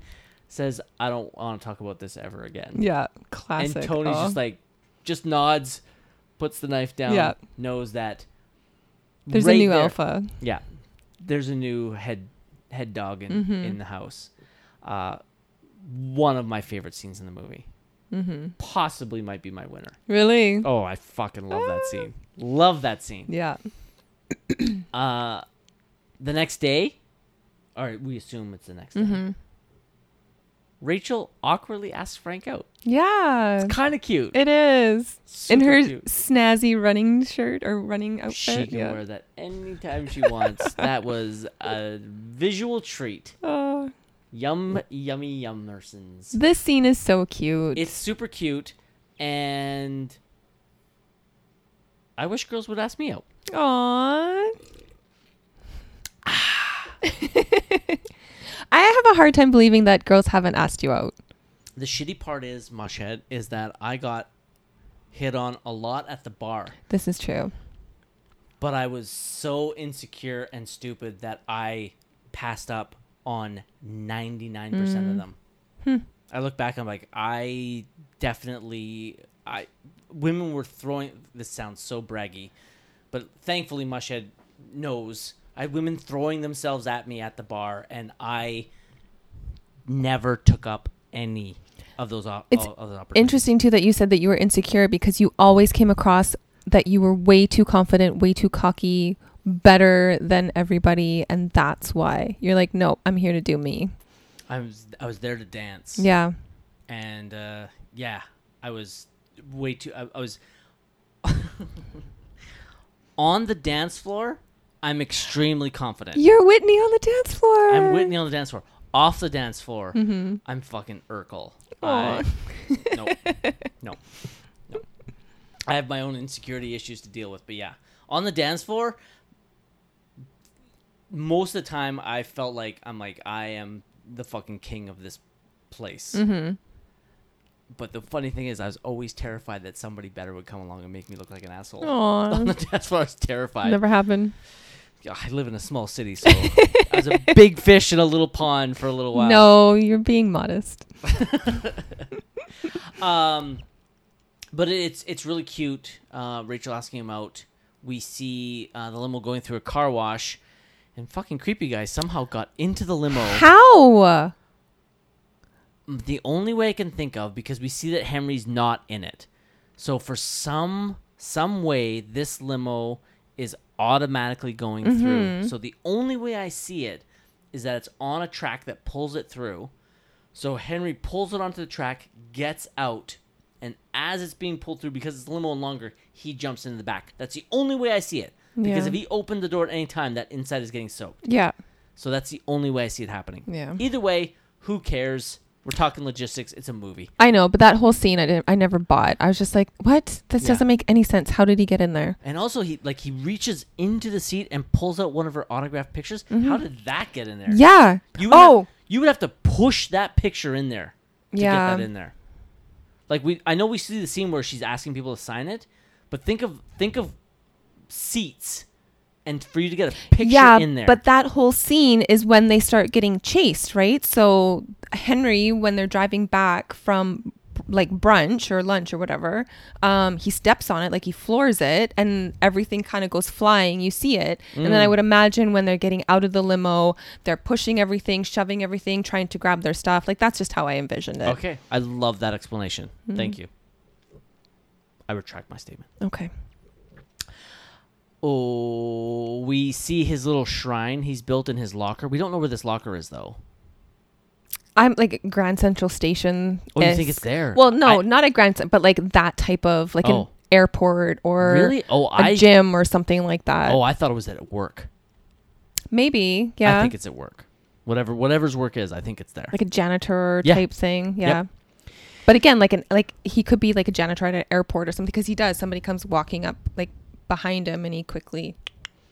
says, "I don't want to talk about this ever again."
Yeah.
and
Classic.
Tony's
Oh.
just like, just nods, puts the knife down,
Yeah.
knows that
there's
right
a new
there-
alpha.
Yeah, there's a new head head dog in
Mm-hmm.
in the house. Uh, one of my favorite scenes in the movie. Mm-hmm. Possibly might be my winner.
Really?
Oh, I fucking love that scene. Love that scene.
Ah. Yeah.
Uh, the next day, or we assume it's the next
Mm-hmm.
day. Rachel awkwardly asks Frank out.
Yeah.
It's kind of cute.
It is. in
Super
her
cute.
snazzy running shirt or running outfit.
she can
yeah.
wear that anytime she wants. that was a visual treat.
Oh.
Yum, yummy, yummersons.
this scene is so cute.
It's super cute, and I wish girls would ask me out.
Aww. I have a hard time believing that girls haven't asked you out.
The shitty part is, Mashhead, is that I got hit on a lot at the bar,
This is true.
but I was so insecure and stupid that I passed up on 99% of them. I look back, I'm like, I definitely, I, women were throwing, this sounds so braggy, but thankfully Mushhead knows I had women throwing themselves at me at the bar and I never took up any of those, op-
It's
of those opportunities.
Interesting too that you said that you were insecure because you always came across that you were way too confident, way too cocky, better than everybody, and that's why you're like, no, I'm here to do me.
I was, I was there to dance.
Yeah.
and uh, yeah, I was way too. I, I was on the dance floor. I'm extremely confident.
You're Whitney on the dance floor.
I'm Whitney on the dance floor. Off the dance floor, I'm fucking Urkel. I, no, no, no. I have my own insecurity issues to deal with, but yeah, on the dance floor, most of the time I felt like I'm like I am the fucking king of this place. But the funny thing is, I was always terrified that somebody better would come along and make me look like an asshole. On
Aw.
the dance floor, I was terrified.
Never happened.
Yeah, I live in a small city, so I was a big fish in a little pond for a little while.
No, you're being modest.
Um, but it's it's really cute. Uh, Rachel asking him out. We see uh, the limo going through a car wash, and fucking creepy guy somehow got into the limo.
How?
the only way I can think of because we see that Henry's not in it. So for some some way this limo is automatically going through. So the only way I see it is that it's on a track that pulls it through. So Henry pulls it onto the track, gets out, and as it's being pulled through because it's limo and longer, he jumps into the back. That's the only way I see it. Because
Yeah.
if he opened the door at any time, that inside is getting soaked.
Yeah.
So that's the only way I see it happening.
Yeah.
Either way, who cares? We're talking logistics. It's a movie.
I know, but that whole scene I didn't I never bought. I was just like, what? This
Yeah.
doesn't make any sense. How did he get in there?
And also, he like he reaches into the seat and pulls out one of her autographed pictures. How did that get in there?
Mm-hmm. Yeah.
You would
oh.
have, you would have to push that picture in there to
Yeah.
get that in there. Like we, I know we see the scene where she's asking people to sign it, but think of think of seats, and for you to get a picture
yeah,
in there.
but that whole scene is when they start getting chased, right? So Henry, when they're driving back from like brunch or lunch or whatever, um, he steps on it, like he floors it, and everything kind of goes flying. You see it, and then
Mm.
I would imagine when they're getting out of the limo, they're pushing everything, shoving everything, trying to grab their stuff. Like that's just how I envisioned it.
okay, I love that explanation.
Mm-hmm.
Thank you. I retract my statement.
Okay.
Oh, we see his little shrine he's built in his locker. We don't know where this locker is though.
I'm like Grand Central Station.
Oh, you think it's there?
Well, no,
I-
not at Grand Central, but like that type of like an
Oh.
airport or
Really? Oh,
a
I
gym or something like that.
oh, I thought it was at work.
Maybe, yeah.
I think it's at work. Whatever, whatever's work is, I think it's there.
like a janitor
Yeah.
type thing.
Yep.
Yeah. But again, like an like he could be like a janitor at an airport or something because he does. Somebody comes walking up like behind him and he quickly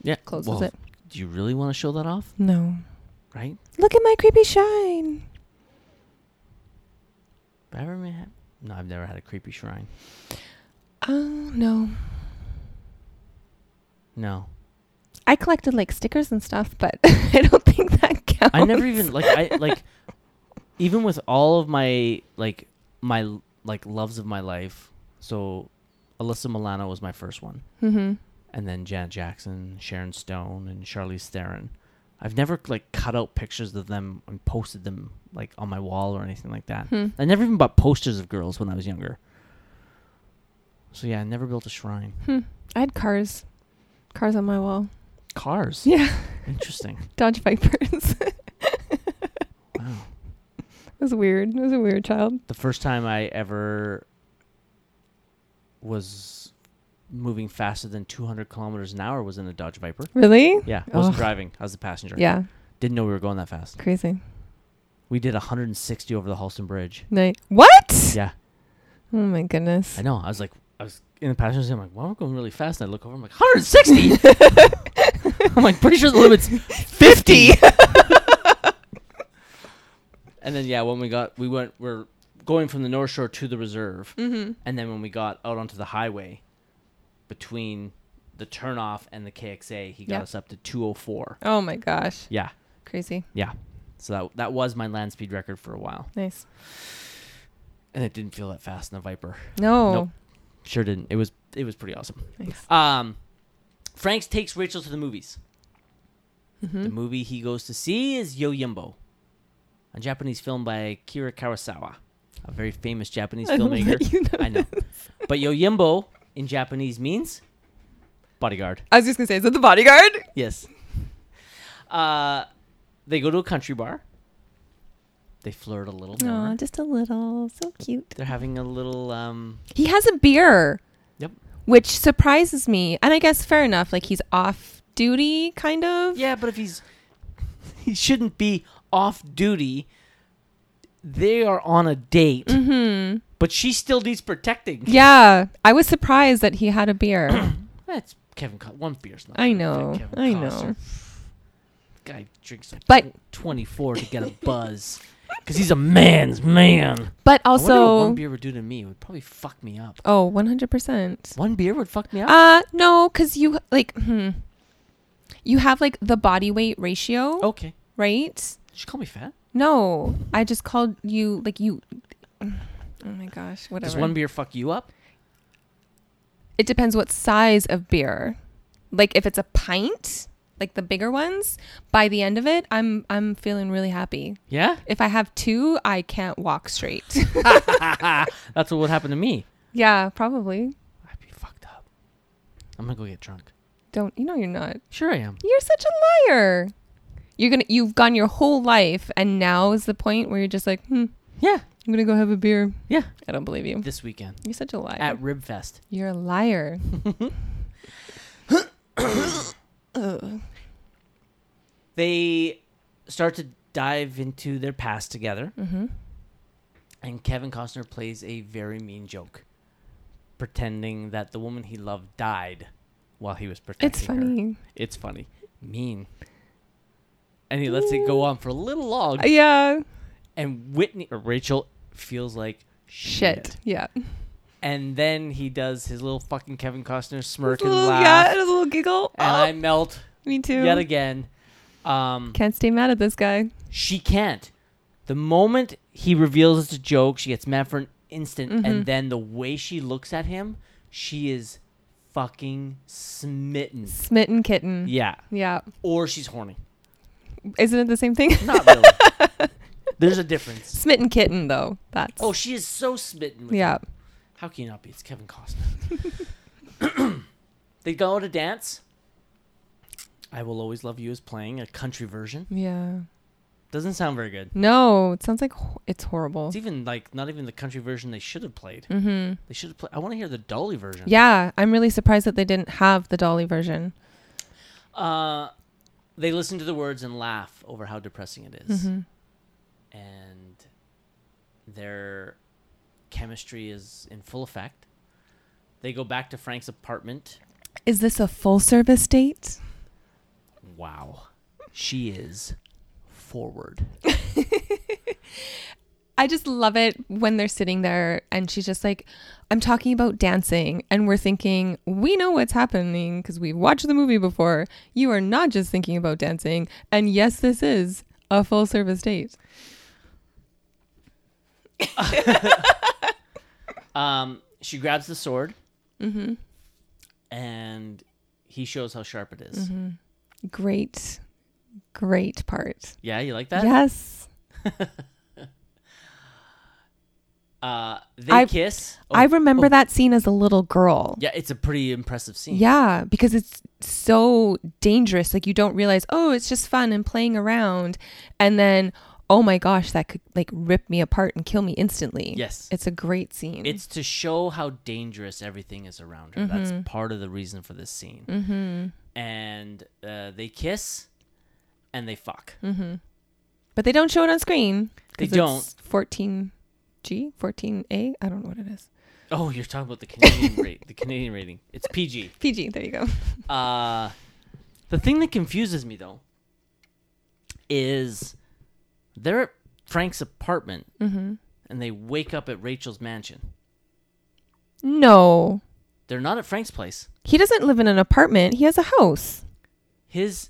yeah,
closes
well,
it.
Do you really want to show that off?
No.
Right?
Look at my creepy shine.
Have I ever had- No, I've never had a creepy shrine.
Oh no.
No,
I collected like stickers and stuff, but I don't think that counts.
I never even like I like even with all of my like my like loves of my life. So Alyssa Milano was my first one.
Mm-hmm.
and then Janet Jackson, Sharon Stone, and Charlize Theron. I've never like cut out pictures of them and posted them like on my wall or anything like that.
Hmm.
I never even bought posters of girls when I was younger. So yeah, I never built a shrine.
Hmm. I had cars, cars on my wall.
Cars,
Yeah,
interesting.
Dodge Vipers. it
Wow.
was weird. It was a weird child.
The first time I ever was moving faster than 200 kilometers an hour was in a Dodge Viper.
Really?
Yeah, I wasn't
Ugh.
driving. I was a passenger.
Yeah.
Didn't know we were going that fast.
Crazy.
We did 160 over the Halston Bridge.
Night. What?
Yeah.
Oh my goodness.
I know. I was like, I was in the passenger seat. I'm like, wow, we're going really fast. And I look over. I'm like, 160. I'm like, pretty sure the limit's 50. and then yeah, when we got, we went, we're going from the North Shore to the reserve, and then when we got out onto the highway, between the turnoff and the KXA, he got
Yeah.
us up to 204.
Oh my gosh.
Yeah,
Crazy.
yeah. So that that was my land speed record for a while,
Nice.
and it didn't feel that fast in the Viper.
No.
Nope. Sure didn't. It was it was pretty awesome.
Nice.
Um, Franks takes Rachel to the movies.
Mm-hmm.
The movie he goes to see is Yojimbo, a Japanese film by Kira Kurosawa, a very famous Japanese
I love that
filmmaker.
you know
I know, but Yojimbo in Japanese means bodyguard.
I was just gonna say, is it the bodyguard?
Yes. Uh, they go to a country bar. They flirt a little more.
No, just a little. So cute.
They're having a little um.
He has a beer.
Yep.
Which surprises me. And I guess fair enough. Like he's off duty, kind of.
Yeah, but if he's he shouldn't be off duty. They are on a date, but she still needs protecting.
Mm-hmm. Yeah. I was surprised that he had a beer.
That's Kevin. Co- one beer's not.
I
gonna
know.
affect Kevin
I
Costner.
know.
Guy drinks like
But-
twenty four to get a buzz because he's a man's man.
But
I wonder what one
also,
beer would do to me. It would probably fuck me up.
oh, 100%.
One beer would fuck me up.
Uh, no, because you, like, hmm. You have, like, the body weight ratio,
okay,
right?
Did she call me fat.
No. I just called you, like, you. Oh my gosh,
Does
whatever.
one beer fuck you up?
it depends what size of beer. Like if it's a pint, like the bigger ones, by the end of it, I'm I'm feeling really happy.
Yeah,
If I have two, I can't walk straight.
that's what would happen to me.
yeah, probably.
I'd be fucked up. I'm gonna go get drunk.
Don't you know you're not.
Sure, I am.
You're such a liar. You're gonna you've gone your whole life and now is the point where you're just like, hmm,
Yeah,
I'm gonna go have a beer.
yeah.
I don't believe you.
This weekend
You're such a liar.
at Ribfest.
you're a liar. Ugh.
They start to dive into their past together. Mm-hmm. And Kevin Costner plays a very mean joke, pretending that the woman he loved died while he was protecting
It's
her.
funny.
It's funny. Mean. And he lets it go on for a little long.
Yeah.
And Whitney or Rachel feels like shit.
Shit. Yeah.
And then he does his little fucking Kevin Costner smirk
Just a
and
little-
laugh.
Yeah, just a little giggle.
And
Oh,
I melt
me too.
yet again. Um,
Can't stay mad at this guy.
she can't. The moment he reveals it's a joke, she gets mad for an instant, and then the way she looks at him, she is fucking smitten.
Smitten kitten.
Yeah,
Yeah.
or she's horny.
Isn't it the same thing?
Not really. There's a difference.
Smitten kitten though. That's
Oh, she is so smitten. With
yeah.
him. How can you not be? It's Kevin Costner. they go to dance. I will always love you is playing a country version.
Yeah.
Doesn't sound very good.
No, it sounds like ho- it's horrible.
It's even like not even the country version they should have played.
Mm-hmm.
They should have played. I want to hear the Dolly version.
Yeah, I'm really surprised that they didn't have the Dolly version.
Uh, they listen to the words and laugh over how depressing it is.
Mhm.
and their chemistry is in full effect. They go back to Frank's apartment.
Is this a full service date?
Wow, she is forward.
I just love it when they're sitting there and she's just like, I'm talking about dancing. And we're thinking, we know what's happening because we've watched the movie before. You are not just thinking about dancing. And yes, this is a full service date.
Um, she grabs the sword,
Mm-hmm.
and he shows how sharp it is.
Mm-hmm. Great, great part.
Yeah, you like that?
yes.
Uh, they
I-
kiss.
I
Oh,
remember that scene as a little girl.
Yeah, it's a pretty impressive scene.
Yeah, because it's so dangerous. Like you don't realize, oh, it's just fun and playing around, and then, oh my gosh, that could like rip me apart and kill me instantly.
Yes.
it's a great scene.
It's to show how dangerous everything is around her. That's part of the reason for this scene. Mm-hmm. And uh, they kiss and they fuck.
but they don't show it on screen.
They
'cause it's 14G, 14A. I don't know what it is.
Oh, you're talking about the Canadian rate, the Canadian rating. It's PG.
PG, there you go.
Uh, the thing that confuses me though is they're at Frank's apartment and they wake up at Rachel's mansion.
No.
They're not at Frank's place.
He doesn't live in an apartment. He has a house.
His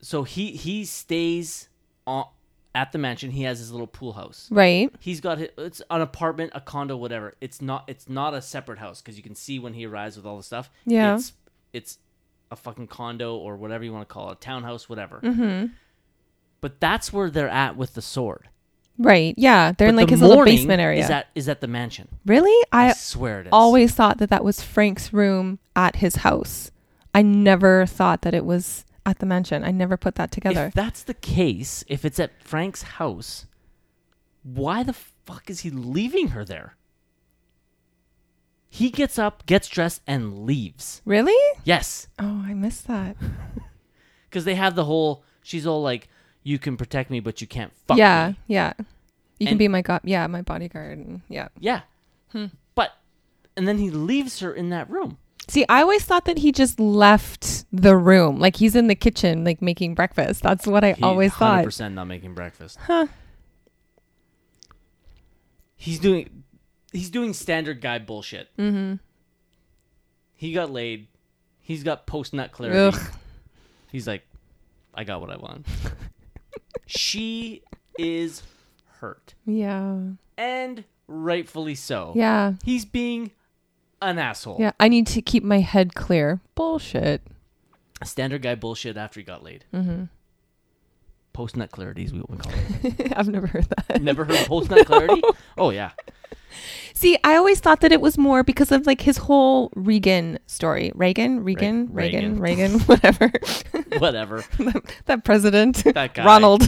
so he he stays on, at the mansion. He has his little pool house.
Right.
He's got his, it's an apartment, a condo, whatever. It's not it's not a separate house because you can see when he arrives with all the stuff.
Yeah.
It's it's a fucking condo or whatever you want to call it, townhouse, whatever.
Mm-hmm.
But that's where they're at with the sword.
Right. Yeah. They're in
But
like
the
his little
morning
basement area.
Is that is that the mansion?
really?
I,
I
swear it is.
always thought that that was Frank's room at his house. I never thought that it was at the mansion. I never put that together.
If that's the case, if it's at Frank's house, why the fuck is he leaving her there? He gets up, gets dressed, and leaves.
really?
Yes,
Oh, I missed that.
because they have the whole. She's all like, "You can protect me, but you can't fuck
yeah.
me."
Yeah. You can
And-
be my god. Yeah, my bodyguard. and- Yeah.
Yeah,
Hmm.
But and then he leaves her in that room.
See, I always thought that he just left the room. Like he's in the kitchen, like making breakfast. That's what I always thought.
percent not making breakfast. He's doing, he's doing standard guy bullshit. Mm-hmm. He got laid. He's got post nut clarity.
Ugh.
He's like, I got what I want. she is hurt,
Yeah.
and rightfully so.
Yeah.
He's being an asshole.
Yeah. I need to keep my head clear. Bullshit.
Standard guy bullshit. After he got laid. Mm-hmm. Post nut clarity is what we call it.
I've never heard that.
Never heard post nut clarity? Oh yeah.
See, I always thought that it was more because of like his whole Regan story. Reagan, Regan,
Reagan.
Reagan, Reagan, whatever.
Whatever.
that president.
That guy.
Ronald.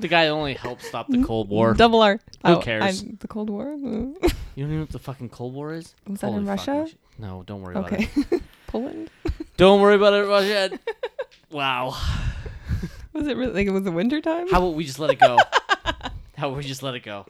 The guy that only helped stop the Cold War.
Double R.
Who
I-
cares?
the Cold War? Mm.
You don't even know what the fucking Cold War is?
Was that in
fucking
Russia?
shit. No, don't worry about
Okay.
it.
Poland?
Don't worry about it, Russia. wow.
Was it really like it was the winter time?
How about we just let it go? How about we just let it go?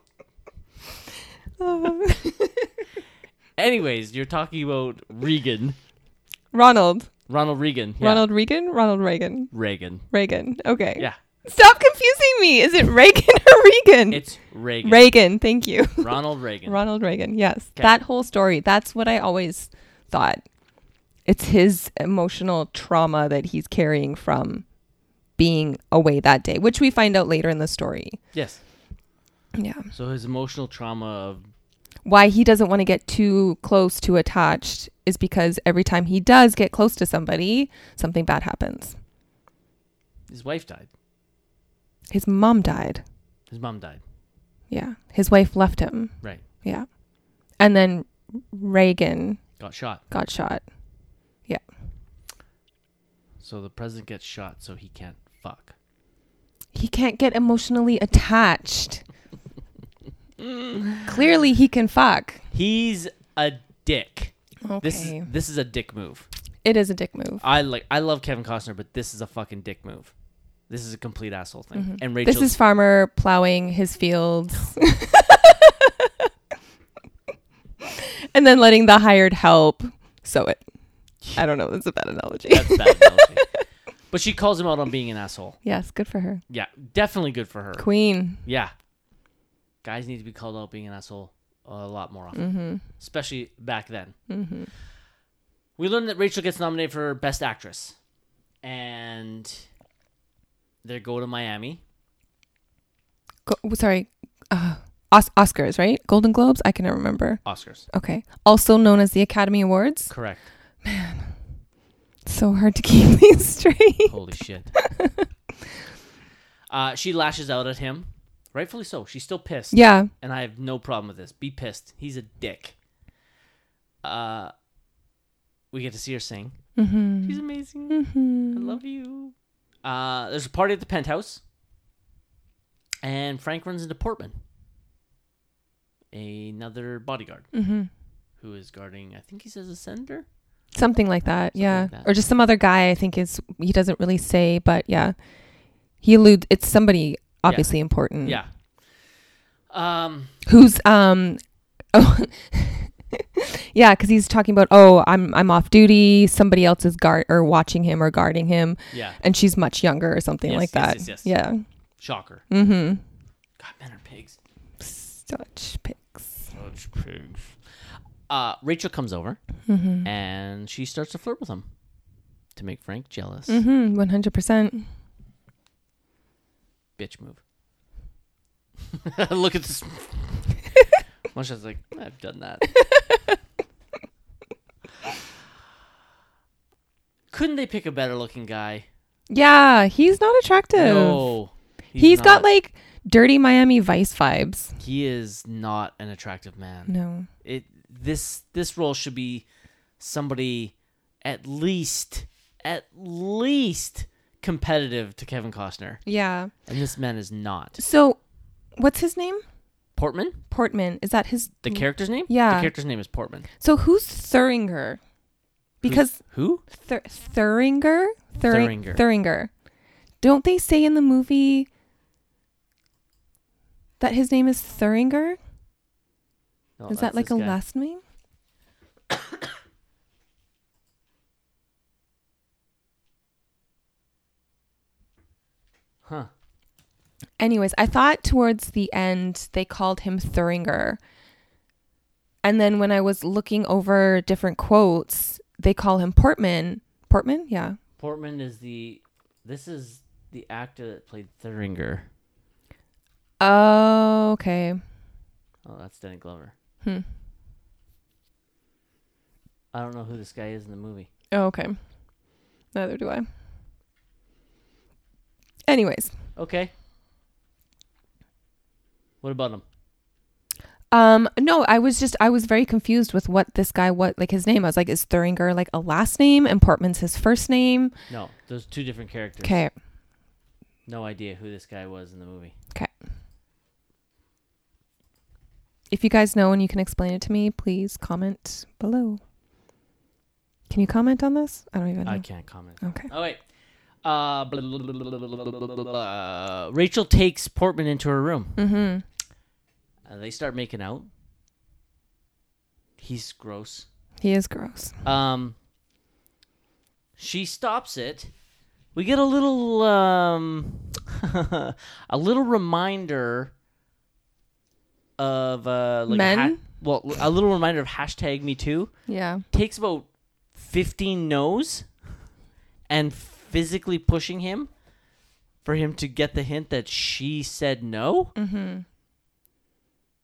Anyways, you're talking about Reagan.
Ronald.
Ronald Reagan. Yeah.
Ronald Reagan? Ronald Reagan.
Reagan.
Reagan. Okay.
Yeah.
Stop confusing me. Is it Reagan or Regan?
It's Reagan.
Reagan. Thank you.
Ronald Reagan.
Ronald Reagan. Yes. That whole story. That's what I always thought. It's his emotional trauma that he's carrying from being away that day, which we find out later in the story.
yes.
Yeah.
So his emotional trauma of
Why he doesn't want to get too close, too attached is because every time he does get close to somebody, something bad happens.
his wife died.
His mom died.
His mom died.
Yeah. His wife left him.
Right.
Yeah. And then Reagan
Got shot.
got shot. Yeah.
So the president gets shot so he can't fuck.
He can't get emotionally attached. Clearly, he can fuck.
He's a dick.
Okay.
This is this is a dick move.
it is a dick move.
I like I love Kevin Costner, but this is a fucking dick move. This is a complete asshole thing. And Rachel,
Mm-hmm. This is farmer plowing his fields. and then letting the hired help sow it. I don't know. That's a bad analogy.
that's bad. analogy. but she calls him out on being an asshole.
yes, good for her.
Yeah, definitely good for her.
Queen.
Yeah, guys need to be called out being an asshole a lot more often,
Mm-hmm.
especially back then. We learned that Rachel gets nominated for Best Actress, and they go to Miami.
Go- oh, sorry. Uh, Os- Oscars, right? Golden Globes? I cannot remember.
Oscars,
Okay. Also known as the Academy Awards.
correct?
So hard to keep these straight.
Holy shit. uh, she lashes out at him. Rightfully so. She's still pissed.
Yeah.
And I have no problem with this. Be pissed. He's a dick. Uh, we get to see her sing.
Mm-hmm.
She's amazing. I love you. Uh, there's a party at the penthouse. And Frank runs into Portman, another bodyguard
Mm-hmm.
who is guarding, I think he says a senator.
Something like that. yeah.
like that.
Or just some other guy, I think is, he doesn't really say, but yeah. He alludes, it's somebody obviously important.
Yeah. Um,
Who's, um, oh, yeah, because he's talking about, oh, I'm I'm off duty. Somebody else is guard or watching him or guarding him,
Yeah.
and she's much younger or something
Yes, yes,
like that.
yes, yes.
Yeah,
Shocker.
mm-hmm.
God, men are pigs.
Such pics.
Such pigs. Uh, Rachel comes over and she starts to flirt with him to make Frank jealous.
Mm-hmm. One hundred percent.
Bitch move. Look at this. Much as like I've done that. Couldn't they pick a better looking guy?
Yeah, he's not attractive.
No,
he's
not.
got like dirty Miami Vice vibes.
he is not an attractive man.
No.
It this this role should be somebody at least at least competitive to Kevin Costner,
Yeah.
and this man is not.
So, what's his name?
Portman,
Portman. Is that his?
the character's name.
Mm. Yeah.
the character's name is Portman.
So who's thurring her? Because
Who?
thur- Thuringer? Thuring-
Thuringer.
Thuringer. Don't they say in the movie that his name is Thuringer?
No,
is
Oh, that's
that like a
this guy.
last name?
Huh.
Anyways, I thought towards the end they called him Thuringer. And then when I was looking over different quotes, they call him Portman. Portman? Yeah.
Portman is the. This is the actor that played Thuringer.
Oh, okay.
Oh, that's Danny Glover.
Hmm.
I don't know who this guy is in the movie.
Oh, okay. Neither do I. Anyways,
Okay. What about him?
um, no, I was just I was very confused with what this guy what like his name. I was like, is Thuringer like a last name and Portman's his first name?
No, those two different characters.
Okay,
No idea who this guy was in the movie.
if you guys know and you can explain it to me, please comment below. Can you comment on this? I don't even know.
I can't comment.
Okay.
Oh wait. Uh, blah, blah, blah, blah, blah, blah, blah, blah. Rachel takes Portman into her room.
Mm-hmm.
Uh, they start making out. He's gross.
He is gross.
Um, she stops it. We get a little um, a little reminder of uh, like a
Men?
ha- well, a little reminder of hashtag Me Too.
Yeah.
Takes about fifteen no's, and physically pushing him for him to get the hint that she said no.
Mm-hmm.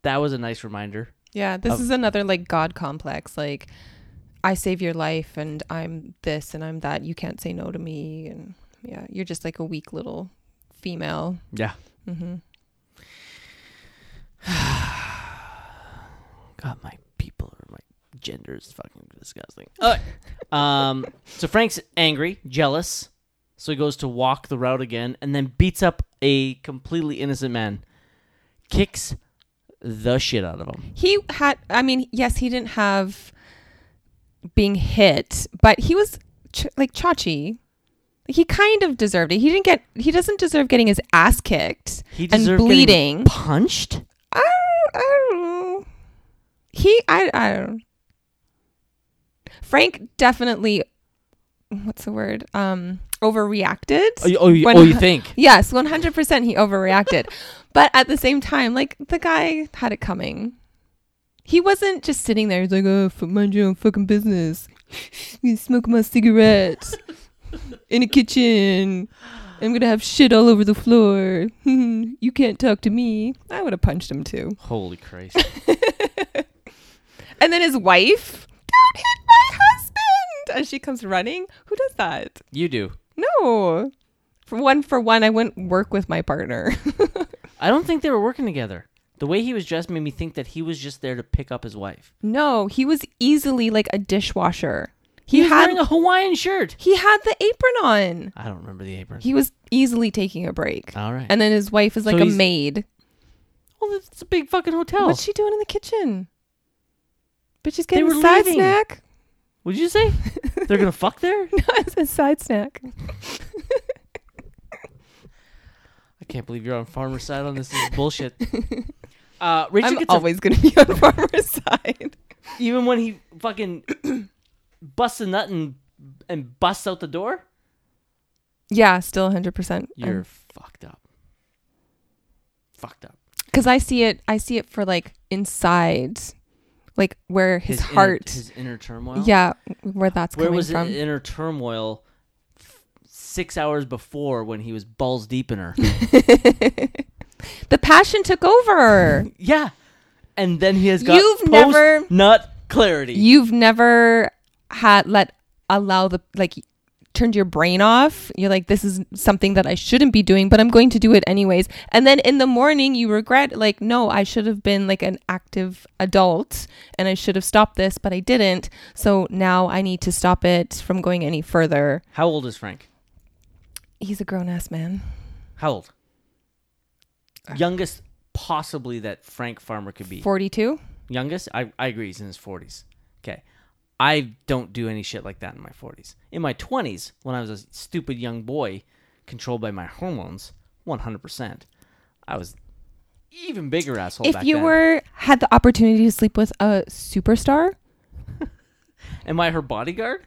That was a nice reminder.
Yeah. This
Of-
is another like God complex. Like, I save your life, and I'm this, and I'm that. You can't say no to me, and yeah, you're just like a weak little female.
Yeah.
Mm-hmm.
God, my people are my gender is fucking disgusting. Alright. um, so Frank's angry, jealous, so he goes to walk the route again, and then beats up a completely innocent man, kicks the shit out of him.
He had, I mean, yes, he didn't have being hit, but he was ch- like Chachi. He kind of deserved it. He didn't get. He doesn't deserve getting his ass kicked
He
and
deserved getting
bleeding.
punched.
I, don't- I don't know. He. I. I don't. Frank definitely. What's the word? Um, overreacted.
Oh, you, oh, you,
When-
oh, you think?
Yes, one hundred percent. He overreacted, but at the same time, like the guy had it coming. He wasn't just sitting there. He's like, "Oh, f- mind your own fucking business. You smoke my cigarette in the kitchen. I'm gonna have shit all over the floor. you can't talk to me." I would have punched him too.
Holy Christ!
And then his wife, "Don't hit my husband!" And she comes running. Who does that?
you do.
No. For one, for one, I wouldn't work with my partner.
I don't think they were working together. The way he was dressed made me think that he was just there to pick up his wife.
No, he was easily like a dishwasher.
He,
He,
was
had
wearing a Hawaiian shirt.
he had the apron on.
I don't remember the apron.
He was easily taking a break.
All right.
And then his wife is like
Ah. So
a
he's-
maid.
well, it's a big fucking hotel.
What's she doing in the kitchen? But she's getting
were
a side
leaving.
snack.
What'd you say? They're gonna fuck there?
no, it's a side snack.
I can't believe you're on farmer's side on this. This is bullshit. Uh, Rachel
I'm
gets a-
always going to be on farmer's side.
Even when he fucking busts a nut and and busts out the door,
Yeah, still 100%.
you're fucked up. Fucked up.
Cuz I see it I see it for like inside like where his,
inner-
heart
his inner turmoil.
Yeah, where that's
Where
coming
was
from.
his inner turmoil f- six hours before when he was balls deep in her?
the passion took over.
yeah, and then he has got
You've never-
nut clarity.
You've never had let allow the like turned your brain off. You're like this is something that I shouldn't be doing, but I'm going to do it anyways. And then in the morning you regret like no, I should have been like an active adult and I should have stopped this, but I didn't. So now I need to stop it from going any further.
How old is Frank?
He's a grown ass man.
How old? Youngest possibly that Frank Farmer could be.
42?
Youngest? I, I agree. He's in his 40s. Okay. I don't do any shit like that in my 40s. In my 20s, when I was a stupid young boy controlled by my hormones, 100%, I was even bigger asshole
If
back
you
then.
were had the opportunity to sleep with a superstar?
Am I her bodyguard?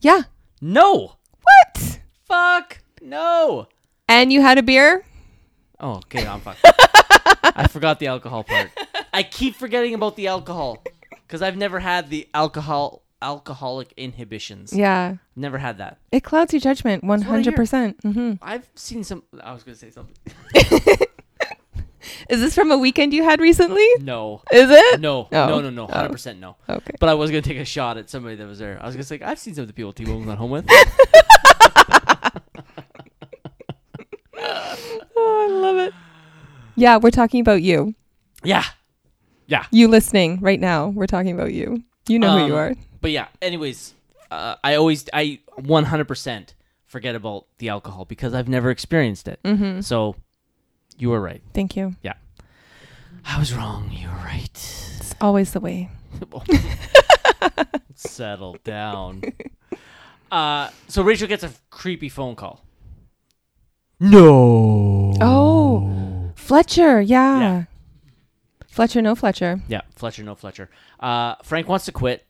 Yeah.
No!
What?
Fuck! No!
And you had a beer?
Oh, okay, I'm fucked. I forgot the alcohol part. I keep forgetting about the alcohol because I've never had the alcohol alcoholic inhibitions.
Yeah.
Never had that.
It clouds your judgment 100%. percent hmm
I've seen some. I was gonna say something.
Is this from a weekend you had recently?
No,
Is it?
no,
Oh.
no, no, no, hundred percent no.
Okay.
But I was gonna take a shot at somebody that was there. I was gonna say I've seen some of the people T-Bone was not home with.
Oh, I love it. Yeah, we're talking about you.
yeah,
You listening right now. We're talking about you. You know who
Um,
you are.
but yeah. Anyways, uh, I always I one hundred percent forget about the alcohol because I've never experienced it.
Mm-hmm.
So you were right.
Thank you.
I was wrong. You were right.
It's always the way.
Settle down. Uh, so Rachel gets a creepy phone call. No.
Oh, Fletcher. Yeah.
Yeah.
Fletcher, no Fletcher.
Yeah, Fletcher, no Fletcher. Uh, Frank wants to quit.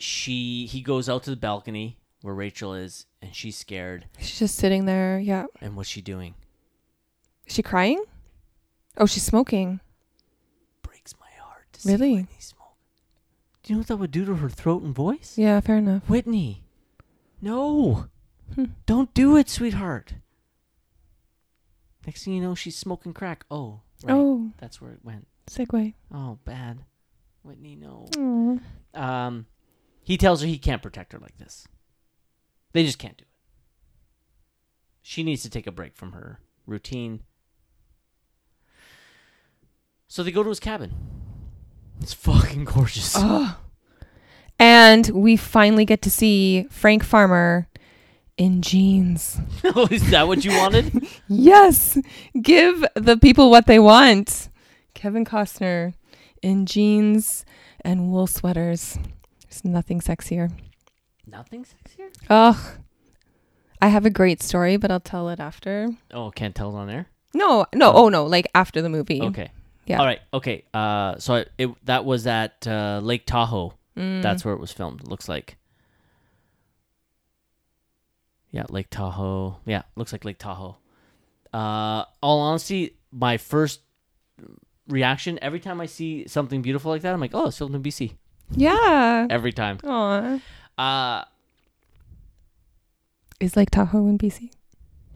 She he goes out to the balcony where Rachel is, and she's scared.
She's just sitting there. Yeah.
And what's she doing?
Is she crying? Oh, she's smoking.
Breaks my heart. To see
Really?
Whitney smoke. Do you know what that would do to her throat and voice?
Yeah, fair enough.
Whitney, no,
Hmm.
don't do it, sweetheart. Next thing you know, she's smoking crack. Oh, right.
Oh,
That's where it went.
segue.
Oh, bad. Whitney, no.
Aw.
Um, he tells her he can't protect her like this. They just can't do it. She needs to take a break from her routine. So they go to his cabin. It's fucking gorgeous.
Oh. And we finally get to see Frank Farmer in jeans.
Is that what you wanted?
Yes, give the people what they want. Kevin Costner in jeans and wool sweaters. There's nothing sexier.
Nothing sexier?
Ugh. I have a great story, but I'll tell it after.
Oh, can't tell it on air?
No, no, oh no, like after the movie.
Okay.
Yeah.
All right. Okay. Uh, so I, it, that was at uh, Lake Tahoe.
Mm.
That's where it was filmed. It looks like. Yeah, Lake Tahoe. Yeah, looks like Lake Tahoe. Uh, all honesty, my first reaction every time I see something beautiful like that, I'm like, oh, it's filmed in BC.
Yeah.
Every time.
Aw.
Uh,
Is like Tahoe in BC?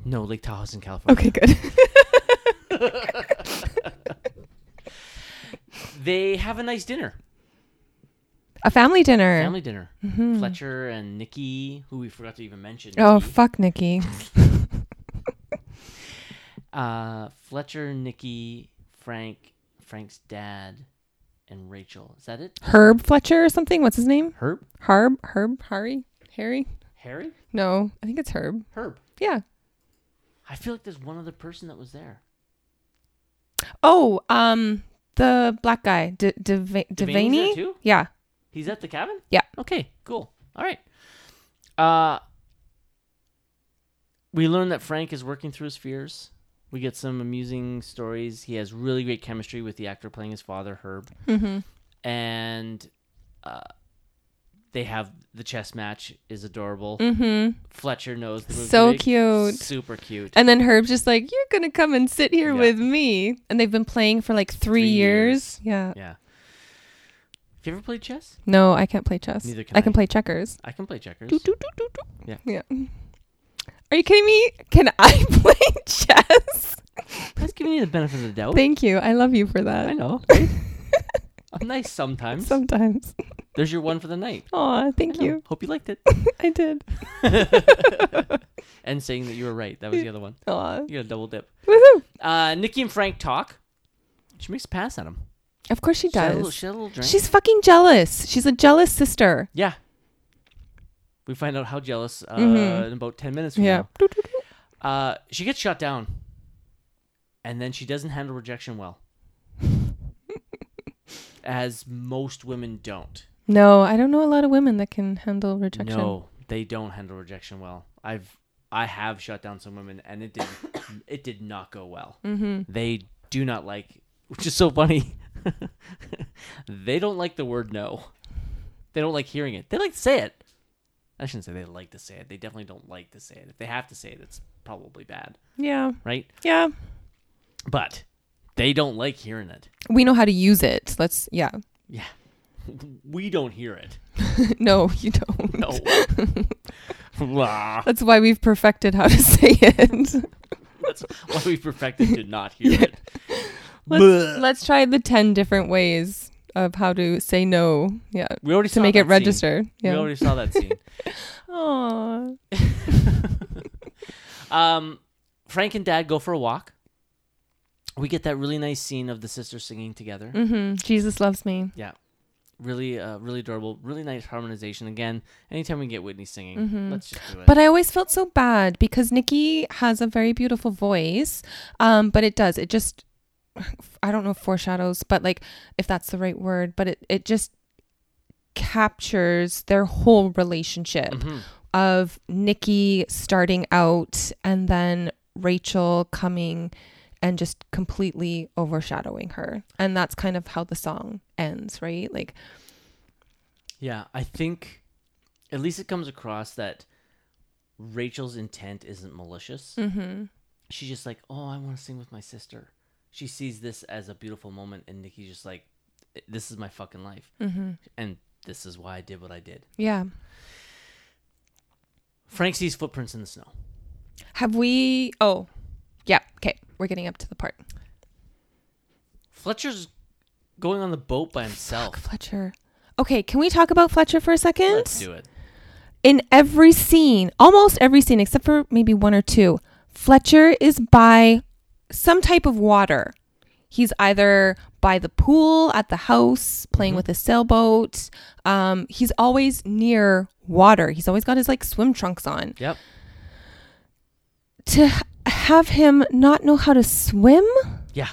no, Lake Tahoe's in California.
Okay, good.
They have a nice dinner,
a family dinner.
family dinner. Fletcher and Nikki, who we forgot to even mention.
Mm-hmm. Oh,
Nikki.
fuck Nikki.
Uh, Fletcher, Nikki, Frank, Frank's dad, and Rachel. Is that it?
Herb Fletcher or something. What's his name?
Herb?
Herb? Herb? Harry? Harry?
Harry?
No, I think it's Herb.
Herb.
Yeah.
I feel like there's one other person that was there.
Oh, um, the black guy, D- Deva-
Devaney's there
Devaney.
too?
Yeah.
He's at the cabin?
Yeah.
Okay, cool. All right. Uh, we learn that Frank is working through his fears. We get some amusing stories. He has really great chemistry with the actor playing his father, Herb,
Mm-hmm.
and uh, they have the chess match is adorable.
Mm-hmm.
Fletcher knows the move to
So
make.
cute.
super cute.
And then Herb's just like, "You're gonna come and sit here
Yeah.
with me." And they've been playing for like three,
Three years.
years. Yeah.
Yeah. Have you ever played chess?
No, I can't play chess.
Neither can
I
I.
can play checkers.
I can play checkers.
Doo, doo, doo, doo, doo.
Yeah.
Yeah. Are you kidding me? Can I play chess?
I was giving you the benefit of the doubt.
Thank you. I love you for
I
that.
know. I'm nice sometimes.
Sometimes.
There's your one for the night.
Aw, thank
I know.
you.
Hope you liked it.
I did.
and saying that you were right. That was the other one.
Aw.
You got a double dip.
Woohoo.
Uh, Nikki and Frank talk. She makes a pass at him.
Of course she
She had a little,
does.
she had a little drink.
She's fucking jealous. She's a jealous sister.
yeah. We find out how jealous uh,
Mhm.
in about 10 minutes from
Yeah. Doo, doo, doo.
now. Uh, she gets shot down. And then she doesn't handle rejection well. As most women don't.
No, I don't know a lot of women that can handle rejection.
No, they don't handle rejection well. I've I have shut down some women and it did it did not go well.
Mm-hmm.
They do not like which is so funny. they don't like the word no. They don't like hearing it. They like to say it. I shouldn't say they like to say it. They definitely don't like to say it. If they have to say it, it's probably bad,
Yeah.
right?
Yeah.
But they don't like hearing it.
We know how to use it. Let's, yeah.
Yeah. We don't hear it.
No, you don't.
No. Blah.
That's why we've perfected how to say it.
That's why we perfected to not hear it.
let's, let's try the 10 different ways of how to say no. Yeah.
We already
To
saw
make
that
it
scene.
register. Yeah.
We already saw that scene.
Aw.
um, Frank and Dad go for a walk. We get that really nice scene of the sisters singing together.
hmm Jesus loves me. Mm-hmm.
Really, uh, really adorable. Really nice harmonization. Again, anytime we get Whitney singing,
Mhm.
let's just do it.
But I always felt so bad because Nikki has a very beautiful voice. Um, but it does. It just I don't know if foreshadows, but like if that's the right word, but it, it just captures their whole relationship
Mhm.
of Nikki starting out and then Rachel coming and just completely overshadowing her. And that's kind of how the song ends, right? Like
yeah, I think at least it comes across that Rachel's intent isn't malicious.
mhm.
She's just like, oh, I want to sing with my sister. She sees this as a beautiful moment, and Nikki's just like, this is my fucking life.
Mhm.
And this is why I did what I did.
Yeah.
Frank sees footprints in the snow.
Have we? Oh, yeah. Okay, we're getting up to the part.
Fletcher's going on the boat by himself.
Fletcher. Okay, can we talk about Fletcher for a 2nd
Let's do it.
In every scene, almost every scene, except for maybe one or two, Fletcher is by some type of water. He's either by the pool, at the house,
Mm-hmm.
playing with a sailboat. Um, he's always near water. He's always got his like swim trunks on.
Yep.
To h- have him not know how to swim?
Yeah.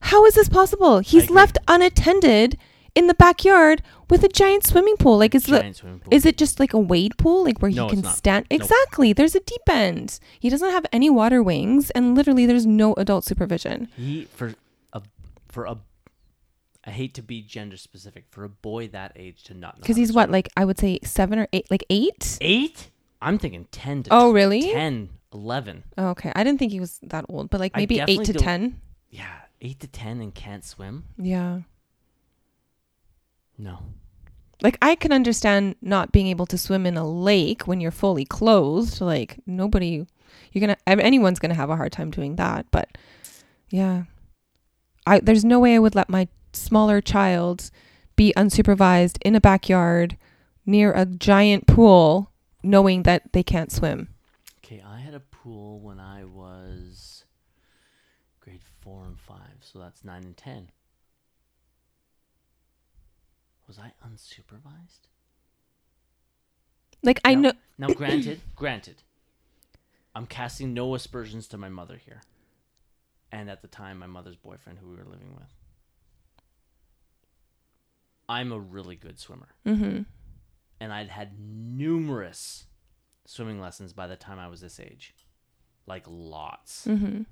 How is this possible? He's
agree.
left unattended in the backyard with a giant swimming pool. Like is the
Giant swimming pool.
is it just like a wade pool, like where
No,
he
it's
can
not.
stand?
Nope.
Exactly. There's a deep end. He doesn't have any water wings, and literally, there's no adult supervision.
he for a for a I hate to be gender specific for a boy that age to not know
Because
how
he's
to
what,
swim.
like I would say seven or eight, like eight.
eight. I'm thinking ten. To
Oh, really?
10, 11.
Oh, okay, I didn't think he was that old, but like
I
maybe eight
definitely
to
don't-
ten.
Yeah, eight to ten and can't swim.
Yeah,
No.
like I can understand not being able to swim in a lake when you're fully clothed. Like nobody, you're gonna I mean, anyone's gonna have a hard time doing that. But yeah, I there's no way I would let my smaller child be unsupervised in a backyard near a giant pool, knowing that they can't swim.
Okay, I had a pool when I was grade four and five, so that's nine and ten. Was I unsupervised?
Like I
Now-
know,
Now, granted, granted, I'm casting no aspersions to my mother here, and at the time, my mother's boyfriend, who we were living with. I'm a really good swimmer,
hmm
and I'd had numerous swimming lessons by the time I was this age, like lots.
hmm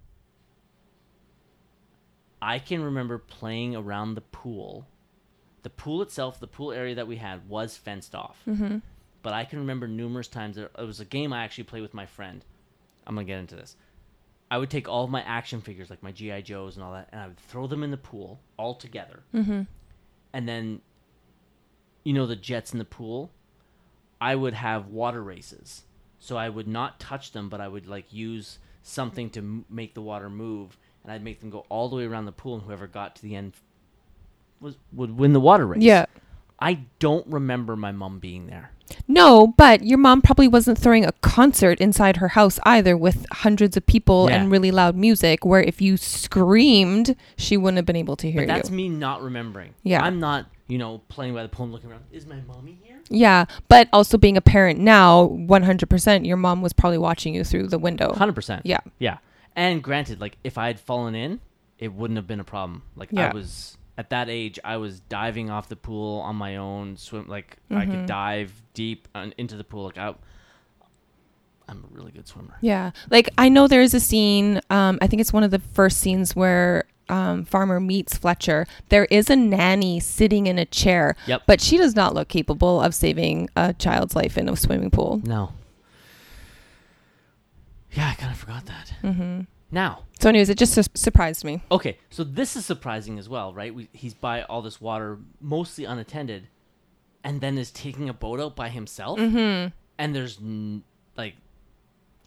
I can remember playing around the pool. The pool itself, the pool area that we had was fenced off. Mm-hmm. But I can remember numerous times that it was a game I actually played with my friend. I'm gonna get into this. I would take all of my action figures, like my GI Joes and all that, and I would throw them in the pool all together. Mm-hmm. And then, you know, the jets in the pool. I would have water races, so I would not touch them, but I would like use something to m- make the water move, and I'd make them go all the way around the pool, and whoever got to the end was would win the water race.
Yeah.
I don't remember my mom being there.
No, but your mom probably wasn't throwing a concert inside her house either with hundreds of people
Yeah.
and really loud music where if you screamed, she wouldn't have been able to hear
But that's
you.
me not remembering.
Yeah.
I'm not, you know, playing by the pool and looking around. Is my mommy here?
yeah, but also being a parent now, 100%, your mom was probably watching you through the window.
Hundred percent.
Yeah.
Yeah. And granted, like if I had fallen in, it wouldn't have been a problem. Like
Yeah.
I was at that age, I was diving off the pool on my own. Swim like I
Mm-hmm.
could dive deep on, into the pool. Like I, I'm a really good swimmer.
Yeah. Like I know there is a scene, um, I think it's one of the first scenes where um, Farmer meets Fletcher. There is a nanny sitting in a chair,
Yep.
but she does not look capable of saving a child's life in a swimming pool.
No. Yeah, I kind of forgot that.
Mm-hmm.
Now,
So, anyways, it just su- surprised me.
okay, so this is surprising as well, right? We, he's by all this water, mostly unattended, and then is taking a boat out by himself. Mm-hmm. And there's n- like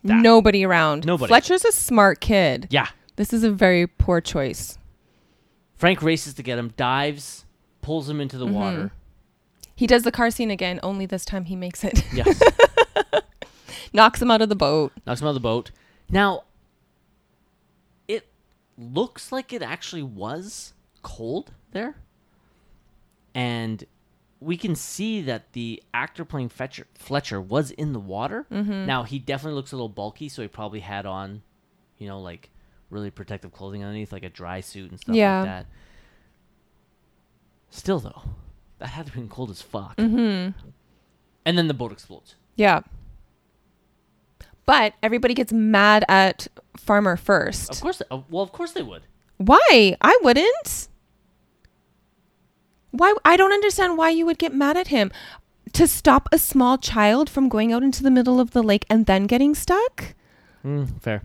that.
Nobody around.
Nobody.
Fletcher's a smart kid.
Yeah.
This is a very poor choice.
Frank races to get him, dives, pulls him into the water.
He does the car scene again, only this time he makes it.
Yes.
Knocks him out of the boat.
knocks him out of the boat. Now, it looks like it actually was cold there. And we can see that the actor playing Fletcher, Fletcher was in the water. Now, he definitely looks a little bulky, so he probably had on, you know, like really protective clothing underneath, like a dry suit and stuff
Yeah.
like that. Still, though, that had to have been cold as fuck. And then the boat explodes.
Yeah. But everybody gets mad at Farmer first.
Of course, uh, well, of course they would.
Why? I wouldn't. Why? I don't understand why you would get mad at him. To stop a small child from going out into the middle of the lake and then getting stuck?
fair.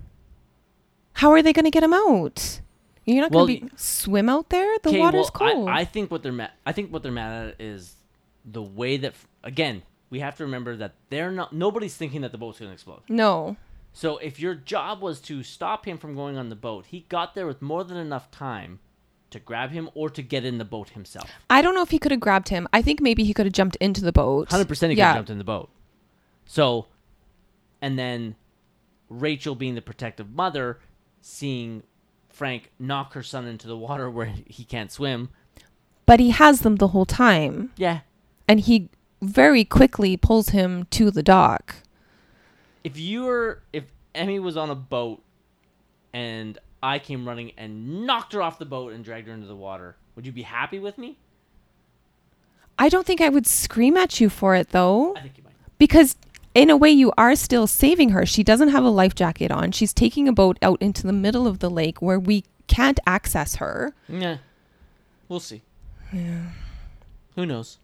How are they going to get him out? You're not
Well,
going to
y-
be swim out there? The
'Kay,
water's
well,
cold.
I, I think what they're mad. I think what they're mad at is the way that. Again, we have to remember that they're not. Nobody's thinking that the boat's going to explode.
no.
So if your job was to stop him from going on the boat, he got there with more than enough time to grab him or to get in the boat himself.
I don't know if he could have grabbed him. I think maybe he could have jumped into the boat.
Hundred percent, he could
yeah.
have jumped in the boat. So, and then Rachel, being the protective mother, seeing Frank knock her son into the water where he can't swim.
But he has them the whole time.
Yeah,
And he very quickly pulls him to the dock.
if you were if Emmy was on a boat and I came running and knocked her off the boat and dragged her into the water, would you be happy with me?
I don't think I would scream at you for it, though.
I think you might.
because in a way you are still saving her she doesn't have a life jacket on she's taking a boat out into the middle of the lake where we can't access her
Yeah. We'll see. Yeah. Who knows?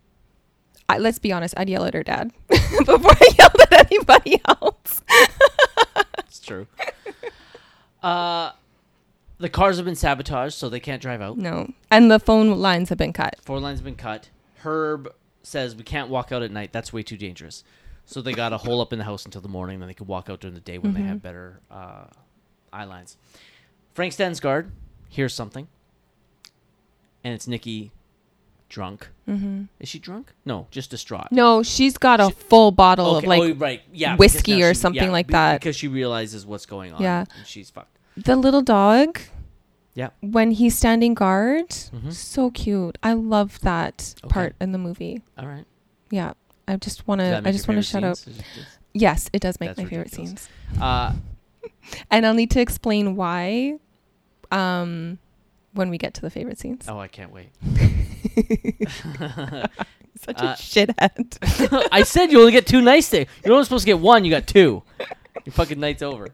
I, let's be honest i'd yell at her dad before i yelled at anybody else
It's true. uh the cars have been sabotaged, so they can't drive out.
no and the phone lines have been cut
Four lines have been cut. Herb says we can't walk out at night. That's way too dangerous. So they got a hole up in the house until the morning. Then they could walk out during the day when
Mm-hmm.
they have better uh, eye lines. Frank stands guard. Hears something, and it's Nikki, drunk. Mm-hmm. Is she drunk? No, just distraught.
no she's got a full bottle of like
oh, right. yeah, because
whiskey
now
or
she-
something
yeah,
like
be-
that.
because she realizes what's going on.
Yeah.
and she's fucked.
the little dog
Yeah. Mm-hmm.
when he's standing guard so cute i love that
Okay.
part in the movie
All right.
yeah i just want
Does that
to Uh, i
make
just
your
want to
favorite
shout out
scenes? Is it just-
yes it does make
That's
my favorite
ridiculous.
scenes
Uh,
and I'll need to explain why um when we get to the favorite scenes.
oh, I can't wait.
Such
uh,
a shithead.
I said you only get two nights there. You're only supposed to get one. You got two. Your fucking night's over.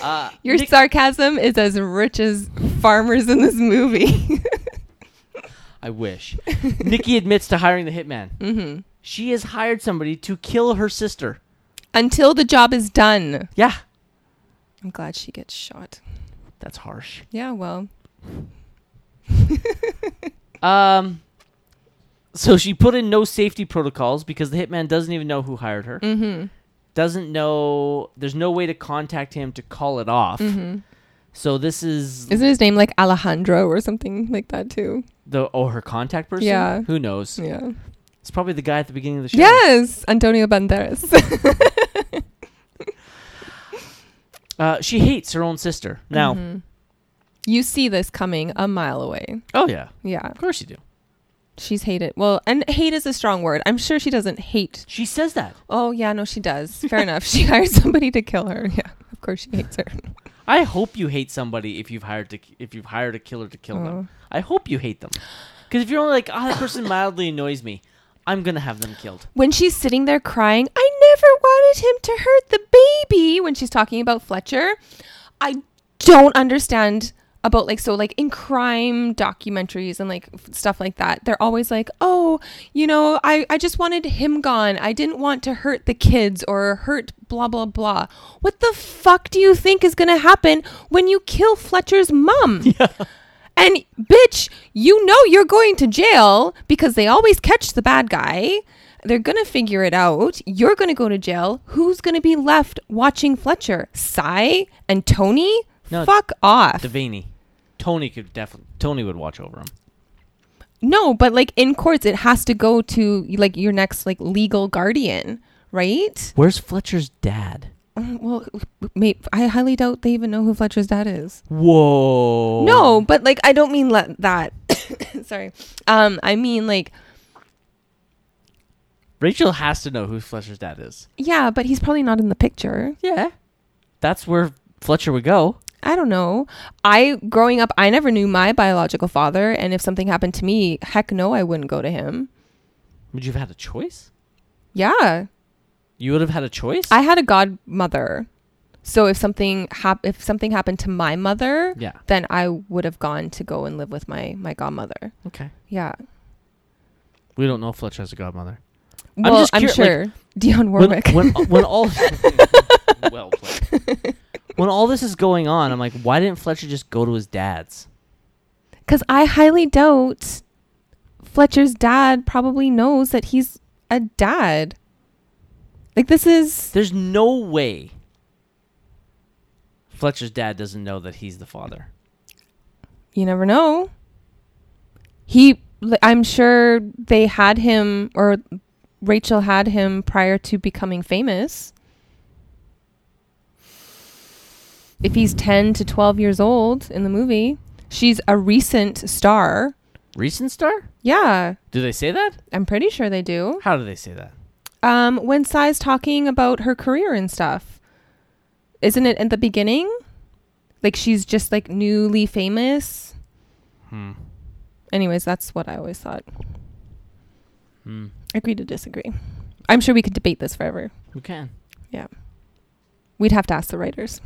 Uh,
Your
Nick-
sarcasm is as rich as farmers in this movie.
I wish. Nikki admits to hiring the hitman. Mm-hmm. She has hired somebody to kill her sister.
Until the job is done.
Yeah,
I'm glad she gets shot.
that's harsh.
Yeah, well,
Um, so she put in no safety protocols because the hitman doesn't even know who hired her. Mm-hmm. Doesn't know. There's no way to contact him to call it off. So this Mm-hmm. is
isn't his name like Alejandro or something like that too?
the oh her contact person.
Yeah.
who knows?
Yeah.
It's probably the guy at the beginning of the show.
Yes, Antonio Banderas.
Uh, she hates her own sister now.
you see this coming a mile away.
Oh yeah,
Yeah.
of course you do.
She's hated. Well, and hate is a strong word. I'm sure she doesn't hate.
She says that.
Oh, yeah, no, she does. Fair enough. She hired somebody to kill her. Yeah. Of course she hates her.
I hope you hate somebody if you've hired to if you've hired a killer to kill them. I hope you hate them, because if you're only like, ah, that person mildly annoys me, I'm gonna have them killed.
When she's sitting there crying, I never wanted him to hurt the baby when she's talking about Fletcher. I don't understand about like so like in crime documentaries and like f- stuff like that they're always like oh you know I, I just wanted him gone i didn't want to hurt the kids or hurt blah blah blah what the fuck do you think is going to happen when you kill fletcher's mom and bitch, you know you're going to jail because they always catch the bad guy. They're going to figure it out. You're going to go to jail. Who's going to be left watching Fletcher? Cy and Tony?
No,
Fuck off.
Devaney, Tony could definitely Tony would watch over him.
no, but like in courts, it has to go to like your next like legal guardian, right?
Where's Fletcher's dad?
Mm, Well, may- I highly doubt they even know who Fletcher's dad is.
Whoa.
No, but like I don't mean le- that. Sorry. Um, I mean like
Rachel has to know who Fletcher's dad is.
yeah, but he's probably not in the picture.
Yeah, that's where Fletcher would go.
I don't know. I growing up, I never knew my biological father, and if something happened to me, heck no, I wouldn't go to him.
Would you have had a choice?
Yeah,
You would have had a choice.
I had a godmother, so if something hap- if something happened to my mother,
Yeah.
then I would have gone to go and live with my my godmother.
okay.
Yeah,
We don't know if Fletcher has a godmother.
well, I'm,
just curi-
sure Dion
When,
Warwick.
when when all well played. When all this is going on, I'm like, why didn't Fletcher just go to his dad's?
Because I highly doubt Fletcher's dad probably knows that he's a dad. Like this is
There's no way Fletcher's dad doesn't know that he's the father.
you never know. He, li- I'm sure they had him or Rachel had him prior to becoming famous. If he's 10 to 12 years old in the movie, she's a recent star.
Recent star?
Yeah,
Do they say that?
I'm pretty sure they do.
How do they say that?
Um, when Sai's talking about her career and stuff, isn't it at the beginning? Like she's just like newly famous.
Hmm.
Anyways, that's what I always thought.
Hmm.
Agree to disagree. I'm sure we could debate this forever.
We can.
Yeah. We'd have to ask the writers.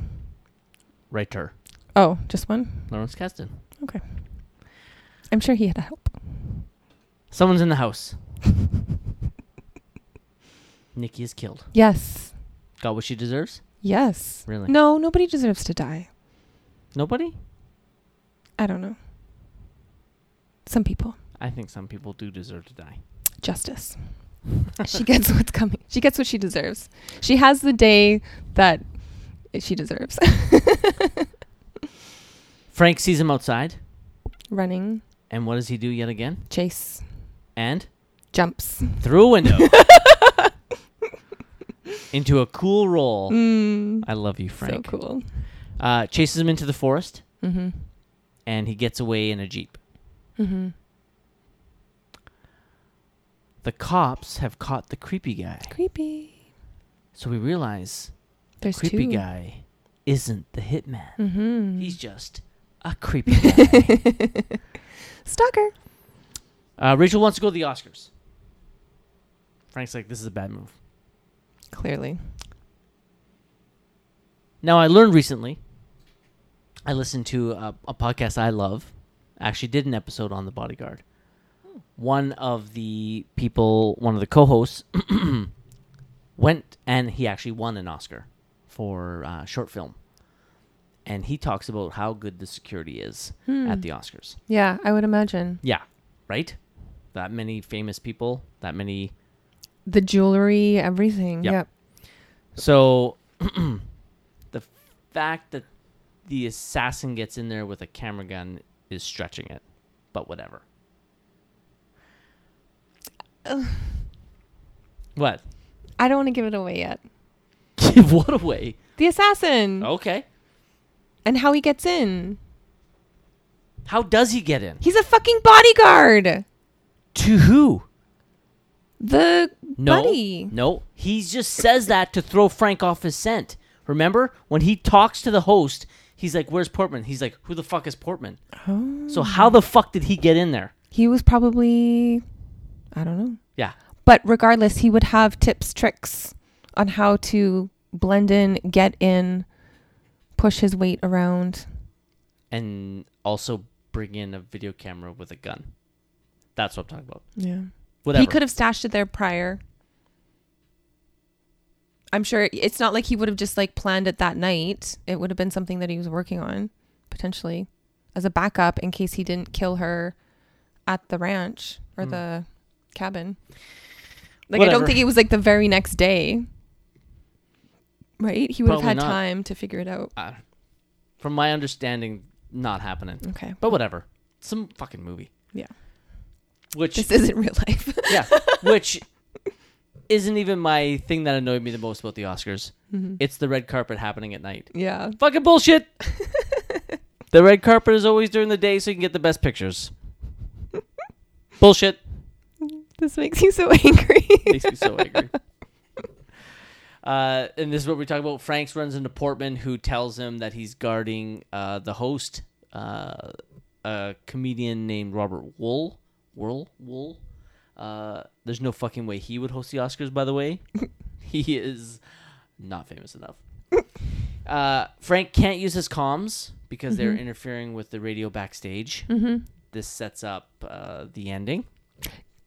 Writer.
Oh, just one?
Lawrence Kasdan.
Okay. I'm sure he had a help.
Someone's in the house. Nikki is killed.
Yes.
Got what she deserves?
Yes.
Really?
No, nobody deserves to die.
Nobody?
I don't know. Some people.
I think some people do deserve to die.
Justice. she gets what's coming. She gets what she deserves. She has the day that she deserves.
Frank sees him outside,
Running,
and what does he do yet again?
chase,
And
jumps.
through a window into a cool roll. I love you, Frank.
Mm. So cool.
Uh, chases him into the forest,
Mm-hmm.
and he gets away in a jeep.
Mm-hmm.
The cops have caught the creepy guy,
Creepy.
so we realize
There's
creepy
two.
guy isn't the hitman.
Mm-hmm.
He's just a creepy guy.
Stalker.
uh, Rachel wants to go to the Oscars. Frank's like, "This is a bad move."
Clearly.
Now I learned recently. I listened to a, a podcast I love. Actually, did an episode on the Bodyguard. One of the people, one of the co-hosts, went and he actually won an Oscar for uh, short film, and he talks about how good the security is at the Oscars.
Yeah, I would imagine.
Yeah, right. That many famous people, that many
The jewelry, everything.
Yep.
Yep.
So the fact that the assassin gets in there with a camera gun is stretching it, but whatever. what?
I don't want to give it away yet. Oh.
Give what away?
The assassin
Okay.
and how he gets in.
How does he get in?
He's a fucking bodyguard.
To who?
The
No.
buddy.
No. He just says that to throw Frank off his scent. Remember when he talks to the host, he's like, "Where's Portman?" He's like, "Who the fuck is Portman?" So how the fuck did he get in there?
He was probably I don't know.
Yeah.
But regardless, he would have tips, tricks on how to blend in, get in, push his weight around.
and also bring in a video camera with a gun. That's what I'm talking about.
Yeah.
Whatever.
He could have stashed it there prior. I'm sure it's not like he would have just like planned it that night. It would have been something that he was working on potentially as a backup in case he didn't kill her at the ranch or the cabin. Like I
Hmm. Whatever.
don't think it was like the very next day. Right? He would
Probably
have had
not.
time to figure it out.
Uh, from my understanding, not happening.
Okay.
But whatever. Some fucking movie.
Yeah.
Which
This isn't real life.
yeah, which isn't even my thing that annoyed me the most about the Oscars. It's the red carpet happening at night.
yeah.
Fucking bullshit. the red carpet is always during the day so you can get the best pictures. bullshit.
This makes you so angry.
makes me so angry. Uh, and this is what we talk about. Franks runs into Portman, who tells him that he's guarding uh, the host, uh, a comedian named Robert Wool. Wool? Wool? Uh, there's no fucking way he would host the Oscars, by the way. he is not famous enough. Uh, Frank can't use his comms because they're interfering with the radio backstage. This sets up uh, the ending.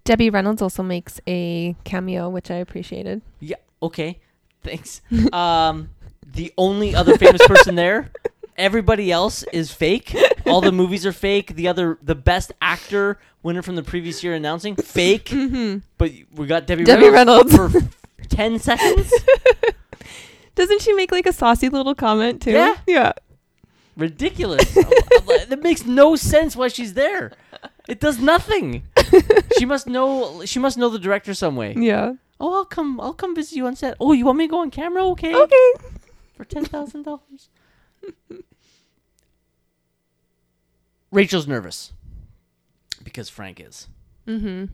Debbie Reynolds also makes a cameo, which I appreciated.
Yeah. Okay. Thanks. um, the only other famous person there. Everybody else is fake. All the movies are fake. The other, the best actor winner from the previous year announcing fake.
Mm-hmm.
But we got Debbie,
Debbie
Reynolds, for ten seconds.
Doesn't she make like a saucy little comment too?
Yeah.
Yeah.
Ridiculous. I'm- I'm like, That makes no sense why she's there. It does nothing. She must know. She must know the director some way.
Yeah.
Oh, I'll come. I'll come visit you on set. Oh, you want me to go on camera? Okay.
Okay.
for ten thousand dollars. Rachel's nervous because Frank is.
Mm-hmm.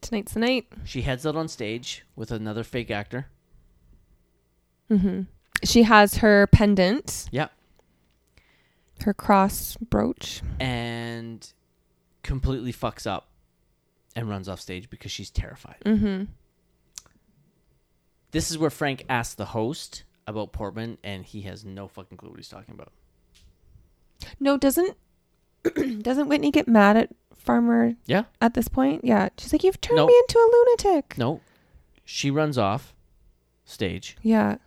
Tonight's the night.
She heads out on stage with another fake actor.
Mm-hmm. She has her pendant,
Yeah,
her cross brooch.
and completely fucks up and runs off stage because she's terrified.
Mm-hmm.
This is where Frank asks the host about Portman, and he has no fucking clue what he's talking about.
No, doesn't doesn't Whitney get mad at Farmer
Yeah,
at this point? Yeah. She's like, You've turned
No.
me into a lunatic.
no, she runs off stage.
Yeah.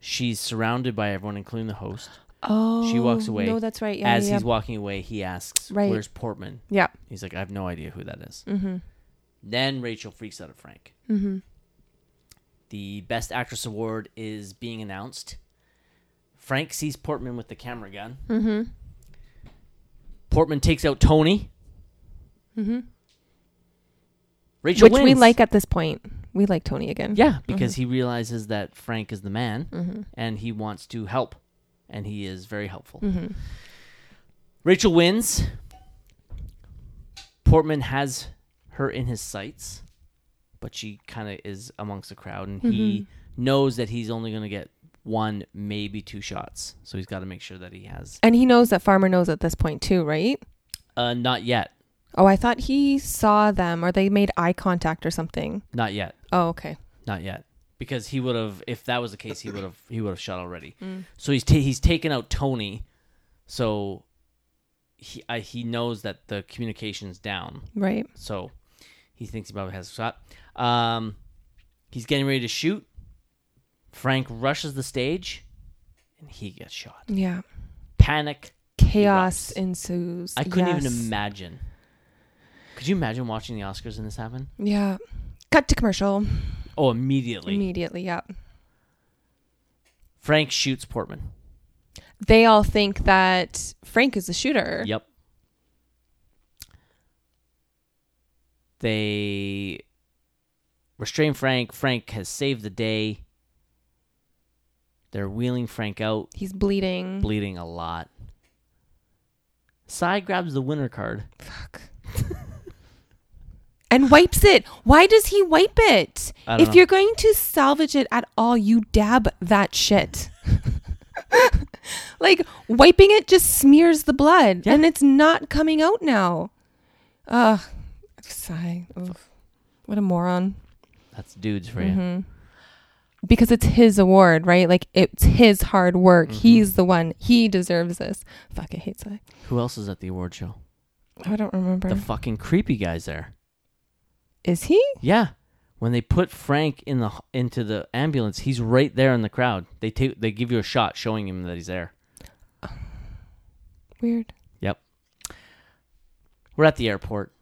She's surrounded by everyone, including the host.
Oh
walks away
No, that's right. Yeah.
As
yeah,
he's walking away, he asks,
Right.
"Where's Portman?"
yeah.
He's like, I have no idea who that is.
yeah. Mm-hmm.
Then Rachel freaks out at Frank.
Mm-hmm.
The Best Actress Award is being announced. Frank sees Portman with the camera gun.
Mm-hmm.
Portman takes out Tony.
Mhm.
Rachel
Which
wins.
we like Mm-hmm. at this point. We like Tony again.
Yeah, Mm-hmm. because he realizes that Frank is the man
Mhm.
and he wants to help. And he is very helpful.
Mm-hmm.
Rachel wins. Portman has her in his sights, but she kind of is amongst the crowd, and he knows that he's only going to get one, maybe two shots. So he's got to make sure that he has.
And he knows that Farmer knows at this point too, right?
Uh, not yet.
Oh, I thought he saw them or they made eye contact or something.
Not yet.
Oh, okay.
Not yet. because he would have if that was the case he would have he would have shot already. So he's ta- he's taken out Tony, so he I, he knows that the communication's down.
Right.
So he thinks he probably has a shot. Um, he's getting ready to shoot. Frank rushes the stage, and he gets shot.
Yeah.
Panic.
Chaos
erupts.
ensues.
I couldn't even
Yes.
imagine. Could you imagine watching the Oscars and this happen?
Yeah. Cut to commercial
Oh, immediately.
immediately. Yeah.
Frank shoots Portman.
They all think that Frank is the shooter.
Yep. They restrain Frank. Frank has saved the day. They're wheeling Frank out,
He's bleeding.
bleeding a lot. Cy grabs the winner card.
Fuck. and wipes it. Why does he wipe it?
I don't
If
know.
you're going to salvage it at all, you dab that shit. like wiping it just smears the blood and it's not coming out now. Ugh. Sigh. Oof. What a moron.
That's dudes for you.
Mhm. Because it's his award, right? Like it's his hard work.
Mm-hmm.
He's the one. He deserves this. Fuck, I hate Sigh.
Who else is at the award show?
I don't remember.
The fucking creepy guys there.
Is he?
Yeah. When they put Frank in the into the ambulance, he's right there in the crowd. They take they give you a shot showing him that he's there.
Weird.
Yep. We're at the airport.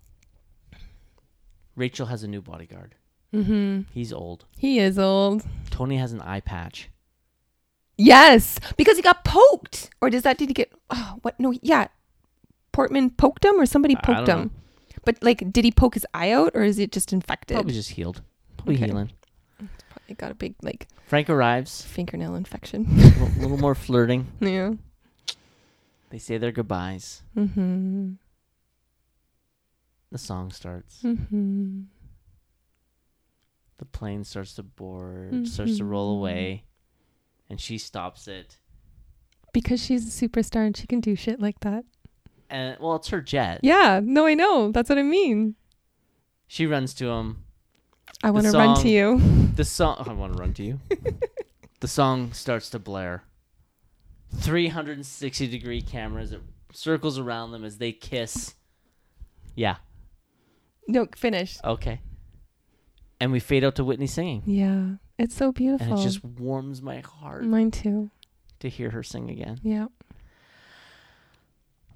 Rachel has a new bodyguard.
Mm-hmm.
He's old.
He is old.
Tony has an eye patch.
Yes, because he got poked. Or does that did he get? Oh, what? No, yeah. Portman poked him, or somebody
I- I
poked
don't
him. But like, did he poke his eye out, or is it just infected?
Probably just healed. Probably
Okay.
healing.
He got a big like
Frank arrives.
fingernail
A
infection.
little, little more flirting.
yeah.
They say their goodbyes.
Mm-hmm.
The song starts.
Mm-hmm.
The plane starts to board,
Mm-hmm.
starts to roll away, and she stops it.
Because she's a superstar and she can do shit like that.
And well, it's her jet.
Yeah. No, I know. That's what I mean.
She runs to him.
I want to run
song-
to you.
The song. I want to run to you. the song starts to blare. 360 degree cameras. It circles around them as they kiss. Yeah.
No, finish.
Okay. And we fade out to Whitney singing.
Yeah. It's so beautiful. Mm.
And it just warms my heart
Mine too.
to hear her sing again.
Yeah.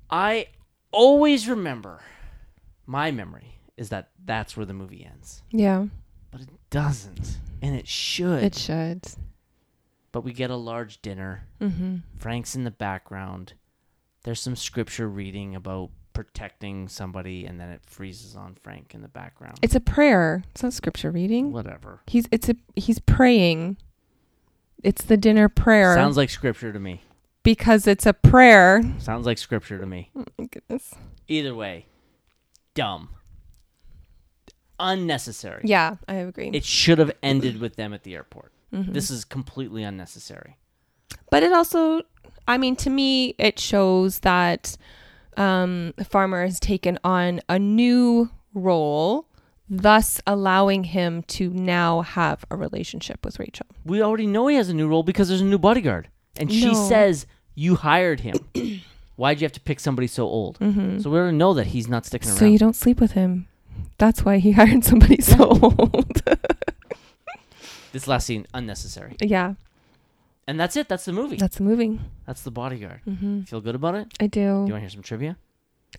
I always remember, my memory is that that's where the movie ends.
Yeah.
But it doesn't. And it should.
It should.
but we get a large dinner.
Mm-hmm.
Frank's in the background. There's some scripture reading about protecting somebody, and then it freezes on Frank in the background.
It's a prayer. It's not scripture reading.
Whatever.
He's it's a he's praying. It's the dinner prayer
Sounds like scripture to me.
because it's a prayer.
Sounds like scripture to me.
Oh my goodness.
Either way, dumb. Unnecessary.
Yeah, Mm-hmm. I agree.
It should have ended with them at the airport. This is completely unnecessary.
but it also, I mean, to me, it shows that um, the farmer has taken on a new role, thus allowing him to now have a relationship with Rachel.
We already know he has a new role because there's a new bodyguard. And she
No.
says, You hired him. Why'd you have to pick somebody so old?
Mm-hmm.
So we already know that he's not sticking
So
around.
you don't sleep with him. That's why he hired somebody so old.
This last scene, unnecessary.
yeah,
And that's it. That's the movie.
that's the movie.
That's the bodyguard. Feel good about it?
Mm-hmm. I
Do you want to hear some trivia?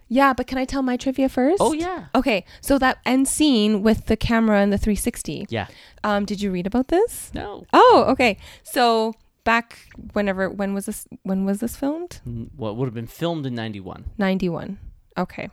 Yeah, but can I tell my trivia first?
Oh, yeah.
Okay, so that end scene with the camera and the 360.
Yeah.
Um, did you read about this?
No.
Oh, okay. So back whenever when was this when was this filmed?
What would have been filmed in 91.
91. Okay.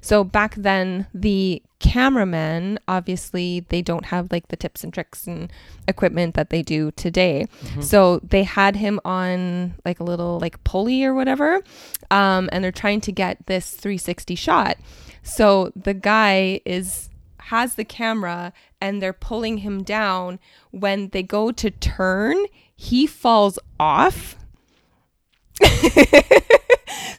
So back then, the cameramen obviously they don't have like the tips and tricks and equipment that they do today. So they had him on like a little like pulley or whatever, um, and they're trying to get this 360 shot. So the guy is has the camera and they're pulling him down. When they go to turn, he falls off.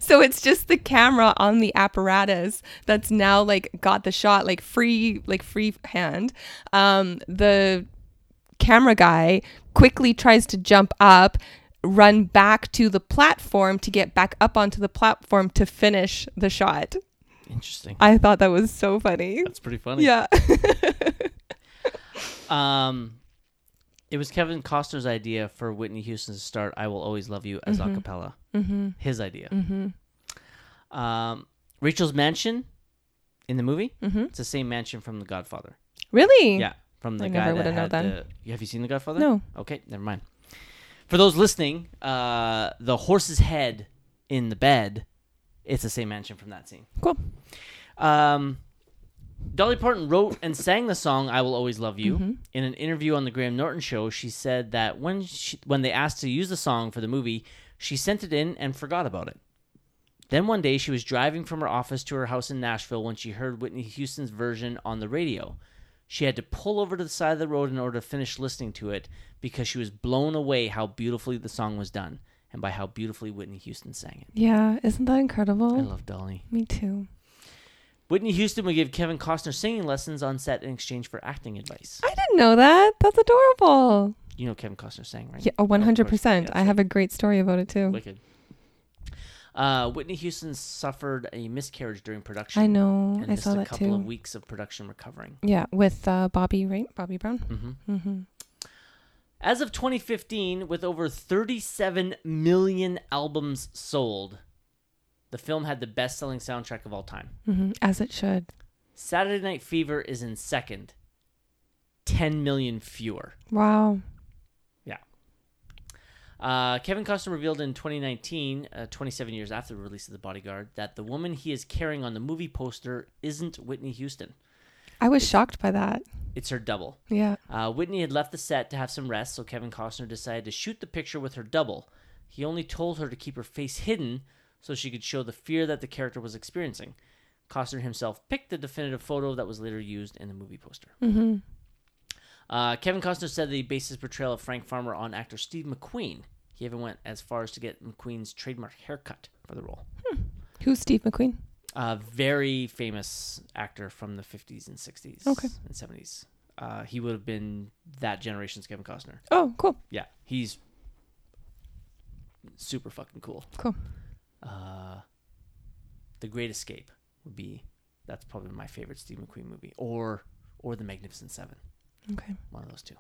So it's just the camera on the apparatus that's now like got the shot like free like free hand. Um the camera guy quickly tries to jump up, run back to the platform to get back up onto the platform to finish the shot.
Interesting.
I thought that was so funny.
That's pretty funny.
Yeah.
Um, it was Kevin Costner's idea for Whitney Houston to start "I Will Always Love You"
Mm-hmm.
as a cappella.
Mhm.
His idea.
Mhm.
Um, Rachel's mansion in the movie.
Mhm.
It's the same mansion from The Godfather.
Really?
Yeah, from the
I
guy
never
that
would've known
had
that.
the. Have you seen The Godfather?
No.
Okay, never mind. For those listening, uh, the horse's head in the bed. It's the same mansion from that scene.
Cool.
Um, Dolly Parton wrote and sang the song "I Will Always Love You."
Mm-hmm.
In an interview on the Graham Norton show, she said that when she, when they asked to use the song for the movie, she sent it in and forgot about it. Then one day, she was driving from her office to her house in Nashville when she heard Whitney Houston's version on the radio. She had to pull over to the side of the road in order to finish listening to it because she was blown away how beautifully the song was done and by how beautifully Whitney Houston sang it.
Yeah. Isn't that incredible?
I love Dolly.
Me too.
Whitney Houston would give Kevin Costner singing lessons on set in exchange for acting advice.
I didn't know that. That's adorable.
You know Kevin Costner sang, right?
Yeah, oh, 100%.
yeah,
I have a great story about it too.
Wicked. Uh, Whitney Houston suffered a miscarriage during production.
I know.
And
I
missed
saw
a
that
couple of
too.
weeks of production recovering.
Yeah, with uh, Bobby, right? Bobby Brown.
hmm
Mm-hmm.
As of 2015, with over 37 million albums sold, the film had the best-selling soundtrack of all time.
Mm-hmm. As it should.
Saturday Night Fever is in second, 10 million fewer.
Wow.
Uh, Kevin Costner revealed in 2019, uh, 27 years after the release of The Bodyguard, that the woman he is carrying on the movie poster isn't Whitney Houston.
I was shocked by that.
It's her double.
Yeah.
Uh, Whitney had left the set to have some rest, so Kevin Costner decided to shoot the picture with her double. He only told her to keep her face hidden so she could show the fear that the character was experiencing. Costner himself picked the definitive photo that was later used in the movie poster.
Mm-hmm.
Uh, Kevin Costner said that he based his portrayal of Frank Farmer on actor Steve McQueen. He even went as far as to get McQueen's trademark haircut for the role.
Who's Steve McQueen?
A very famous actor from the 50s and 60s
Okay.
and 70s. Uh, he would have been that generation's Kevin Costner.
Oh, cool.
Yeah, he's super fucking cool.
Cool.
Uh, the Great Escape would be that's probably my favorite Steve McQueen movie, or or The Magnificent Seven.
Okay.
One of those two.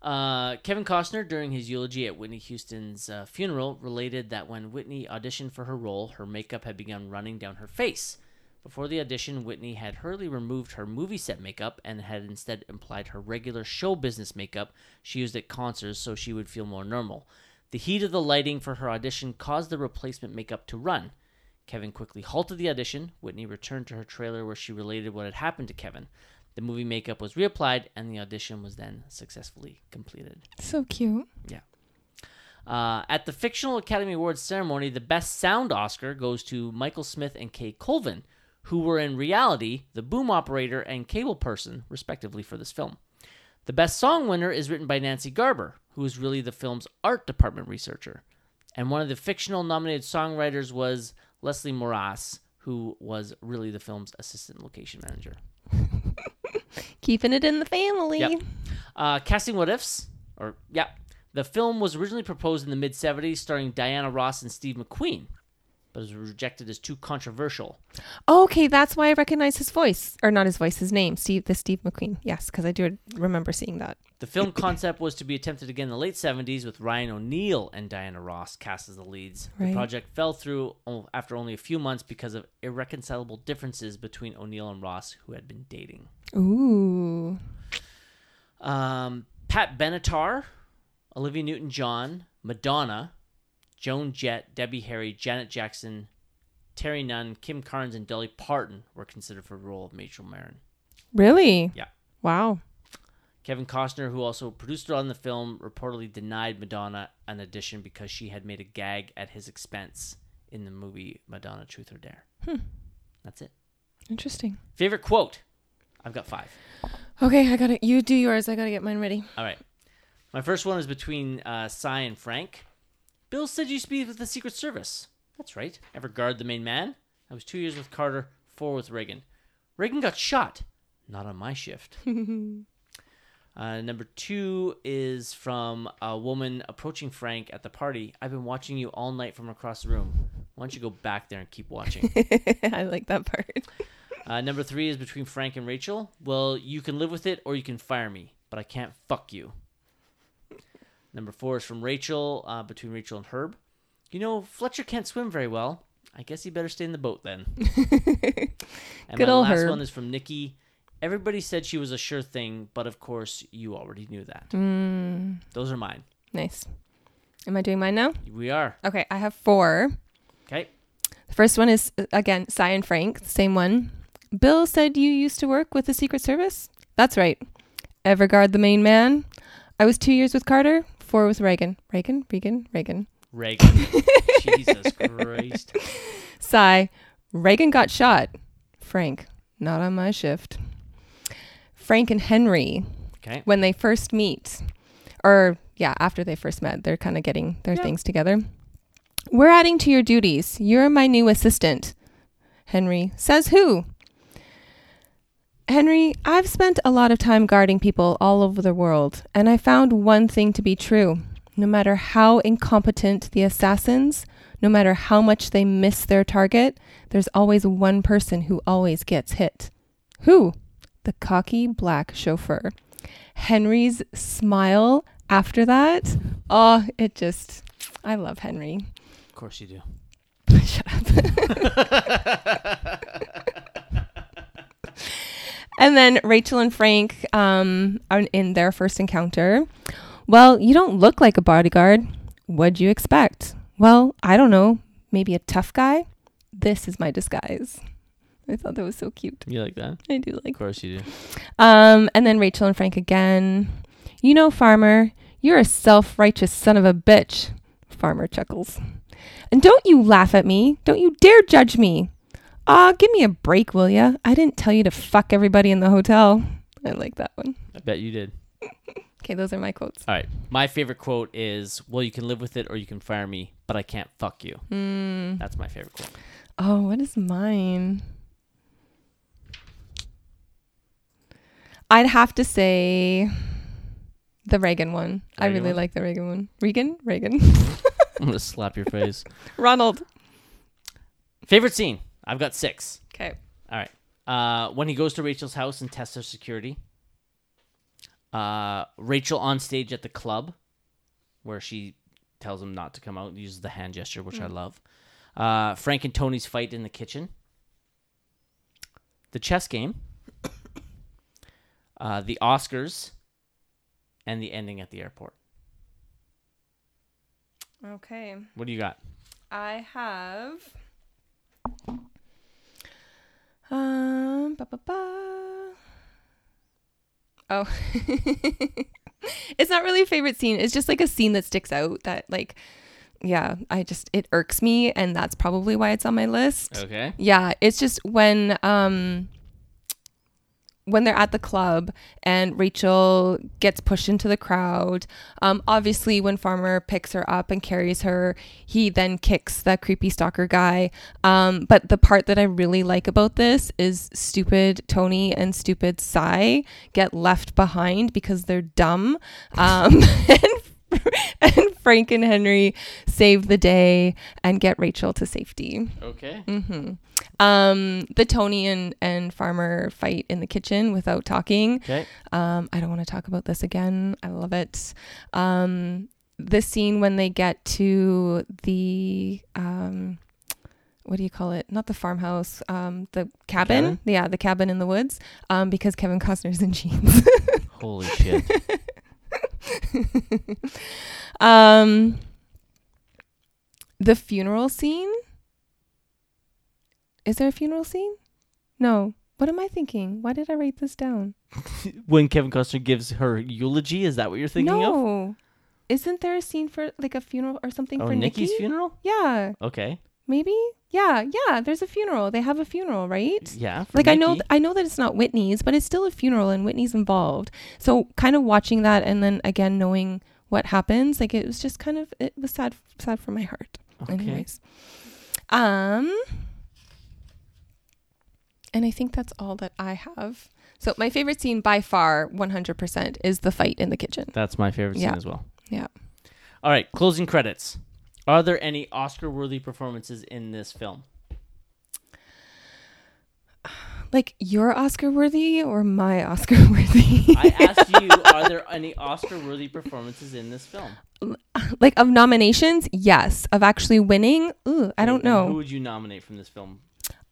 Uh, Kevin Costner, during his eulogy at Whitney Houston's uh, funeral, related that when Whitney auditioned for her role, her makeup had begun running down her face. Before the audition, Whitney had hurriedly removed her movie set makeup and had instead applied her regular show business makeup she used at concerts so she would feel more normal. The heat of the lighting for her audition caused the replacement makeup to run. Kevin quickly halted the audition. Whitney returned to her trailer where she related what had happened to Kevin. The movie makeup was reapplied and the audition was then successfully completed.
So cute.
Uh, at the fictional Academy Awards ceremony, the Best Sound Oscar goes to Michael Smith and Kay Colvin, who were in reality the boom operator and cable person, respectively, for this film. The Best Song winner is written by Nancy Garber, who is really the film's art department researcher. And one of the fictional nominated songwriters was Leslie Morass, who was really the film's assistant location manager.
Keeping it in the family.
Yep. Uh, casting What Ifs, or yeah, the film was originally proposed in the mid '70s, starring Diana Ross and Steve McQueen, but was rejected as too controversial.
Okay, that's why I recognize his voice, or not his voice, his name, Steve, the Steve McQueen. Yes, because I do remember seeing that.
The film concept was to be attempted again in the late '70s with Ryan O'Neal and Diana Ross cast as the leads.
Right.
The project fell through o- after only a few months because of irreconcilable differences between O'Neal and Ross, who had been dating.
Ooh.
Um, Pat Benatar, Olivia Newton John, Madonna, Joan Jett, Debbie Harry, Janet Jackson, Terry Nunn, Kim Carnes, and Dolly Parton were considered for the role of Rachel Marin.
Really?
Yeah.
Wow.
Kevin Costner, who also produced on the film, reportedly denied Madonna an audition because she had made a gag at his expense in the movie Madonna Truth or Dare. That's it.
Interesting.
Favorite quote? I've got five.
Okay, I gotta, you do yours. I gotta get mine ready.
All right. My first one is between uh, Cy and Frank. Bill said you speak with the Secret Service. That's right. Ever guard the main man? I was two years with Carter, four with Reagan. Reagan got shot. Not on my shift. Uh, number two is from a woman approaching Frank at the party. I've been watching you all night from across the room. Why don't you go back there and keep watching?
I like that part.
Uh, number three is between Frank and Rachel. Well, you can live with it or you can fire me, but I can't fuck you. Number four is from Rachel, uh, between Rachel and Herb. You know, Fletcher can't swim very well. I guess he better stay in the boat then. and
Good
my
ol'
last
Herb.
one is from Nikki. Everybody said she was a sure thing, but of course you already knew that. Those are mine.
Mm. Nice. Am I doing mine now?
We are.
Okay, I have four.
Okay.
The first one is uh, again Cy and Frank, same one. Bill said you used to work with the Secret Service. That's right. Evergard, the main man. I was two years with Carter, four with Reagan. Reagan, Reagan, Reagan.
Reagan. Jesus Christ.
Cy, Reagan got shot. Frank, not on my shift. Frank and Henry,
Okay.
when they first meet, or yeah, after they first met, they're kind of getting their things together. We're adding to your duties. You're my new assistant. Henry says, Who? Henry, I've spent a lot of time guarding people all over the world, and I found one thing to be true. No matter how incompetent the assassins, no matter how much they miss their target, there's always one person who always gets hit. Who? The cocky black chauffeur. Henry's smile after that. Oh, it just, I love Henry.
Of course you do.
Shut up. and then Rachel and Frank um, are in their first encounter. Well, you don't look like a bodyguard. What'd you expect? Well, I don't know. Maybe a tough guy? This is my disguise. I thought that was so cute.
You like that?
I do like
Of course you do.
um, and then Rachel and Frank again. You know, Farmer, you're a self righteous son of a bitch. Farmer chuckles. And don't you laugh at me. Don't you dare judge me. Aw, give me a break, will ya? I didn't tell you to fuck everybody in the hotel. I like that one.
I bet you did.
Okay, those are my quotes.
All right. My favorite quote is, "Well, you can live with it or you can fire me, but I can't fuck you."
Mm.
That's my favorite quote.
Oh, what is mine? I'd have to say the Reagan one.
The
I
Reagan
really
one?
like the Reagan one. Reagan? Reagan.
I'm gonna slap your face.
Ronald.
favorite scene. I've got six.
Okay.
All right. Uh, when he goes to Rachel's house and tests her security. Uh, Rachel on stage at the club, where she tells him not to come out. Uses the hand gesture, which I love. Uh, Frank and Tony's fight in the kitchen. The chess game. Uh, the Oscars. And the ending at the airport.
Okay.
What do you got?
I have. Um. Ba, ba, ba. Oh. it's not really a favorite scene. It's just like a scene that sticks out that, like, yeah, I just, it irks me. And that's probably why it's on my list.
Okay.
Yeah, it's just when um when they're at the club and Rachel gets pushed into the crowd. Um obviously when Farmer picks her up and carries her, he then kicks that creepy stalker guy. Um but the part that I really like about this is stupid Tony and stupid Cy get left behind because they're dumb. Um and and Frank and Henry save the day and get Rachel to safety.
Okay.
Um, the Tony and, and Farmer fight in the kitchen without talking.
Okay.
Um, I don't want to talk about this again. I love it. Um, the scene when they get to the um, what do you call it? Not the farmhouse. Um, the cabin.
Cabin?
Yeah, the cabin in the woods. Um, because Kevin Costner's in jeans.
Holy shit.
um, the funeral scene. Is there a funeral scene? No. What am I thinking? Why did I write this down?
when Kevin Costner gives her eulogy, is that what you're thinking of?
no. Isn't there a scene for like a funeral or something
Oh,
for
Nikki's
Nikki?
funeral?
yeah,
Okay.
maybe. Yeah, yeah. There's a funeral. They have a funeral, right?
Yeah. for
Like I know,
Nikki.
I know that it's not Whitney's, but it's still a funeral and Whitney's involved. So kind of watching that and then again knowing what happens, like it was just kind of it was sad, sad for my heart. Anyways, um, and I think that's all that I have. So my favorite scene by far, 100%, is the fight in the kitchen.
That's my favorite
Yeah.
scene as well.
Yeah.
All right, closing credits. Are there any Oscar-worthy performances in this film?
Like your Oscar worthy or my Oscar worthy?
I asked you, are there any Oscar-worthy performances in this film?
like of nominations, yes. Of actually winning, ooh, I don't
And Who
know.
would you nominate from this film?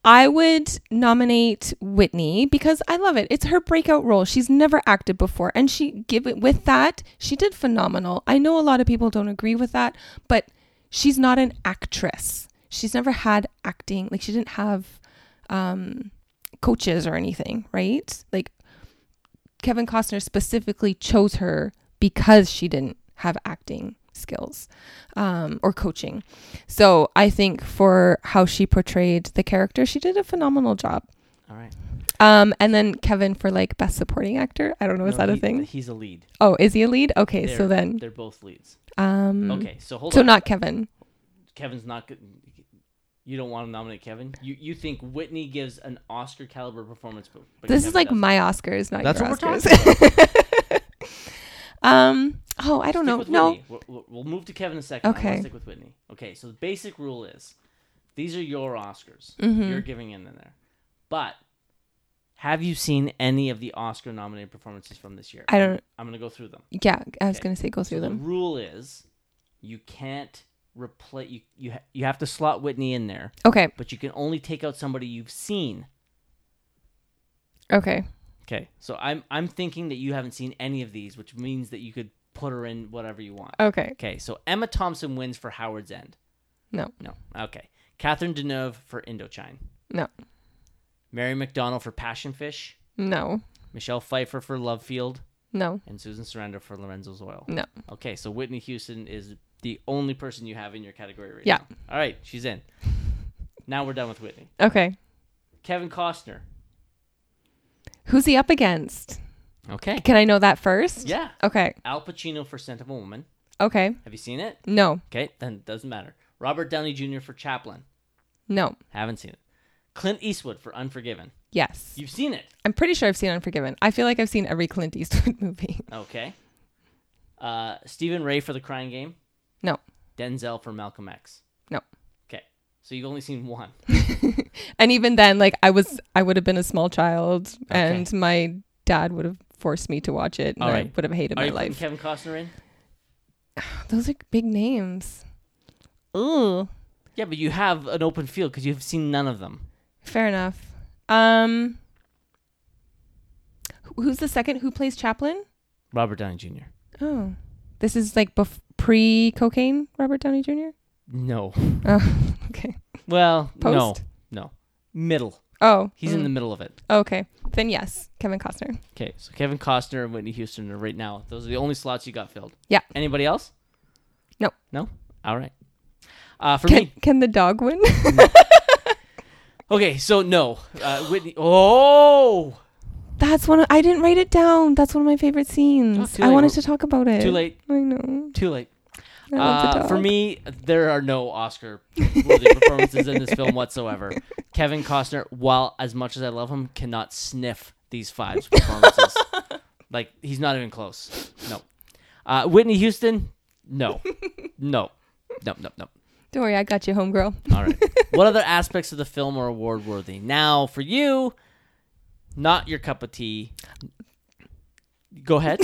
I would nominate Whitney because I love it. It's her breakout role. She's never acted before, and she give it with that. She did phenomenal. I know a lot of people don't agree with that, but she's not an actress. She's never had acting. Like she didn't have um, coaches or anything, right? Like Kevin Costner specifically chose her because she didn't have acting skills um, or coaching. So I think for how she portrayed the character, she did a phenomenal job.
All right.
Um, and then Kevin for like best supporting actor. I don't know, is
No,
that a
he-
thing?
He's a lead.
Oh, is he a lead? Okay, so
They're-
then,
they're both leads.
um,
Okay, so hold
so
on.
not Kevin.
Kevin's not good. You don't want to nominate Kevin. You you think Whitney gives an Oscar caliber performance? But, but
This
Kevin
is like
doesn't.
my Oscars, not
That's
your
what we're
Oscars. um. Oh, I don't
Stick
know.
with
No.
Whitney. We'll- We'll, we'll move to Kevin in a second. Okay.
Okay.
stick with Whitney. Okay. So the basic rule is, these are your Oscars.
Mm-hmm.
You're giving in in there, but have you seen any of the Oscar nominated performances from this year?
I don't.
I'm gonna go through them.
Yeah, I was
Okay.
gonna say go
So
through
the
them.
rule is, you can't replace you you ha- you have to slot Whitney in there,
Okay.
but you can only take out somebody you've seen.
Okay.
Okay, so I'm I'm thinking that you haven't seen any of these, which means that you could put her in whatever you want.
Okay.
Okay, so Emma Thompson wins for Howard's End.
No.
No, okay. Catherine Deneuve for Indochine.
No.
Mary McDonnell for Passion Fish.
No.
Michelle Pfeiffer for Love Field,
No.
and Susan Sarandon for Lorenzo's Oil.
No.
Okay, so Whitney Houston is the only person you have in your category right
Yeah.
now. All right, she's in. Now we're done with Whitney.
Okay.
Kevin Costner.
Who's he up against?
Okay.
Can I know that first?
Yeah.
Okay.
Al Pacino for Scent of a Woman.
Okay.
Have you seen it?
No.
Okay, then it doesn't matter. Robert Downey Jr. for Chaplin.
No.
Haven't seen it. Clint Eastwood for Unforgiven.
Yes.
You've seen it.
I'm pretty sure I've seen Unforgiven. I feel like I've seen every Clint Eastwood movie.
Okay. Uh, Stephen Ray for The Crying Game.
No.
Denzel for Malcolm X.
No.
Okay. So you've only seen one.
And even then, like I was, I would have been a small child, and my dad would have forced me to watch it, and
All
I
right.
would have hated
Are
my
you putting
life.
Kevin Costner in?
Those are big names. Ooh.
Yeah, but you have an open field because you've seen none of them.
Fair enough. Um, wh- who's the second? Who plays Chaplin?
Robert Downey Jr.
Oh, this is like bef- pre-cocaine Robert Downey Jr.
No.
Oh, okay.
Well,
Post?
no. No. Middle.
Oh,
He's in the middle of it.
Okay, then yes, Kevin Costner.
Okay, so Kevin Costner and Whitney Houston are right now. Those are the only slots you got filled.
Yeah.
Anybody else?
No.
No? All right. Uh, for
Can
me.
can the dog win?
Okay, so no. Uh, Whitney. Oh!
That's one. Of, I didn't write it down. That's one of my favorite scenes.
too
I
late.
wanted to talk about it.
Too late.
I know.
Too late.
I love the
Uh,
dog.
for me, there are no Oscar worthy performances in this film whatsoever. Kevin Costner, while as much as I love him, cannot sniff these five's performances. like he's not even close. No. Uh, Whitney Houston, no, no, no, no, no.
Don't worry, I got you, homegirl.
All right. what other aspects of the film are award worthy? Now, for you, not your cup of tea. Go ahead.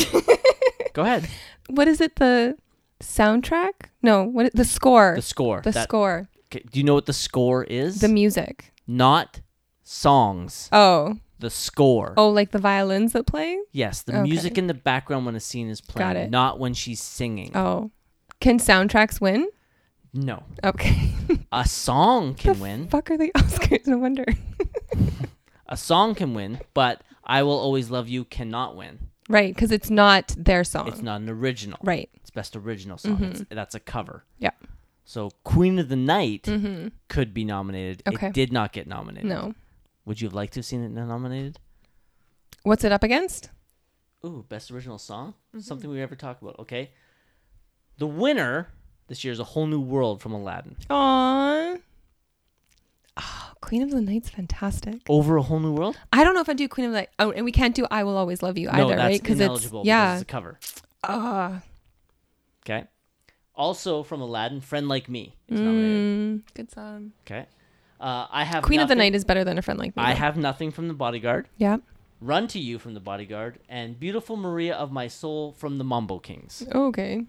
Go ahead.
What is it? The soundtrack? No. What? i- The score.
The score.
The
That-
score.
okay, Do you know what the score is?
The music.
not songs.
Oh.
The score.
Oh, like the violins that play.
Yes, the
Okay.
music in the background when a scene is playing,
Got it.
not when she's singing.
Oh. Can soundtracks win?
No.
Okay.
A song can win.
Fuck are the Oscars? No wonder.
a song can win, but I Will Always Love You cannot win.
right, because it's not their song.
It's not an original.
Right.
It's best original song. It's, that's a cover.
Mm-hmm. Yeah. Mm-hmm.
So Queen of the Night could be nominated.
Okay.
It did not get nominated.
No.
Would you have liked to have seen it nominated?
What's it up against?
Ooh, best original song?
Mm-hmm.
Something we ever talk about. Okay. The winner this year is A Whole New World from Aladdin.
Aww. Oh, Queen of the Night's fantastic.
Over a whole new world?
I don't know if I do Queen of the Night. Oh, and we can't do I Will Always Love You either,
no, that's
right? it's
ineligible because
yeah.
it's a cover.
Ah,
Okay.
Also from Aladdin, Friend Like Me.
It's nominated.
mm, good song.
Okay.
Uh, I have
Queen of the
Nothing-
Night is better than a friend like me.
I
though.
have nothing from the bodyguard.
yeah.
Run to You from The Bodyguard and Beautiful Maria of My Soul from The Mambo Kings.
Oh, Okay.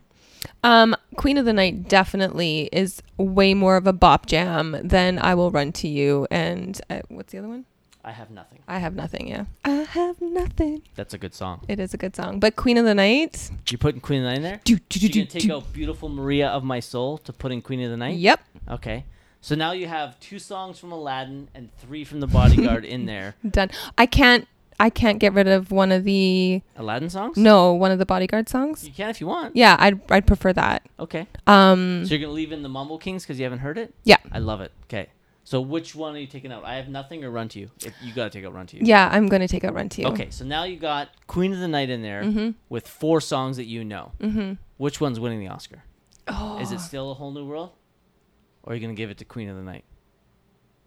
Um, Queen of the Night definitely is way more of a bop jam than I Will Run to You and uh, what's the other one?
I have nothing.
I Have Nothing. Yeah. I Have Nothing.
That's a good song.
It is a good song, but Queen of the Night.
You putting Queen of the Night in there?
Do,
So
do, do,
you can
do,
take
do.
out Beautiful Maria of My Soul to put in Queen of the Night?
Yep.
Okay. So now you have two songs from Aladdin and three from The Bodyguard in there.
Done. I can't. I can't get rid of one of the
Aladdin songs?
no one of the bodyguard songs.
You can if you want.
Yeah, I'd I'd prefer that.
Okay.
Um,
So you're going to leave in the Mumble Kings because you haven't heard it?
Yeah.
I love it. Okay. So which one are you taking out? I have nothing or Run to You? If you got to take out Run to You.
yeah, Mm-hmm. I'm gonna take out Run to You.
Okay. So now you got Queen of the Night in there with four songs that you know.
Mm-hmm.
Which one's winning the Oscar?
Oh,
Is it still A Whole New World? Or are you going to give it to Queen of the Night?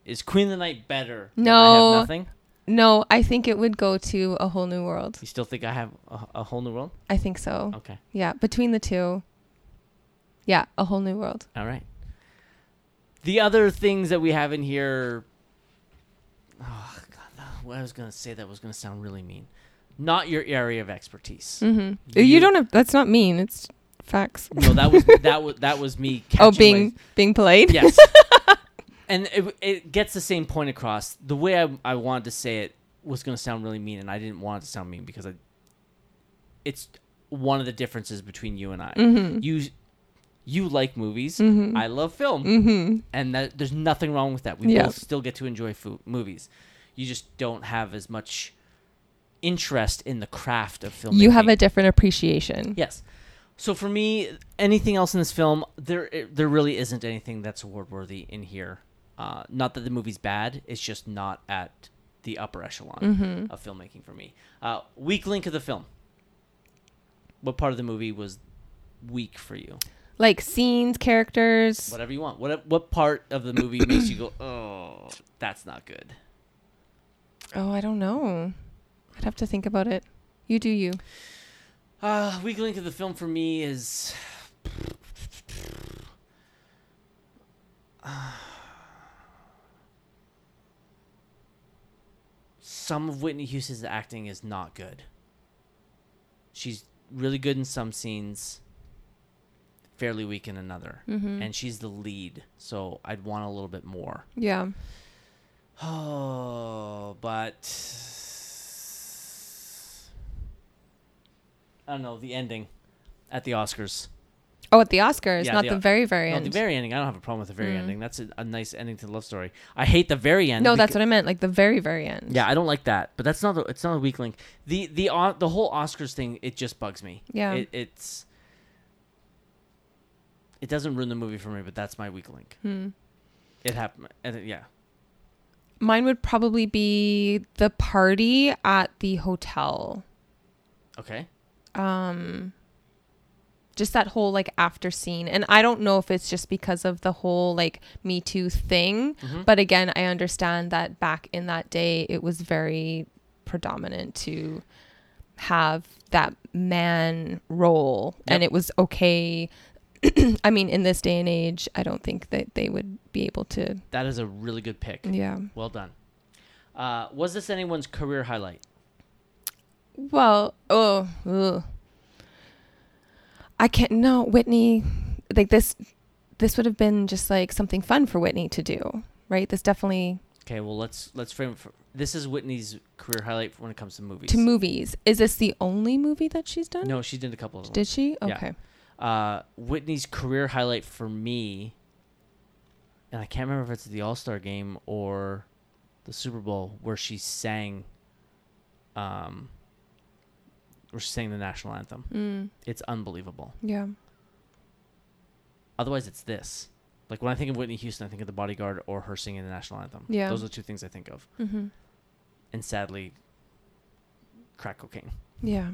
Is Queen of the Night better? than I
No.
have nothing.
no, I think it would go to a whole new world.
You still think I have a, a whole new world?
I think so.
Okay.
Yeah, between the two. Yeah, a whole new world.
All right. The other things that we have in here. Oh God! no, What I was gonna say that was gonna sound really mean. Not your area of expertise.
Mm-hmm. You,
You-
don't have. That's not mean. It's facts.
No, that was that was that was me.
Oh,
catching
being
my-
being polite.
yes. and it, it gets the same point across. The way I, I wanted to say it was gonna sound really mean, and I didn't want it to sound mean because I. It's one of the differences between you and I.
Mm-hmm.
You, you like movies. I love film.
Mm-hmm.
and that, there's nothing wrong with that. We
Yeah.
both still get to enjoy food, movies. You just don't have as much interest in the craft of filmmaking.
You have a different appreciation.
yes. So for me, anything else in this film, there it- there really isn't anything that's award worthy in here. Uh, not that the movie's bad; it's just not at the upper echelon of filmmaking for me. Uh, weak link of the film. What part of the movie was weak for you?
Like scenes, characters.
Whatever you want. What what part of the movie makes you go, oh, that's not good?
Oh, I don't know. I'd have to think about it. You do you.
Uh, weak link of the film for me is. Some of Whitney Houston's acting is not good. She's really good in some scenes, fairly weak in another. And she's the lead, so I'd want a little bit more.
Yeah.
Oh, but I don't know the ending at the Oscars.
Oh, at the Oscars,
Yeah,
not
the
the,
O-
very, very
No,
end. Mm.
the very ending. I don't have a problem with the very ending. That's a, a nice ending to the love story. I hate the very end.
no, that's
becau-
what I meant. Like the very, very end.
yeah. I don't like that, but that's not. A, it's not a weak link. The the o- the whole Oscars thing. It just bugs me.
Yeah.
It, it's. It doesn't ruin the movie for me, but that's my weak link.
Hmm.
It happened. And it- yeah.
Mine would probably be the party at the hotel.
Okay.
um just that whole like after scene and i don't know if it's just because of the whole like me too thing
Mm-hmm.
but again i understand that back in that day it was very predominant to have that man role and
Yep.
it was okay i mean in this day and age i don't think that they would be able to
That is a really good pick.
yeah
Well done. Uh, was this anyone's career highlight?
Well, oh, ugh. I can't. No, Whitney. Like this, this would have been just like something fun for Whitney to do, right? This definitely
Okay, well let's let's frame it. For, this is Whitney's career highlight when it comes to movies.
to movies. Is this the only movie that she's done?
no, she did a couple of them.
Did she?
Yeah.
Okay.
uh, Whitney's career highlight for me, and I can't remember if it's the All Star Game or the Super Bowl where she sang, um, where she sang the national anthem.
Mm,
It's unbelievable.
yeah.
Otherwise, it's this. Like when I think of Whitney Houston, I think of The Bodyguard or her singing the national anthem.
Yeah.
those are the two things I think of.
Mm-hmm.
And sadly, crack cocaine.
Yeah.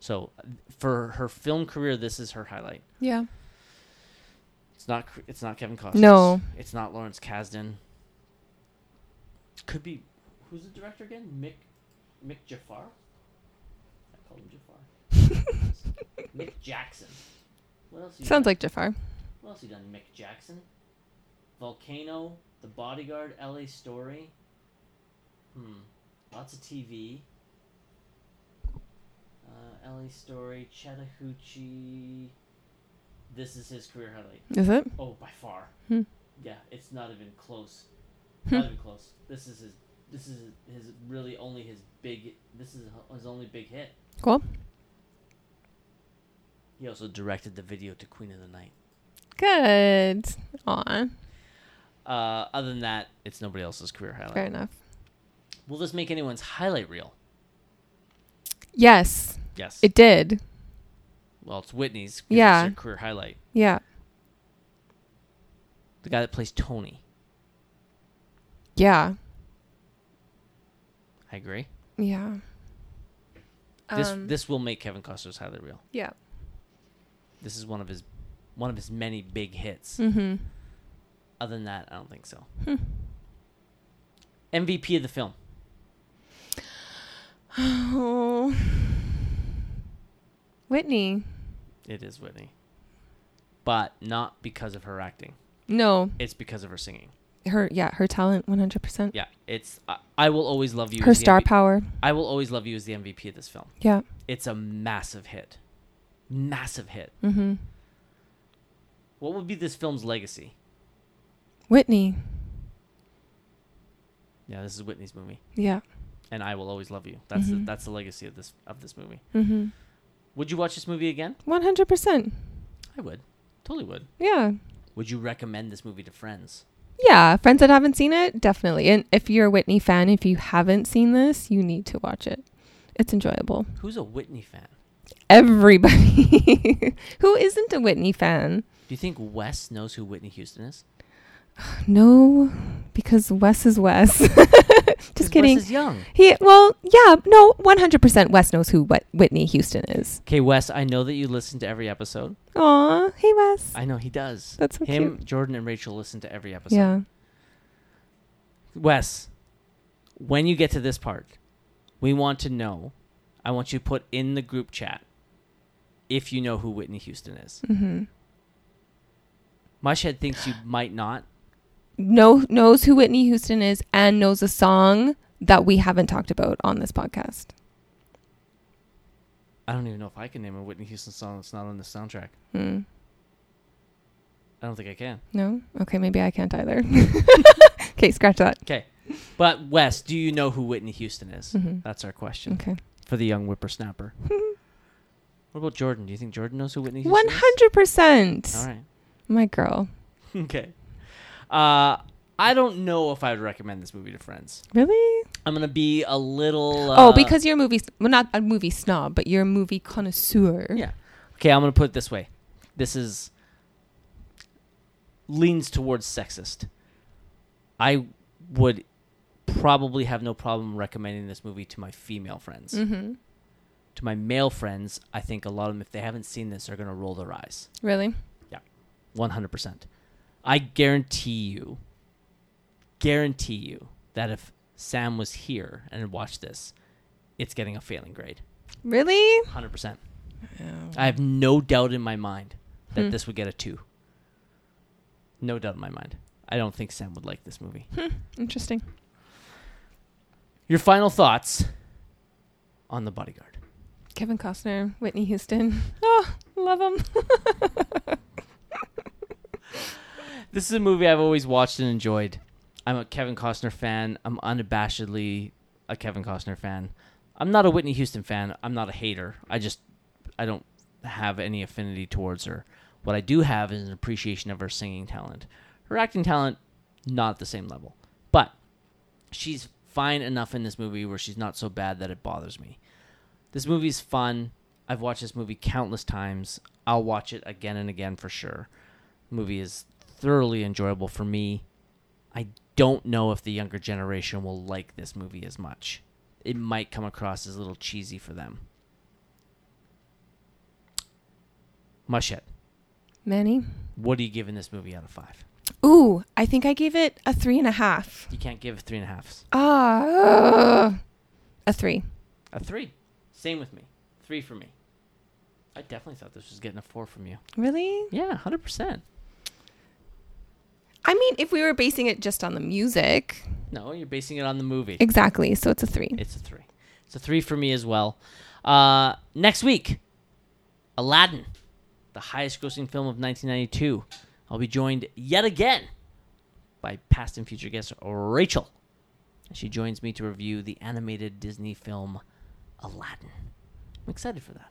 So uh, for her film career, this is her highlight.
Yeah.
It's not. Cr- It's not Kevin Costner.
No.
It's not Lawrence Kasdan. could be. Who's the director again? Mick, Mick Jafar. I called him Jafar. Mick Jackson. What else? he
Sounds like Jafar.
What else he done? Mick Jackson, Volcano, The Bodyguard, L.A. Story. Hmm. Lots of TV. Uh, L.A. Story, Chattahoochee. This is his career highlight.
Is it?
Oh, by far.
Hmm.
Yeah, it's not even close. Not even close. This is his. This is his really only his big. This is his only big hit.
Cool.
He also directed the video to Queen of the Night.
Good. Aw,
Uh, other than that, it's nobody else's career highlight.
fair enough.
Will this make anyone's highlight reel?
Yes,
Yes.
it did.
well, it's Whitney's. 'cause
Yeah.
It's her career highlight.
Yeah.
The guy that plays Tony.
Yeah.
I agree.
Yeah.
this
Um,
this will make Kevin Costner's highlight reel.
yeah.
This is one of his one of his many big hits.
Mm-hmm.
Other than that, I don't think so.
Hmm.
MVP of the film.
Oh. Whitney.
It is Whitney. But not because of her acting.
No,
It's because of her singing.
her yeah, her talent 100%.
Yeah, it's I, I will always love you.
Her
as the
star
MVP
power.
I will always love you as the MVP of this film.
Yeah.
It's a massive hit. Massive hit.
Mm-hmm.
What would be this film's legacy?
Whitney.
Yeah, this is Whitney's movie,
Yeah.
and I will always love you. That's the,
Mhm.
that's the legacy of this of this movie.
Mm-hmm.
Would you watch this movie again?
100%.
I would. Totally would.
Yeah.
Would you recommend this movie to friends?
Yeah, friends that haven't seen it, definitely. And if you're a Whitney fan, if you haven't seen this, you need to watch it. It's enjoyable.
Who's a Whitney fan?
Everybody who isn't a Whitney fan,
Do you think Wes knows who Whitney Houston is?
no, because Wes is Wes.
'Cause
Just kidding.
Wes is young.
He well, yeah, no, one hundred percent. Wes knows who Wh- Whitney Houston is.
Okay, Wes, I know that you listen to every episode.
Aw, hey Wes.
I know he does.
That's so
Him, Jordan, and Rachel listen to every episode.
yeah.
Wes, when you get to this part, we want to know. I want you to put in the group chat if you know who Whitney Houston is.
Mm-hmm.
Mushhead thinks you might not.
Know knows who Whitney Houston is and knows a song that we haven't talked about on this podcast.
I don't even know if I can name a Whitney Houston song that's not on the soundtrack.
Hmm.
I don't think I can.
No. Okay, maybe I can't either. okay, scratch that.
Okay. But Wes, do you know who Whitney Houston is?
Mhm.
That's our question
Okay.
for the young whippersnapper. what about Jordan? Do you think Jordan knows who Whitney Houston
One
is?
hundred percent.
All right.
My girl.
Okay. Uh, I don't know if I would recommend this movie to friends.
Really?
I'm gonna be a little. Uh,
oh, because you're a movie. s- Well, not a movie snob, but you're a movie connoisseur.
yeah. Okay, I'm gonna put it this way. This is leans towards sexist. I would probably have no problem recommending this movie to my female friends.
Mm-hmm.
To my male friends, I think a lot of them, if they haven't seen this, are gonna roll their eyes.
Really?
100%. I guarantee you, guarantee you that if Sam was here and watched this, it's getting a failing grade.
Really?
100%. I have no doubt in my mind that
Hmm.
this would get a two. No doubt in my mind. I don't think Sam would like this movie.
Interesting.
Your final thoughts on The Bodyguard.
Kevin Costner, Whitney Houston. Oh, love him.
This is a movie I've always watched and enjoyed. I'm a Kevin Costner fan. I'm unabashedly a Kevin Costner fan. I'm not a Whitney Houston fan. I'm not a hater. I just I don't have any affinity towards her. What I do have is an appreciation of her singing talent. Her acting talent not at the same level. But she's fine enough in this movie where she's not so bad that it bothers me. This movie's fun. I've watched this movie countless times. I'll watch it again and again for sure. movie is thoroughly enjoyable for me. I don't know if the younger generation will like this movie as much. It might come across as a little cheesy for them. Mushhead,
Manny,
what are you giving this movie out of five?
Ooh, I think I gave it a three and a half.
You can't give three and a halfs.
Ah, a three.
A three. Same with me. Three for me. I definitely thought this was getting a four from you.
Really?
Yeah, hundred percent.
I mean, if we were basing it just on the music,
No, you're basing it on the movie.
exactly. So it's a three.
It's a three. It's a three for me as well. Uh, next week, Aladdin, the highest grossing film of 1992. I'll be joined yet again by past and future guest Rachel. She joins me to review the animated Disney film Aladdin. I'm excited for that.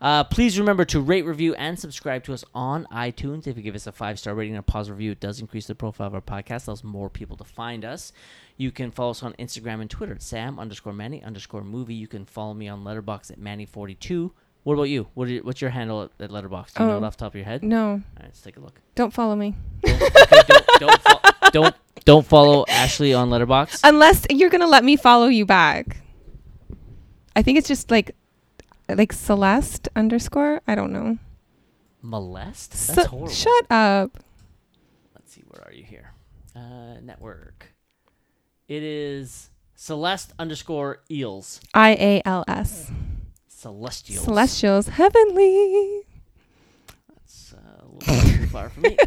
Uh, please remember to rate, review, and subscribe to us on iTunes. If you give us a five star rating and a positive review, it does increase the profile of our podcast, allows more people to find us. You can follow us on Instagram and Twitter at Sam underscore Manny underscore movie. You can follow me on Letterbox at Manny42. What about you? What are, what's your handle at, at Letterbox? Do you know
Oh.
it off the top of your head?
No,
All right, let's take a look.
don't follow me.
Okay, don't, don't, fo- don't, don't follow Ashley on Letterbox.
Unless you're gonna let me follow you back. I think it's just like, like Celeste underscore. I don't know.
Molest? That's
Ce-
horrible.
Shut up.
let's see, where are you here? Uh, network. It is Celeste underscore eels.
I A L S.
Celestials.
Celestials, heavenly.
That's uh, a little bit too far for me.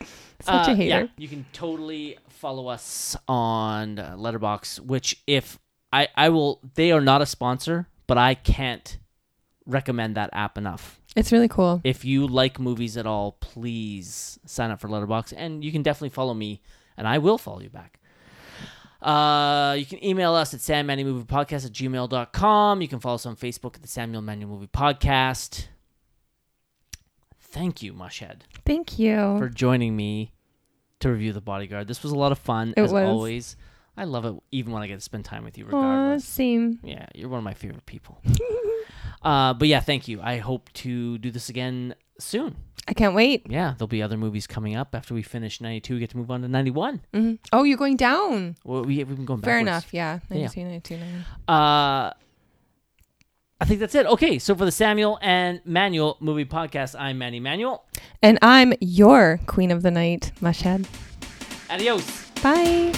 Such
Uh,
a
yeah,
hater.
you can totally follow us on uh, Letterbox, which if I, I will, they are not a sponsor, but I can't recommend that app enough.
It's really cool.
if you like movies at all, please sign up for Letterbox, and you can definitely follow me, and I will follow you back. Uh, you can email us at sammanymoviepodcast at gmail.com. You can follow us on Facebook at the Samuel Manu Movie Podcast. Thank you, Mushhead,
Thank you.
for joining me to review The Bodyguard. This was a lot of fun,
It
as
was.
always. I love it, even when I get to spend time with you,
Aw,
regardless.
same.
Yeah, you're one of my favorite people. uh, but yeah, thank you. I hope to do this again soon.
I can't wait.
Yeah, there'll be other movies coming up after we finish 92. We get to move on to 91.
hmm Oh, you're going down.
Well, we, we've been going backwards.
Fair enough. Yeah.
Yeah.
92, 92, 92.
Uh, I think that's it. Okay, so for the Samuel and Manuel movie podcast, I'm Manny Manuel.
And I'm your queen of the night, Mushhead.
Adios.
Bye.